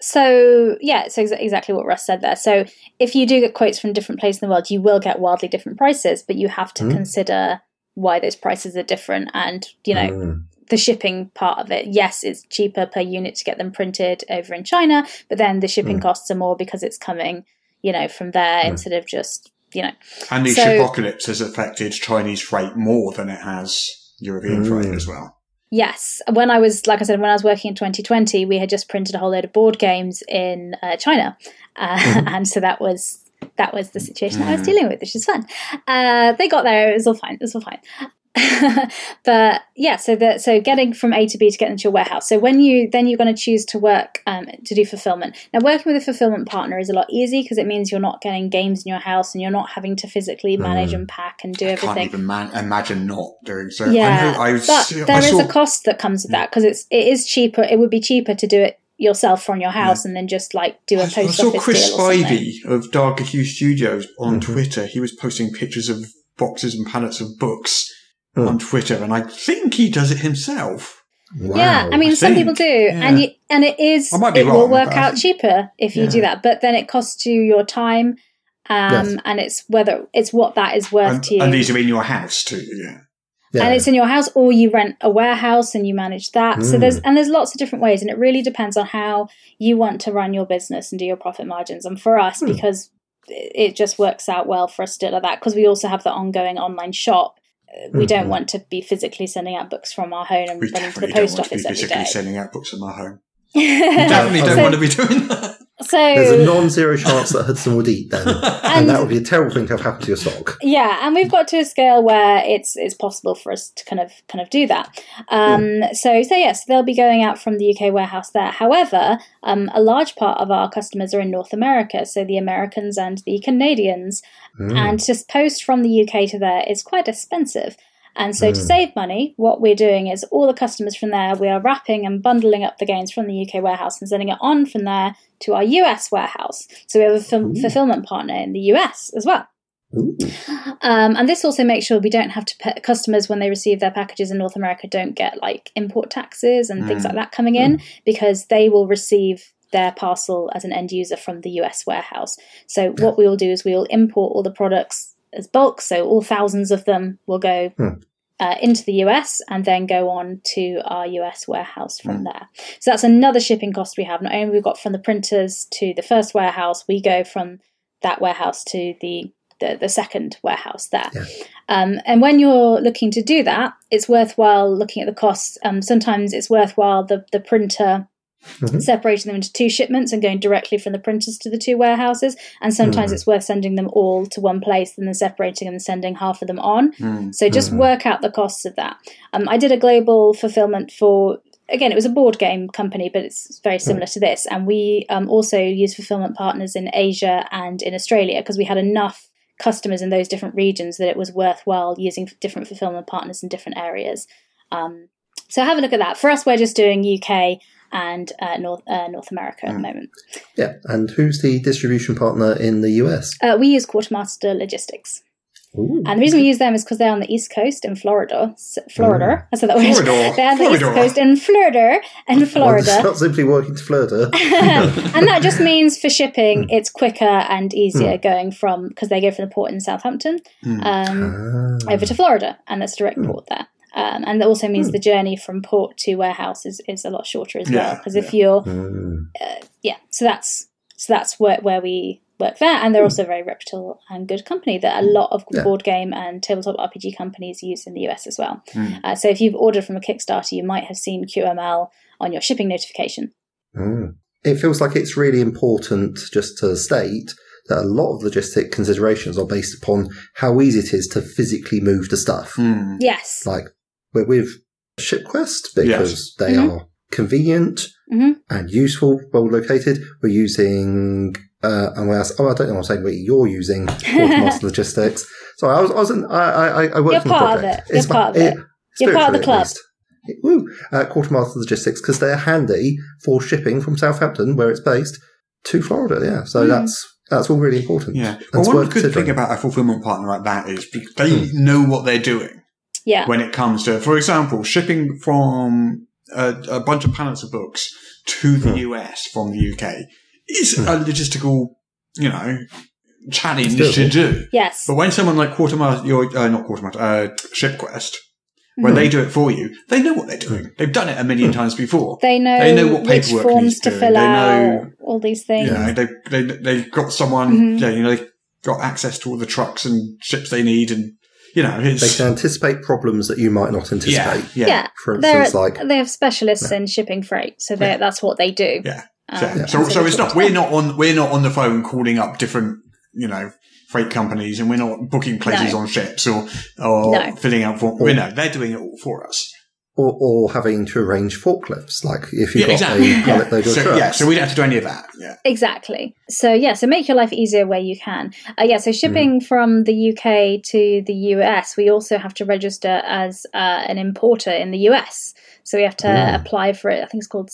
Speaker 7: So yeah, it's ex- exactly what Russ said there. So if you do get quotes from different places in the world, you will get wildly different prices, but you have to
Speaker 5: Mm-hmm.
Speaker 6: Mm.
Speaker 7: consider why those prices are different and you know
Speaker 5: Mm-hmm.
Speaker 6: Mm.
Speaker 7: the shipping part of it. Yes, it's cheaper per unit to get them printed over in China, but then the
Speaker 5: Mm.
Speaker 7: shipping costs are more because it's coming, you know, from there instead of just, you know.
Speaker 5: And the
Speaker 7: So-
Speaker 5: apocalypse has affected Chinese freight more than it has European
Speaker 6: Mm.
Speaker 5: freight as well.
Speaker 7: Yes, when I was, like I said, when I was working in 2020, we had just printed a whole load of board games in uh, China, uh,
Speaker 5: Mm-hmm.
Speaker 7: and so that was that was the situation that I was dealing with, which is fun. Uh, they got there; it was all fine. It was all fine. but yeah, so the, so getting from A to B to get into your warehouse. So when you then you're going to choose to work um, to do fulfillment. Now working with a fulfillment partner is a lot easier because it means you're not getting games in your house and you're not having to physically manage and pack and do everything.
Speaker 5: Mm. Can't even man- imagine not doing so. I
Speaker 7: Yeah,
Speaker 5: know, I,
Speaker 7: but
Speaker 5: see- I
Speaker 7: there is
Speaker 5: saw- Mm.
Speaker 7: a cost that comes with that because it's it is cheaper. It would be cheaper to do it yourself from your house and then just like do
Speaker 5: Mm.
Speaker 7: a
Speaker 5: I
Speaker 7: post
Speaker 5: I saw
Speaker 7: office
Speaker 5: Chris
Speaker 7: deal or something.
Speaker 5: Spivey of Darker Hue Studios on
Speaker 6: Mm-hmm.
Speaker 5: Twitter. He was posting pictures of boxes and pallets of books on Twitter, and I think he does it himself.
Speaker 6: Wow.
Speaker 7: Yeah, I mean,
Speaker 5: I
Speaker 7: some people
Speaker 5: think,
Speaker 7: do,
Speaker 5: yeah.
Speaker 7: and you, and it is
Speaker 5: I might be
Speaker 7: it will
Speaker 5: wrong,
Speaker 7: work
Speaker 5: but I
Speaker 7: out cheaper if you do
Speaker 5: Yeah.
Speaker 7: that, but then it costs you your time, um,
Speaker 6: Yes.
Speaker 7: and it's whether it's what that is worth
Speaker 5: And,
Speaker 7: to you,
Speaker 5: and these are in your house too. Yeah.
Speaker 6: Yeah.
Speaker 7: and it's in your house or you rent a warehouse and you manage that so
Speaker 6: Mm.
Speaker 7: there's and there's lots of different ways and it really depends on how you want to run your business and do your profit margins and for us
Speaker 6: Hmm.
Speaker 7: because it it just works out well for us to do that because we also have the ongoing online shop uh, we
Speaker 6: Mm-hmm.
Speaker 7: don't want to be physically sending out books from our home and
Speaker 5: We
Speaker 7: running to the
Speaker 5: definitely don't
Speaker 7: post
Speaker 5: want to be
Speaker 7: office every
Speaker 5: physically
Speaker 7: day.
Speaker 5: sending out books in my home. Definitely
Speaker 6: definitely don't
Speaker 5: don't
Speaker 6: So-
Speaker 5: want
Speaker 7: want
Speaker 5: to be doing that.
Speaker 6: There's a
Speaker 7: So
Speaker 6: non-zero chance that Hudson would eat them, and that would be a terrible thing to have happened to your stock.
Speaker 7: yeah, and we've got to a scale where it's it's possible for us to kind of kind of do that. Um, So so yes, they'll be going out from the UK warehouse there. However, um, a large part of our customers are in North America, so the Americans and the Canadians,
Speaker 6: Hmm. Mm.
Speaker 7: and just post from the UK to there is quite expensive. And so, to save money, what we're doing is all the customers from there, we are wrapping and bundling up the games from the UK warehouse and sending it on from there to our US warehouse. So, we have a fil- fulfillment partner in the US as well. Um, and this also makes sure we don't have to pay customers when they receive their packages in North America don't get like import taxes and things like that coming in because they will receive their parcel as an end user from the US warehouse. So what we will do is we will import all the products as bulk, so all thousands of them will go uh, into the US and then go on to our US warehouse from there. So that's another shipping cost we have. Not only we've got from the printers to the first warehouse, we go from that warehouse to the the, the second warehouse there. Um, and when you're looking to do that, it's worthwhile looking at the costs. Um, sometimes it's worthwhile the, the printer separating them into two shipments and going directly from the printers to the two warehouses. And sometimes it's worth sending them all to one place and then separating and sending half of them on.
Speaker 6: Hmm.
Speaker 7: So just work out the costs of that. Um, I did a global fulfillment for. Again, it was a board game company, but it's very similar to this. And we um, also use fulfillment partners in Asia and in Australia because we had enough customers in those different regions that it was worthwhile using different fulfillment partners in different areas. Um, so have a look at that. For us, we're just doing UK and uh, North uh, North America at the moment.
Speaker 6: Yeah, and who's the distribution partner in the US?
Speaker 7: Uh, we use Quartermaster Logistics. And the reason we use them is because they're on the East Coast in Florida. S- Florida. I said that weird.
Speaker 5: Mm. Florida.
Speaker 7: They're on the East
Speaker 5: Florida.
Speaker 7: Coast in Florida and
Speaker 6: Well, it's
Speaker 7: Florida.
Speaker 6: not simply working to Florida.
Speaker 7: and that just means for
Speaker 5: Mm.
Speaker 7: shipping, it's quicker and easier going from, because they go from the port in Southampton
Speaker 5: Mm.
Speaker 6: Ah.
Speaker 7: um, over to Florida. And that's a direct port there. Um, and that also means the journey from port to warehouse is, is a lot shorter as well.
Speaker 5: Mm. Yeah,
Speaker 7: Because if you're yeah, so that's so that's where where we work there, and they're
Speaker 6: Hmm.
Speaker 7: also a very reputable and good company that a lot of board game and tabletop RPG companies use in the US as well.
Speaker 6: Hmm.
Speaker 7: Uh, so if you've ordered from a Kickstarter, you might have seen QML on your shipping notification.
Speaker 6: Mm. It feels like it's really important just to state that a lot of logistic considerations are based upon how easy it is to physically move the stuff.
Speaker 7: Yes.
Speaker 6: Like we're with ShipQuest because they
Speaker 7: Mhm.
Speaker 6: are convenient
Speaker 7: Mhm.
Speaker 6: and useful, well located. We're using uh, and what else? Oh, I don't know. what I'm saying, but you're using Automask Logistics. Sorry, I was, I was in. I, I, I worked on
Speaker 7: You're
Speaker 6: a
Speaker 7: part of
Speaker 6: project.
Speaker 7: it. You're
Speaker 6: my-
Speaker 7: part of it. You're part of
Speaker 6: spiritually
Speaker 7: the
Speaker 6: at
Speaker 7: club.
Speaker 6: least. Woo! Uh, Quartermaster Logistics because they're handy for shipping from Southampton, where it's based, to Florida. Yeah, so
Speaker 7: Mm.
Speaker 6: that's that's all really important.
Speaker 5: Yeah. Well,
Speaker 6: That's
Speaker 5: one
Speaker 6: worth
Speaker 5: good thing
Speaker 6: considering. Hmm.
Speaker 5: about a fulfillment partner like that is be- they know what they're doing
Speaker 7: Yeah.
Speaker 5: when it comes to, for example, shipping from a, a bunch of pallets of books to
Speaker 6: Hmm.
Speaker 5: the US from the UK is a logistical, you know, challenge
Speaker 6: It's
Speaker 5: to
Speaker 6: doable.
Speaker 5: do.
Speaker 7: Yes.
Speaker 5: But when someone like Quartermaster, your uh, not Quartermaster, uh, ShipQuest, when
Speaker 7: Hmm.
Speaker 5: they do it for you, they know what they're doing.
Speaker 6: Hmm.
Speaker 5: They've done it a million times before.
Speaker 7: They know,
Speaker 5: They know what
Speaker 7: which
Speaker 5: paperwork
Speaker 7: forms
Speaker 5: needs
Speaker 7: to
Speaker 5: doing.
Speaker 7: fill
Speaker 5: They
Speaker 7: out,
Speaker 5: know-
Speaker 7: all these things.
Speaker 5: You know, they they they've got someone.
Speaker 7: Mhm.
Speaker 5: Yeah, you know, they've got access to all the trucks and ships they need, and you know,
Speaker 6: they
Speaker 5: it's
Speaker 6: can anticipate problems that you might not anticipate.
Speaker 5: yeah, yeah,
Speaker 7: Yeah.
Speaker 6: For
Speaker 7: They're-
Speaker 6: instance, like
Speaker 7: they have specialists in shipping freight, so they that's what they do.
Speaker 5: Yeah.
Speaker 7: Um,
Speaker 5: So, so,
Speaker 7: they
Speaker 5: so it's
Speaker 7: do
Speaker 5: not
Speaker 7: it.
Speaker 5: we're not on we're not on the phone calling up different you know freight companies, and we're not booking places
Speaker 7: No.
Speaker 5: on ships or or
Speaker 7: No.
Speaker 5: filling out form. You know, they're doing it all for us.
Speaker 6: or, or having to arrange forklifts. Like if you
Speaker 5: yeah,
Speaker 6: got
Speaker 5: exactly.
Speaker 6: a pallet load of
Speaker 5: so,
Speaker 6: trucks.
Speaker 5: yeah, so we don't have to do any of that. Yeah.
Speaker 7: Exactly. So yeah, so make your life easier where you can. Uh, yeah, so shipping
Speaker 5: Mm.
Speaker 7: from the UK to the US, we also have to register as uh, an importer in the US. So we have to
Speaker 5: Mm.
Speaker 7: apply for it. I think it's called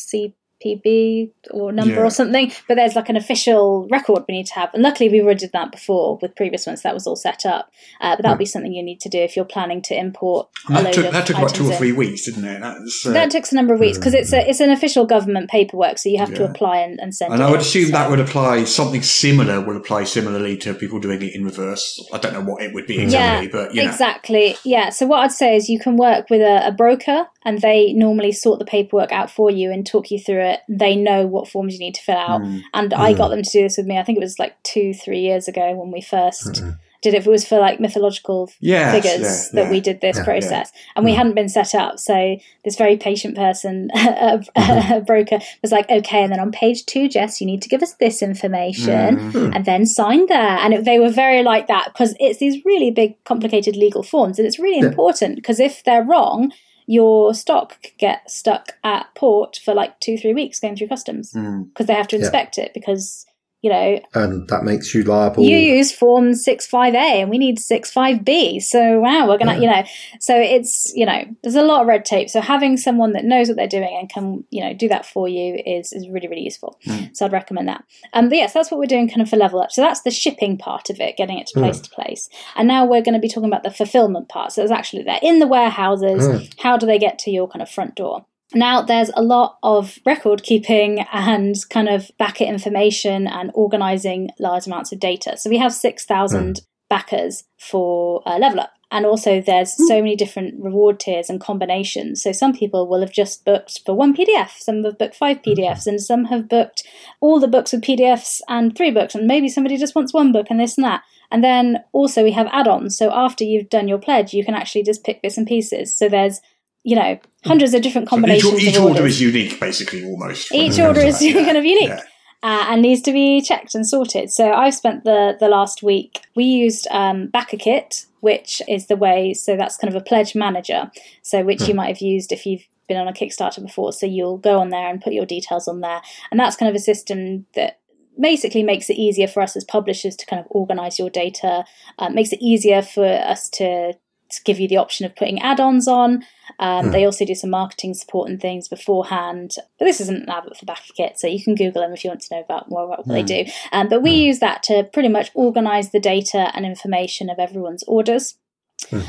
Speaker 7: CPB or number
Speaker 5: Yeah.
Speaker 7: or something. But there's like an official record we need to have. And luckily, we already did that before with previous ones. That was all set up. Uh, but that'll be something you need to do if you're planning to import.
Speaker 5: And
Speaker 7: a
Speaker 5: that
Speaker 7: load
Speaker 5: took
Speaker 7: of
Speaker 5: that took about two
Speaker 7: items
Speaker 5: or
Speaker 7: in.
Speaker 5: three weeks, didn't it? That's, uh,
Speaker 7: That takes a number of weeks because it's a, it's an official government paperwork, so you have to
Speaker 5: Yeah.
Speaker 7: apply and, and send.
Speaker 5: and
Speaker 7: it
Speaker 5: I would
Speaker 7: in,
Speaker 5: assume
Speaker 7: so-
Speaker 5: that would apply something similar would apply similarly to people doing it in reverse. I don't know what it would be exactly, but you know,
Speaker 7: exactly. Yeah. So what I'd say is you can work with a, a broker, and they normally sort the paperwork out for you and talk you through it. They know what forms you need to fill out,
Speaker 5: Mm.
Speaker 7: and I got them to do this with me. I think it was like two, three years ago when we 1st did it. It was for like mythological
Speaker 5: Yes,
Speaker 7: figures
Speaker 5: yeah,
Speaker 7: that
Speaker 5: yeah. Mm.
Speaker 7: we did this
Speaker 6: Yeah,
Speaker 7: process, and we hadn't been set up. So this very patient person, a, a
Speaker 5: Mm-hmm.
Speaker 7: broker, was like, "Okay," and then on page two, Jess, you need to give us this
Speaker 5: Mm.
Speaker 7: information, and then sign there. And it, they were very like that because it's these really big, complicated legal forms, and it's really important because if they're wrong. Your stock could get stuck at port for like two, three weeks going through customs
Speaker 5: mm.
Speaker 7: because they have to inspect it because, you know,
Speaker 6: and um, that makes you liable.
Speaker 7: you use form 65A and we need 65B. So, wow, we're going to, you know, so it's, you know, there's a lot of red tape. So, having someone that knows what they're doing and can, you know, do that for you is, is really, really useful. So, I'd recommend that. Um, but yes, that's what we're doing kind of for level up. So, that's the shipping part of it, getting it to place to place. And now we're going to be talking about the fulfillment part. So, it's actually they're in the warehouses. How do they get to your kind of front door? Now, there's a lot of record keeping and kind of backer information and organizing large amounts of data. So we have 6,000 backers for uh, Level Up. And also, there's so many different reward tiers and combinations. So some people will have just booked for one PDF, some have booked five PDFs, and some have booked all the books with PDFs and three books, and maybe somebody just wants one book and this and that. And then also, we have add ons. So after you've done your pledge, you can actually just pick bits and pieces. So there's, you know, hundreds of different
Speaker 5: So each,
Speaker 7: combinations.
Speaker 5: each
Speaker 7: of
Speaker 5: order
Speaker 7: orders.
Speaker 5: is unique, basically, almost. when
Speaker 7: Each
Speaker 5: it comes
Speaker 7: order
Speaker 5: to
Speaker 7: is
Speaker 5: that, yeah.
Speaker 7: kind of unique
Speaker 5: Yeah.
Speaker 7: uh, and needs to be checked and sorted. So I've spent the the last week. We used um, Backer Kit, which is the way. So that's kind of a pledge manager. So which you might have used if you've been on a Kickstarter before. So you'll go on there and put your details on there, and that's kind of a system that basically makes it easier for us as publishers to kind of organize your data. Uh, makes it easier for us to to give you the option of putting add-ons on. Um, They also do some marketing support and things beforehand. But this isn't an advert for Backer Kit, so you can Google them if you want to know about more about what they do. Um, but we use that to pretty much organise the data and information of everyone's orders.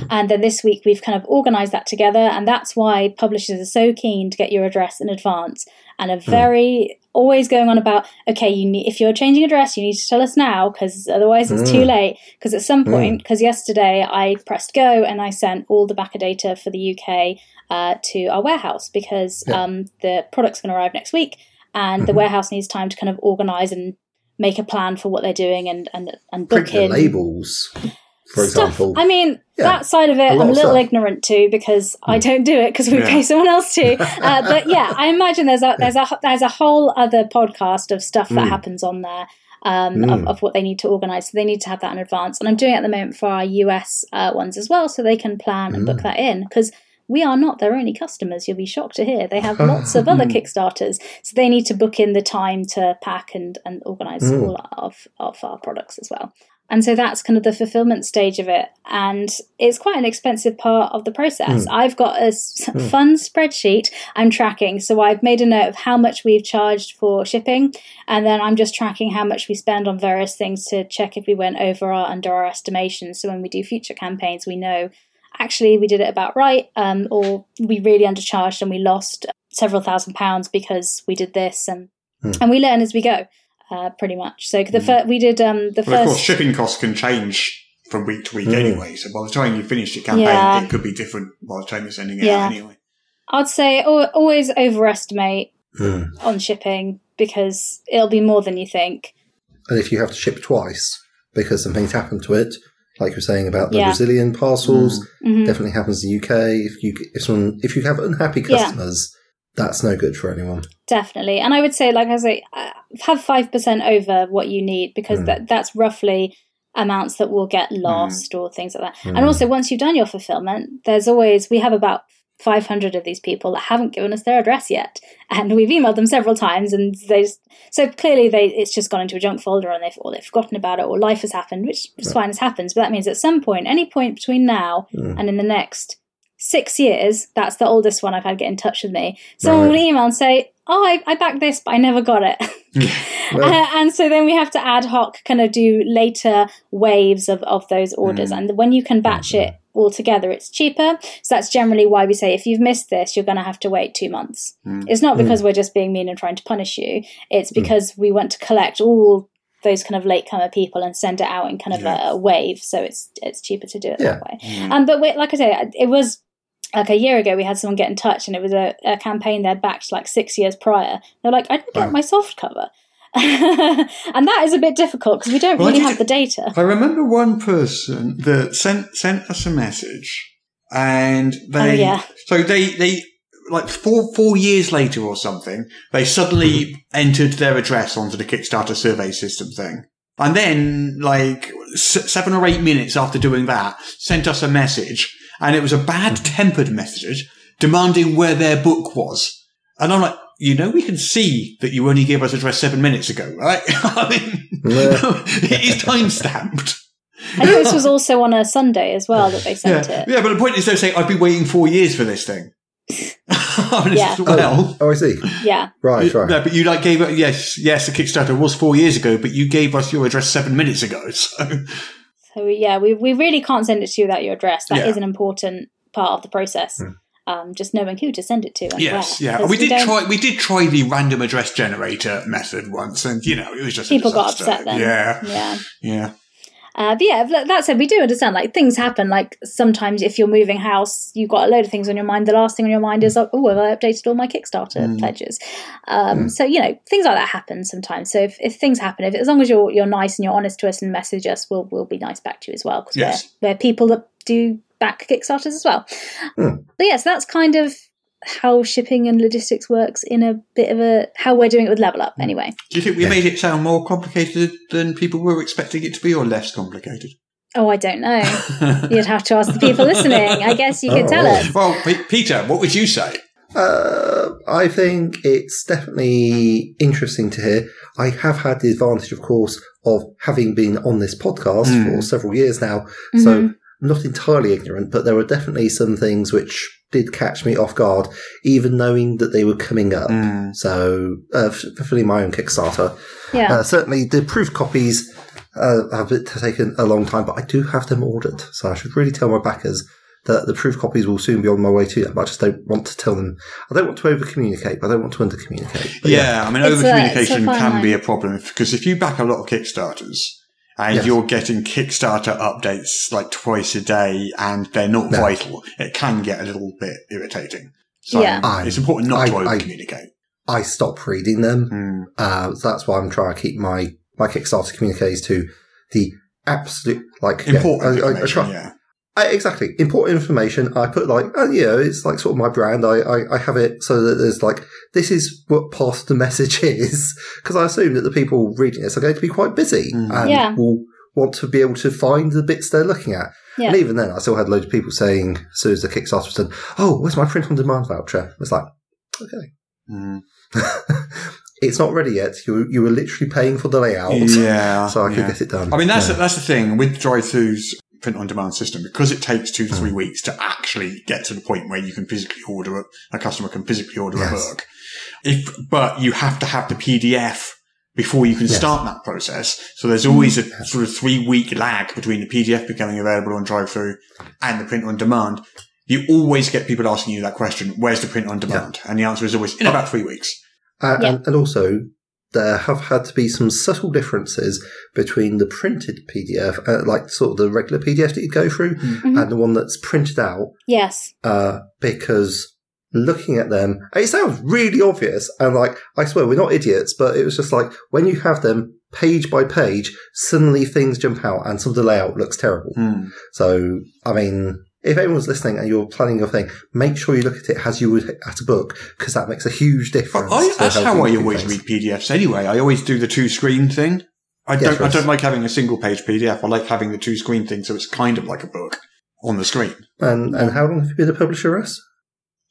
Speaker 7: And then this week we've kind of organised that together, and that's why publishers are so keen to get your address in advance and are very always going on about okay, you need if you're changing address, you need to tell us now because otherwise it's too late. Because at some point, because yesterday I pressed go and I sent all the backer data for the UK uh, to our warehouse because um, the product's going to arrive next week, and the warehouse needs time to kind of organise and make a plan for what they're doing and and and book
Speaker 6: print the
Speaker 7: in
Speaker 6: labels for example.
Speaker 7: I mean,
Speaker 6: Yeah,
Speaker 7: that side of it,
Speaker 6: a
Speaker 7: I'm
Speaker 6: lot
Speaker 7: a
Speaker 6: of stuff.
Speaker 7: little
Speaker 6: Hmm.
Speaker 7: ignorant to because I don't do it because we
Speaker 5: Yeah.
Speaker 7: pay someone else to. Uh, but yeah, I imagine there's a there's a there's a whole other podcast of stuff
Speaker 6: Hmm.
Speaker 7: that happens on there. Um, of, of what they need to organise, so they need to have that in advance. And I'm doing it at the moment for our US uh, ones as well, so they can plan and
Speaker 6: Hmm.
Speaker 7: book that in because we are not their only customers. You'll be shocked to hear they have lots of other Kickstarters, so they need to book in the time to pack and and organise all of of our products as well. And so that's kind of the fulfillment stage of it. And it's quite an expensive part of the process. I've got a s- fun spreadsheet I'm tracking. So I've made a note of how much we've charged for shipping. And then I'm just tracking how much we spend on various things to check if we went over or under our estimations. So when we do future campaigns, we know actually we did it about right um, or we really undercharged and we lost several thousand pounds because we did this and
Speaker 5: Hmm.
Speaker 7: and we learn as we go uh, pretty much so the fir- we did um, the
Speaker 5: But Hmm. of course,
Speaker 7: first
Speaker 5: shipping costs can change from week to week anyway. So by the time you finish your campaign,
Speaker 7: Yeah.
Speaker 5: it could be different by the time you're sending it
Speaker 7: Yeah.
Speaker 5: out anyway.
Speaker 7: I'd say al- always overestimate
Speaker 6: Hmm.
Speaker 7: on shipping because it'll be more than you think.
Speaker 6: and if you have to ship twice because some things happen to it, like you were saying about the
Speaker 7: Yeah.
Speaker 6: Brazilian parcels,
Speaker 5: Hmm.
Speaker 7: Mhm.
Speaker 6: definitely happens in the UK. If you if someone if you have unhappy
Speaker 7: Yeah.
Speaker 6: customers, that's no good for anyone.
Speaker 7: Definitely. And I would say, like I say, uh, have 5% over what you need because that, that's roughly amounts that will get lost or things like that. And also, once you've done your fulfillment, there's always, we have about 500 of these people that haven't given us their address yet. And we've emailed them several times and they just, so clearly they it's just gone into a junk folder and they've, or they've forgotten about it or life has happened, which is fine as happens. But that means at some point, any point between now and in the next six years, that's the oldest one I've had get in touch with me. Someone will email and say, Oh, I, I backed this, but I never got it. Uh, and so then we have to ad hoc kind of do later waves of, of those orders. And when you can batch it all together, it's cheaper. So that's generally why we say if you've missed this, you're going to have to wait two months. It's not because we're just being mean and trying to punish you, it's because we want to collect all those kind of latecomer people and send it out in kind of a, a wave. So it's it's cheaper to do it that way. Um, but we, like I say, it was like a year ago we had someone get in touch and it was a, a campaign they'd backed like six years prior. They're like, I
Speaker 5: Oh.
Speaker 7: didn't get my soft cover. and that is a bit difficult because we don't
Speaker 5: Well,
Speaker 7: really
Speaker 5: did
Speaker 7: have
Speaker 5: you-
Speaker 7: the data.
Speaker 5: I remember one person that sent sent us a message, and they
Speaker 7: Oh, yeah.
Speaker 5: so they they like four four years later or something, they suddenly entered their address onto the Kickstarter survey system thing, and then like s- seven or eight minutes after doing that, sent us a message, and it was a bad tempered message demanding where their book was, and I'm like. You know, we can see that you only gave us address seven minutes ago, right? I mean, it is time stamped.
Speaker 7: I think this was also on a Sunday as well that they sent
Speaker 5: Yeah.
Speaker 7: it.
Speaker 5: yeah, but the point is, they're saying, I've been waiting four years for this thing. I mean, it's
Speaker 7: Yeah.
Speaker 5: just, well,
Speaker 6: Oh, I see.
Speaker 7: Yeah.
Speaker 6: Right,
Speaker 5: no,
Speaker 6: right.
Speaker 5: but you like gave it, yes, yes, the Kickstarter was four years ago, but you gave us your address seven minutes ago. So,
Speaker 7: So we- yeah, we, we really can't send it to you without your address. That is
Speaker 5: Yeah. Hmm.
Speaker 7: an important part of the process. Um, just knowing who to send it to. And
Speaker 5: yes,
Speaker 7: where,
Speaker 5: yeah.
Speaker 7: 'Cause
Speaker 5: We did
Speaker 7: don't-
Speaker 5: try, we did try the random address generator method once, and you know, it was just a
Speaker 7: People got
Speaker 5: disaster.
Speaker 7: upset then.
Speaker 5: Yeah,
Speaker 7: Yeah.
Speaker 5: yeah.
Speaker 7: Uh, but yeah, that that said, we do understand. Like things happen. Like sometimes, if you're moving house, you've got a load of things on your mind. The last thing on your mind is, like, oh, have I updated all my Kickstarter pledges? Um, So you know, things like that happen sometimes. So if, if things happen, if as long as you're you're nice and you're honest to us and message us, we'll we'll be nice back to you as well because
Speaker 5: Yes.
Speaker 7: we're we're people that do back Kickstarters as well. But yeah, so that's kind of how shipping and logistics works in a bit of a how we're doing it with Level Up anyway.
Speaker 5: Do you think we made it sound more complicated than people were expecting it to be, or less complicated?
Speaker 7: Oh, I don't know. You'd have to ask the people listening. I guess you
Speaker 6: Oh,
Speaker 7: could tell us.
Speaker 5: Well, P- Peter, what would you say?
Speaker 6: Uh, I think it's definitely interesting to hear. I have had the advantage, of course, of having been on this podcast for several years now, so I'm not entirely ignorant, but there were definitely some things which did catch me off guard, even knowing that they were coming up. So, uh, f- fulfilling my own Kickstarter.
Speaker 7: Yeah.
Speaker 6: Uh, certainly, the proof copies uh, have been- taken a long time, but I do have them ordered. So I should really tell my backers that the proof copies will soon be on my way to them. I just don't want to tell them. I don't want to over communicate, but I don't want to under communicate.
Speaker 5: yeah, I mean,
Speaker 7: It's a-
Speaker 5: over
Speaker 7: it's a
Speaker 5: communication
Speaker 7: fine
Speaker 5: can be
Speaker 7: line.
Speaker 5: a problem because if you back a lot of Kickstarters and
Speaker 6: Yes.
Speaker 5: you're getting Kickstarter updates like twice a day and they're not
Speaker 6: No.
Speaker 5: vital, it can get a little bit irritating. So
Speaker 7: Yeah.
Speaker 6: I-
Speaker 5: it's important not to
Speaker 6: I- I-
Speaker 5: over communicate.
Speaker 6: I stop reading them.
Speaker 7: Mm-hmm.
Speaker 5: Mm.
Speaker 6: Uh, so that's why I'm trying to keep my, my Kickstarter communiques to the absolute like yeah,
Speaker 5: Important
Speaker 6: I- I- I
Speaker 5: information,
Speaker 6: try-
Speaker 5: yeah.
Speaker 6: I- exactly. Important information. I put like, oh, you know, it's like sort of my brand. I, I, I have it so that there's like, this is what past the message is. Cause I assume that the people reading this are going to be quite busy
Speaker 5: Mm.
Speaker 6: and
Speaker 7: Yeah.
Speaker 6: will want to be able to find the bits they're looking at.
Speaker 7: Yeah.
Speaker 6: And even then, I still had loads of people saying, as soon as the Kickstarter was done, oh, where's my print on demand voucher? It's like,
Speaker 5: Mm.
Speaker 6: it's not ready yet. You, you were literally paying for the layout.
Speaker 5: Yeah.
Speaker 6: So I could
Speaker 5: yeah.
Speaker 6: get it done.
Speaker 5: I mean, that's
Speaker 6: Yeah.
Speaker 5: that's the thing with drive-throughs print-on-demand system because it takes two to three
Speaker 6: Mm.
Speaker 5: weeks to actually get to the point where you can physically order a, a customer can physically order
Speaker 6: Yes.
Speaker 5: a book. If but you have to have the PDF before you can
Speaker 6: Yes. Mm.
Speaker 5: start that process. So there's always a sort of three-week lag between the PDF becoming available on drive-through and the print-on-demand. You always get people asking you that question: "Where's the print-on-demand?" And the answer is always in about three weeks.
Speaker 6: Uh,
Speaker 7: Yeah.
Speaker 6: and, and also, there have had to be some subtle differences between the printed PDF, uh, like sort of the regular PDF that you go through, and the one that's printed out,
Speaker 7: Yes.
Speaker 6: uh, because looking at them, it sounds really obvious, and like, I swear we're not idiots, but it was just like, when you have them page by page, suddenly things jump out and some of the layout looks terrible.
Speaker 5: Mm.
Speaker 6: So, I mean, if anyone's listening and you're planning your thing, make sure you look at it as you would at a book, because that makes a huge difference.
Speaker 5: I,
Speaker 6: to
Speaker 5: that's how
Speaker 6: you
Speaker 5: I
Speaker 6: do
Speaker 5: always
Speaker 6: things.
Speaker 5: read PDFs anyway. I always do the two screen thing. I
Speaker 6: Yes,
Speaker 5: don't. I
Speaker 6: yes.
Speaker 5: don't like having a single page PDF. I like having the two screen thing, so it's kind of like a book on the screen.
Speaker 6: And and how long have you been a publisher, Russ?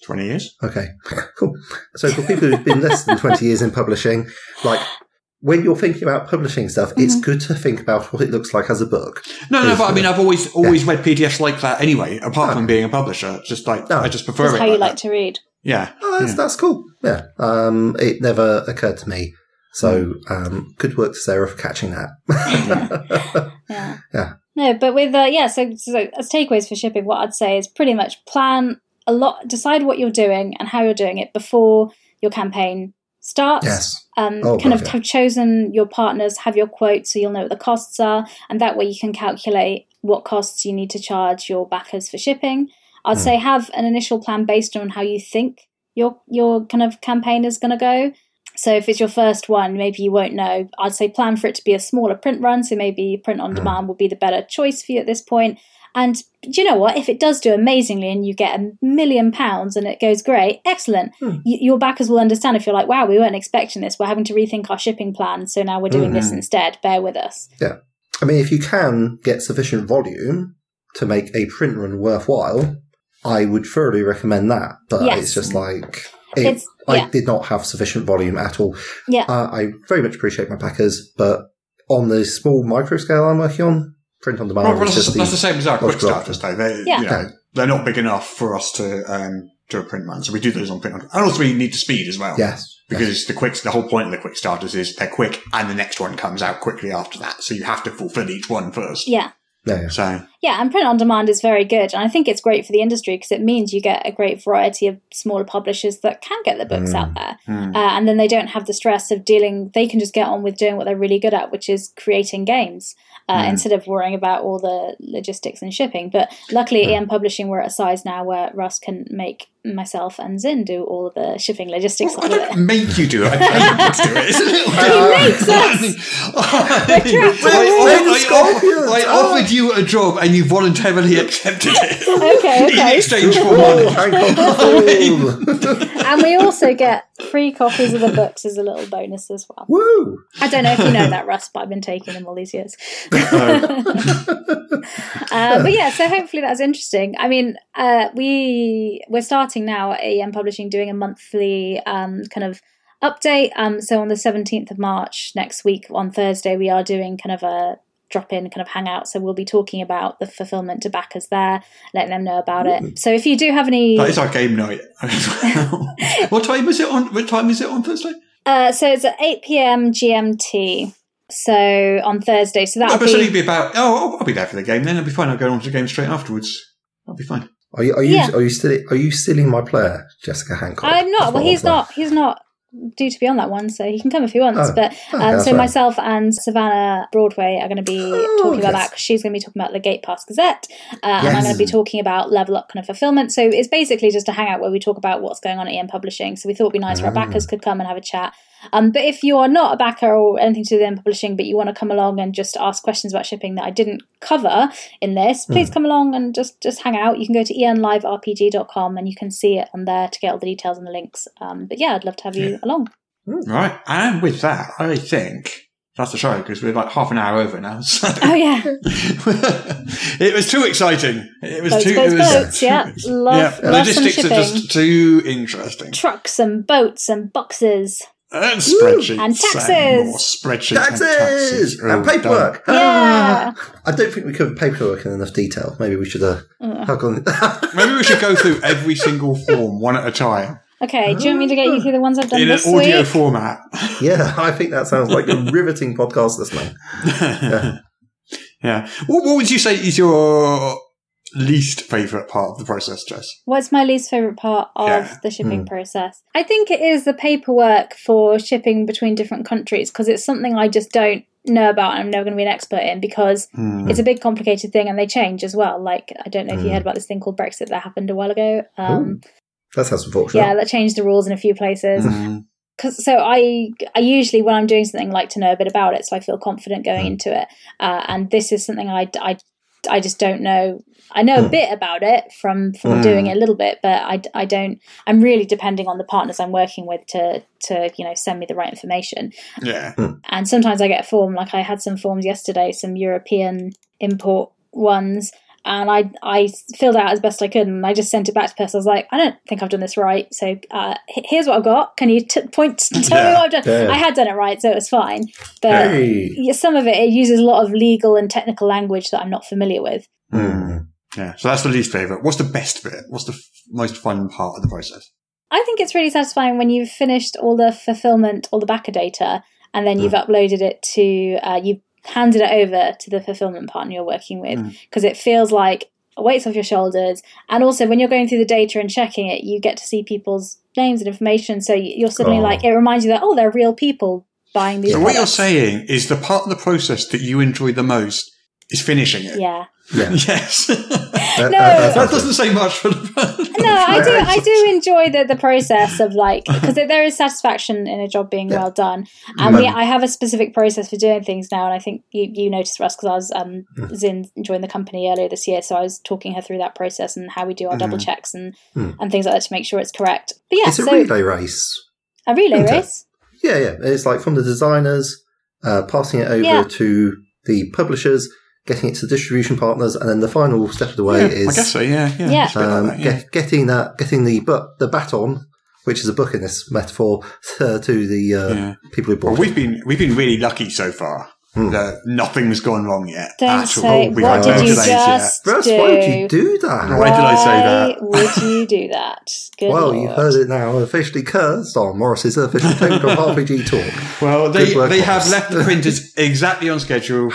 Speaker 5: Twenty years.
Speaker 6: Okay, cool. So for people who've been less than twenty years in publishing, like when you're thinking about publishing stuff, it's good to think about what it looks like as a book.
Speaker 5: No, no,
Speaker 6: Yes,
Speaker 5: but I mean,
Speaker 6: yeah. Oh.
Speaker 5: I've always always read PDFs like that anyway. Apart from being a publisher, It's just like
Speaker 6: No.
Speaker 5: I just prefer
Speaker 7: That's
Speaker 5: it.
Speaker 7: how you
Speaker 5: like
Speaker 7: like
Speaker 5: that.
Speaker 7: to read.
Speaker 5: Yeah.
Speaker 6: Oh, that's that's cool. Yeah. Um, it never occurred to me. So
Speaker 5: Mm.
Speaker 6: um, good work to Sarah for catching that.
Speaker 7: Yeah.
Speaker 6: Yeah.
Speaker 7: No, but with uh, yeah, so, so as takeaways for shipping, what I'd say is pretty much plan a lot, decide what you're doing and how you're doing it before your campaign starts.
Speaker 6: yes.
Speaker 7: Um,
Speaker 6: Oh,
Speaker 7: kind of
Speaker 6: gotcha.
Speaker 7: have chosen your partners, have your quotes, so you'll know what the costs are, and that way you can calculate what costs you need to charge your backers for shipping. I'd
Speaker 6: Hmm.
Speaker 7: say have an initial plan based on how you think your your kind of campaign is going to go. So if it's your first one, maybe you won't know. I'd say plan for it to be a smaller print run, so maybe print
Speaker 6: Hmm.
Speaker 7: on demand will be the better choice for you at this point. And do you know what? If it does do amazingly and you get a million pounds and it goes great, excellent. Y- your backers will understand if you're like, wow, we weren't expecting this. We're having to rethink our shipping plan. So now we're doing this instead. Bear with us.
Speaker 6: I mean, if you can get sufficient volume to make a print run worthwhile, I would thoroughly recommend that. But
Speaker 7: Yes.
Speaker 6: it's just like it,
Speaker 7: It's- yeah.
Speaker 6: I did not have sufficient volume at all.
Speaker 7: Yeah.
Speaker 6: Uh, I very much appreciate my packers, but on the small micro scale I'm working on, print on demand
Speaker 5: Well, well,
Speaker 6: is
Speaker 5: that's,
Speaker 6: Oh, just
Speaker 5: the, that's the same as our quick
Speaker 6: logical
Speaker 5: starters, though. They,
Speaker 7: Yeah.
Speaker 5: you know, they're not big enough for us to um, do a print run, so we do those on print run. And also, we need to speed as well.
Speaker 6: Yes.
Speaker 5: Because the quick, the whole point of the quick starters is they're quick, and the next one comes out quickly after that. So you have to fulfill each one first.
Speaker 7: Yeah.
Speaker 6: Yeah, yeah.
Speaker 5: So
Speaker 7: Yeah, and print on demand is very good. And I think it's great for the industry because it means you get a great variety of smaller publishers that can get their books out there.
Speaker 5: hmm. Mm.
Speaker 7: Uh, and then they don't have the stress of dealing, they can just get on with doing what they're really good at, which is creating games uh, instead of worrying about all the logistics and shipping. But luckily, EM Publishing, we're at a size now where Russ can make myself and Zin do all of the shipping logistics.
Speaker 5: I
Speaker 7: of it.
Speaker 5: don't make you do it. I pay you to do it. It's a little
Speaker 7: He makes us!
Speaker 5: I, I, I, offered you a job and you voluntarily accepted it
Speaker 7: Okay,
Speaker 5: in
Speaker 7: okay.
Speaker 5: exchange for money.
Speaker 6: Oh, hang on.
Speaker 7: And we also get free copies of the books as a little bonus as well.
Speaker 6: Woo!
Speaker 7: I don't know if you know that, Russ, but I've been taking them all these years. uh, but yeah, so hopefully that's interesting. I mean, uh, we we're starting now at AEM Publishing doing a monthly um, kind of update. Um, so on the seventeenth of March next week on Thursday, we are doing kind of a drop in kind of hangout. So we'll be talking about the fulfillment to backers there, letting them know about it. So if you do have any,
Speaker 5: That is our game night. what time is it on? What time is it on Thursday?
Speaker 7: uh, so it's at eight pm GMT. So on Thursday, so
Speaker 5: I
Speaker 7: that'll
Speaker 5: bet
Speaker 7: be.
Speaker 5: it'll be about. Oh, I'll, I'll be there for the game. Then I'll be fine. I'll go on to the game straight afterwards. I'll be fine.
Speaker 6: Are you are you
Speaker 7: Yeah.
Speaker 6: are you still are you stealing my player, Jessica Hancock?
Speaker 7: I'm Uh, not.
Speaker 6: That's
Speaker 7: Well,
Speaker 6: what I
Speaker 7: he's
Speaker 6: was like.
Speaker 7: not. He's not due to be on that one, so he can come if he wants.
Speaker 6: Oh,
Speaker 7: but
Speaker 6: okay,
Speaker 7: um,
Speaker 6: that's
Speaker 7: so
Speaker 6: right.
Speaker 7: myself and Savannah Broadway are going to be
Speaker 6: Oh,
Speaker 7: talking about
Speaker 6: yes.
Speaker 7: that 'cause she's going to be talking about the Gate Pass Gazette, uh, and I'm
Speaker 6: Yes.
Speaker 7: going to be talking about level up kind of fulfillment. E
Speaker 5: Ah.
Speaker 7: So it's basically just a hangout where we talk about what's going on at EM Publishing. So we thought it'd be nice where our backers could come and have a chat. Um, but if you are not a backer or anything to do with E M publishing, but you want to come along and just ask questions about shipping that I didn't cover in this,
Speaker 5: Hmm.
Speaker 7: please come along and just just hang out. You can go to enliverpg.com and you can see it on there to get all the details and the links. Um, but yeah, I'd love to have you along.
Speaker 5: Right. And with that, I think that's the show because we're like half an hour over now. So.
Speaker 7: Oh yeah,
Speaker 5: it was too exciting. It was
Speaker 7: boats,
Speaker 5: too.
Speaker 7: boats,
Speaker 5: it was,
Speaker 7: boats. Yeah, love,
Speaker 5: yeah,
Speaker 7: love some
Speaker 5: logistics are
Speaker 7: shipping.
Speaker 5: just too interesting.
Speaker 7: Trucks and boats and boxes.
Speaker 5: And spreadsheets.
Speaker 7: And
Speaker 5: more
Speaker 7: taxes.
Speaker 5: spreadsheets. And,
Speaker 6: Taxes!
Speaker 5: taxes.
Speaker 6: And,
Speaker 5: Oh,
Speaker 6: paperwork!
Speaker 7: Yeah.
Speaker 6: I don't think we covered paperwork in enough detail. Maybe we should uh, hug on.
Speaker 5: done. Maybe we should go through every single form one at a time
Speaker 7: Okay, do you want me to get you through the ones I've done
Speaker 5: in an
Speaker 7: this
Speaker 5: audio
Speaker 7: week?
Speaker 5: format.
Speaker 6: yeah, I think that sounds like a riveting podcast this man.
Speaker 5: Yeah. What, what would you say is your least favourite part of the process, Jess?
Speaker 7: What's my least favorite part of
Speaker 5: Yeah. Hmm.
Speaker 7: the shipping process? I think it is the paperwork for shipping between different countries because it's something I just don't know about and I'm never going to be an expert in because
Speaker 5: Hmm.
Speaker 7: it's a big complicated thing and they change as well. Like, I don't know if you heard about this thing called Brexit that happened a while ago.
Speaker 5: Oh,
Speaker 7: Um,
Speaker 6: That sounds unfortunate.
Speaker 7: yeah, that changed the rules in a few places.
Speaker 5: Hmm. Mm.
Speaker 7: Cause, so I, I usually when I'm doing something like to know a bit about it, so I feel confident going into it. Uh, and this is something I, I, I just don't know. I know a bit about it from from doing it a little bit, but I, I don't. I'm really depending on the partners I'm working with to to you know send me the right information.
Speaker 5: Yeah.
Speaker 7: And sometimes I get a form, like I had some forms yesterday, some European import ones, and I I filled out as best I could, and I just sent it back to the person. I was like, I don't think I've done this right, so uh, h- here's what I've got. Can you t- point and tell me
Speaker 5: Yeah,
Speaker 7: what I've done?
Speaker 6: yeah.
Speaker 7: I had done it right, so it was fine. But
Speaker 6: Hey.
Speaker 7: yeah, some of it it uses a lot of legal and technical language that I'm not familiar with.
Speaker 5: Yeah. So that's the least favourite. What's the best bit? What's the f- most fun part of the process?
Speaker 7: I think it's really satisfying when you've finished all the fulfillment, all the backer data, and then
Speaker 5: Mm.
Speaker 7: you've uploaded it to, uh, you've handed it over to the fulfillment partner you're working with,
Speaker 5: Mm.
Speaker 7: because it feels like a weight's off your shoulders. And also, when you're going through the data and checking it, you get to see people's names and information. So you- you're suddenly
Speaker 6: Oh.
Speaker 7: like, it reminds you that, oh, they're real people buying these
Speaker 5: So what you're
Speaker 7: products.
Speaker 5: saying is the part of the process that you enjoy the most is finishing it.
Speaker 7: Yeah.
Speaker 5: Yes. that
Speaker 6: That- that-
Speaker 7: No.
Speaker 6: that sounds
Speaker 5: doesn't say much for the
Speaker 7: No, I do. I do enjoy the, the process of like because there is satisfaction in a job being well done, and we, I have a specific process for doing things now. And I think you, you noticed Russ because I was um
Speaker 6: Mm.
Speaker 7: Zin joined the company earlier this year, so I was talking her through that process and how we do our double
Speaker 6: Mm.
Speaker 7: checks and and things like that to make sure it's correct. But yeah,
Speaker 6: it's a
Speaker 7: so
Speaker 6: relay race.
Speaker 7: a relay
Speaker 6: isn't it?
Speaker 7: race.
Speaker 6: Yeah, yeah. It's like from the designers, uh, passing it over
Speaker 7: Yeah.
Speaker 6: to the publishers, getting it to the distribution partners, and then the final step of the way
Speaker 5: I guess
Speaker 6: is
Speaker 5: so. Yeah. Yeah.
Speaker 7: Yeah.
Speaker 5: It's a bit like
Speaker 6: um,
Speaker 5: that, yeah.
Speaker 6: get- getting that, getting the but the baton, which is a book in this metaphor, to, to the uh,
Speaker 5: Yeah.
Speaker 6: people who bought
Speaker 5: Well,
Speaker 6: it.
Speaker 5: we've been we've been really lucky so far. That nothing's gone wrong yet.
Speaker 7: Hmm. Don't
Speaker 5: at
Speaker 7: say
Speaker 6: Oh,
Speaker 5: all. We've
Speaker 7: what
Speaker 5: had
Speaker 7: did
Speaker 5: no
Speaker 7: you
Speaker 5: delays
Speaker 7: just
Speaker 6: Russ,
Speaker 7: do.
Speaker 6: why would you do that?
Speaker 5: Why did I say
Speaker 7: Why
Speaker 5: that?
Speaker 7: would you do that? Good
Speaker 6: Well, you
Speaker 7: Lord.
Speaker 6: heard it now, officially cursed on Morris's official paper of RPG talk.
Speaker 5: yet. Well, they,
Speaker 6: Good work,
Speaker 5: they have
Speaker 6: boss.
Speaker 5: left the printers exactly on schedule.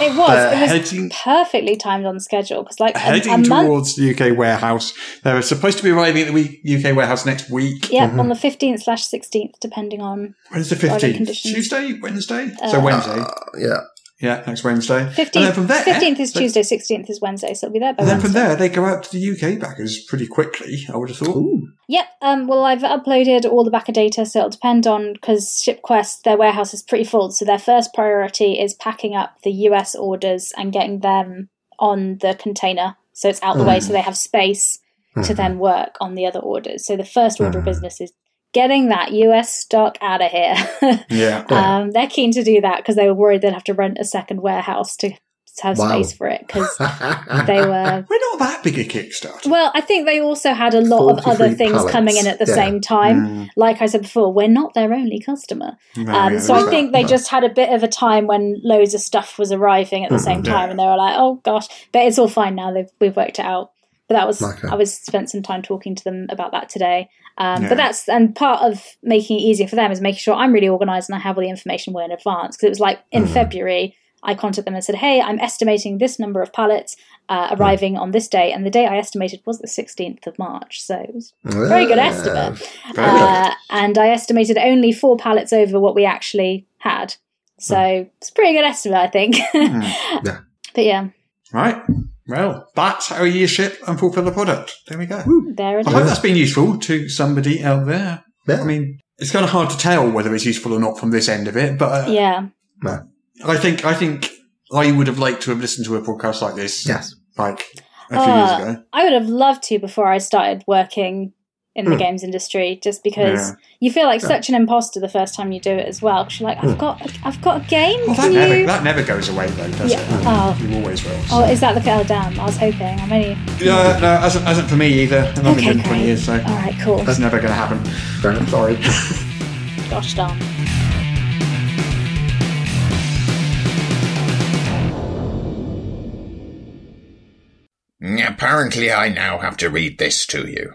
Speaker 7: It was.
Speaker 5: They're
Speaker 6: Uh,
Speaker 7: it was
Speaker 5: heading-
Speaker 7: perfectly timed on schedule because, like, a,
Speaker 5: heading
Speaker 7: a month.
Speaker 5: towards the UK warehouse. They're supposed to be arriving at the week, UK warehouse next week.
Speaker 7: Yeah, on the fifteenth slash sixteenth, depending on
Speaker 5: When's the
Speaker 7: Are there
Speaker 5: fifteenth?
Speaker 7: conditions? Uh,
Speaker 5: Tuesday, Wednesday. so Wednesday.
Speaker 6: Uh, Yeah.
Speaker 5: yeah, next Wednesday. And then
Speaker 7: fifteenth.
Speaker 5: from there,
Speaker 7: Fifteenth is
Speaker 5: they-
Speaker 7: Tuesday, sixteenth is Wednesday, so it'll be there by
Speaker 5: And then
Speaker 7: Wednesday.
Speaker 5: from there, they go out to the UK backers pretty quickly. I would have thought.
Speaker 7: Yep. Um, well, I've uploaded all the backer data, so it'll depend on because ShipQuest their warehouse is pretty full, so their first priority is packing up the US orders and getting them on the container, so it's out the
Speaker 5: Mm-hmm.
Speaker 7: way, so they have space to then work on the other orders. So the first order of
Speaker 5: Mm-hmm.
Speaker 7: business is getting that US stock out of here.
Speaker 5: Yeah.
Speaker 7: Um, they're keen to do that because they were worried they'd have to rent a second warehouse to, to have
Speaker 6: Wow.
Speaker 7: space for it because they were.
Speaker 5: We're not that big a Kickstarter.
Speaker 7: Well, I think they also had a lot of
Speaker 6: 43
Speaker 7: other things
Speaker 6: pallets.
Speaker 7: coming in at the
Speaker 6: Yeah.
Speaker 7: same
Speaker 5: Mm.
Speaker 7: time. Like I said before, we're not their only customer. um, so I
Speaker 5: that.
Speaker 7: think they just had a bit of a time when loads of stuff was arriving at the same time, and they were like, "Oh gosh!" But it's all fine now. They've, we've worked it out. But that was
Speaker 6: Okay.
Speaker 7: I was spent some time talking to them about that today. Um,
Speaker 5: Yeah.
Speaker 7: But that's and part of making it easier for them is making sure I'm really organised and I have all the information way in advance. Because it was like in February, I contacted them and said, "Hey, I'm estimating this number of pallets uh, arriving on this day," and the day I estimated was the 16th of March. So it was very good estimate. Uh, and I estimated only four pallets over what we actually had. So
Speaker 5: Hmm.
Speaker 7: it's a pretty good estimate, I think.
Speaker 6: Yeah.
Speaker 7: But yeah,
Speaker 5: Right. Well, that's how you ship and fulfill the product. There we go.
Speaker 7: there it
Speaker 5: I
Speaker 7: is.
Speaker 5: hope that's been useful to somebody out there.
Speaker 6: Yeah.
Speaker 5: I mean, it's kind of hard to tell whether it's useful or not from this end of it, but uh,
Speaker 7: Yeah.
Speaker 5: I think I think I would have liked to have listened to a podcast like this,
Speaker 6: Yes.
Speaker 5: like a few
Speaker 7: Uh,
Speaker 5: years ago.
Speaker 7: I would have loved to before I started working in the games industry, just because
Speaker 5: Hmm. Yeah. Hmm.
Speaker 7: you feel like such an imposter the first time you do it as well. Because you're like, I've got, I've got a game.
Speaker 5: Well, that
Speaker 7: Can
Speaker 5: never,
Speaker 7: you?
Speaker 5: that never goes away, though, does
Speaker 7: Yeah.
Speaker 5: it?
Speaker 7: Oh.
Speaker 5: You always will. so.
Speaker 7: Oh, is that the oh damn? I was hoping. I'm only
Speaker 5: Yeah, no, hasn't, hasn't for me either. I've only
Speaker 7: okay.
Speaker 5: been 20
Speaker 7: Great. Oh.
Speaker 5: years, so
Speaker 7: All right, cool.
Speaker 5: that's never going to happen. Sorry.
Speaker 7: Gosh darn.
Speaker 3: Apparently, I now have to read this to you.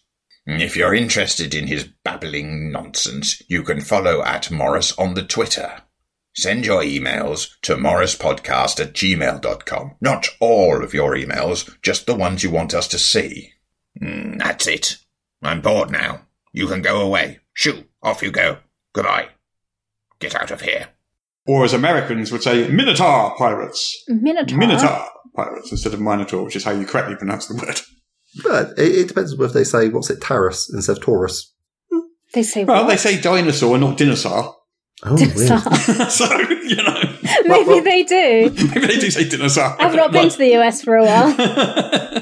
Speaker 3: If you're interested in his babbling nonsense, you can follow at Morris on the Twitter. Send your emails to morrispodcast at gmail.com. Not all of your emails, just the ones you want us to see. Mm, that's it. I'm bored now. You can go away. Shoo, off you go. Goodbye. Get out of here.
Speaker 5: or as Americans would say, Minotaur pirates.
Speaker 7: Minotaur.
Speaker 5: Minotaur pirates instead of Minotaur, which is how you correctly pronounce the word.
Speaker 6: But it, it depends whether they say, what's it, Taurus instead of Taurus.
Speaker 7: They say
Speaker 5: Well,
Speaker 7: what?
Speaker 5: they say dinosaur, not dinosaur.
Speaker 6: Oh, weird.
Speaker 5: so, you know.
Speaker 7: Maybe
Speaker 5: well,
Speaker 7: they do.
Speaker 5: Maybe they do say dinosaur.
Speaker 7: I've not been to the US for a while.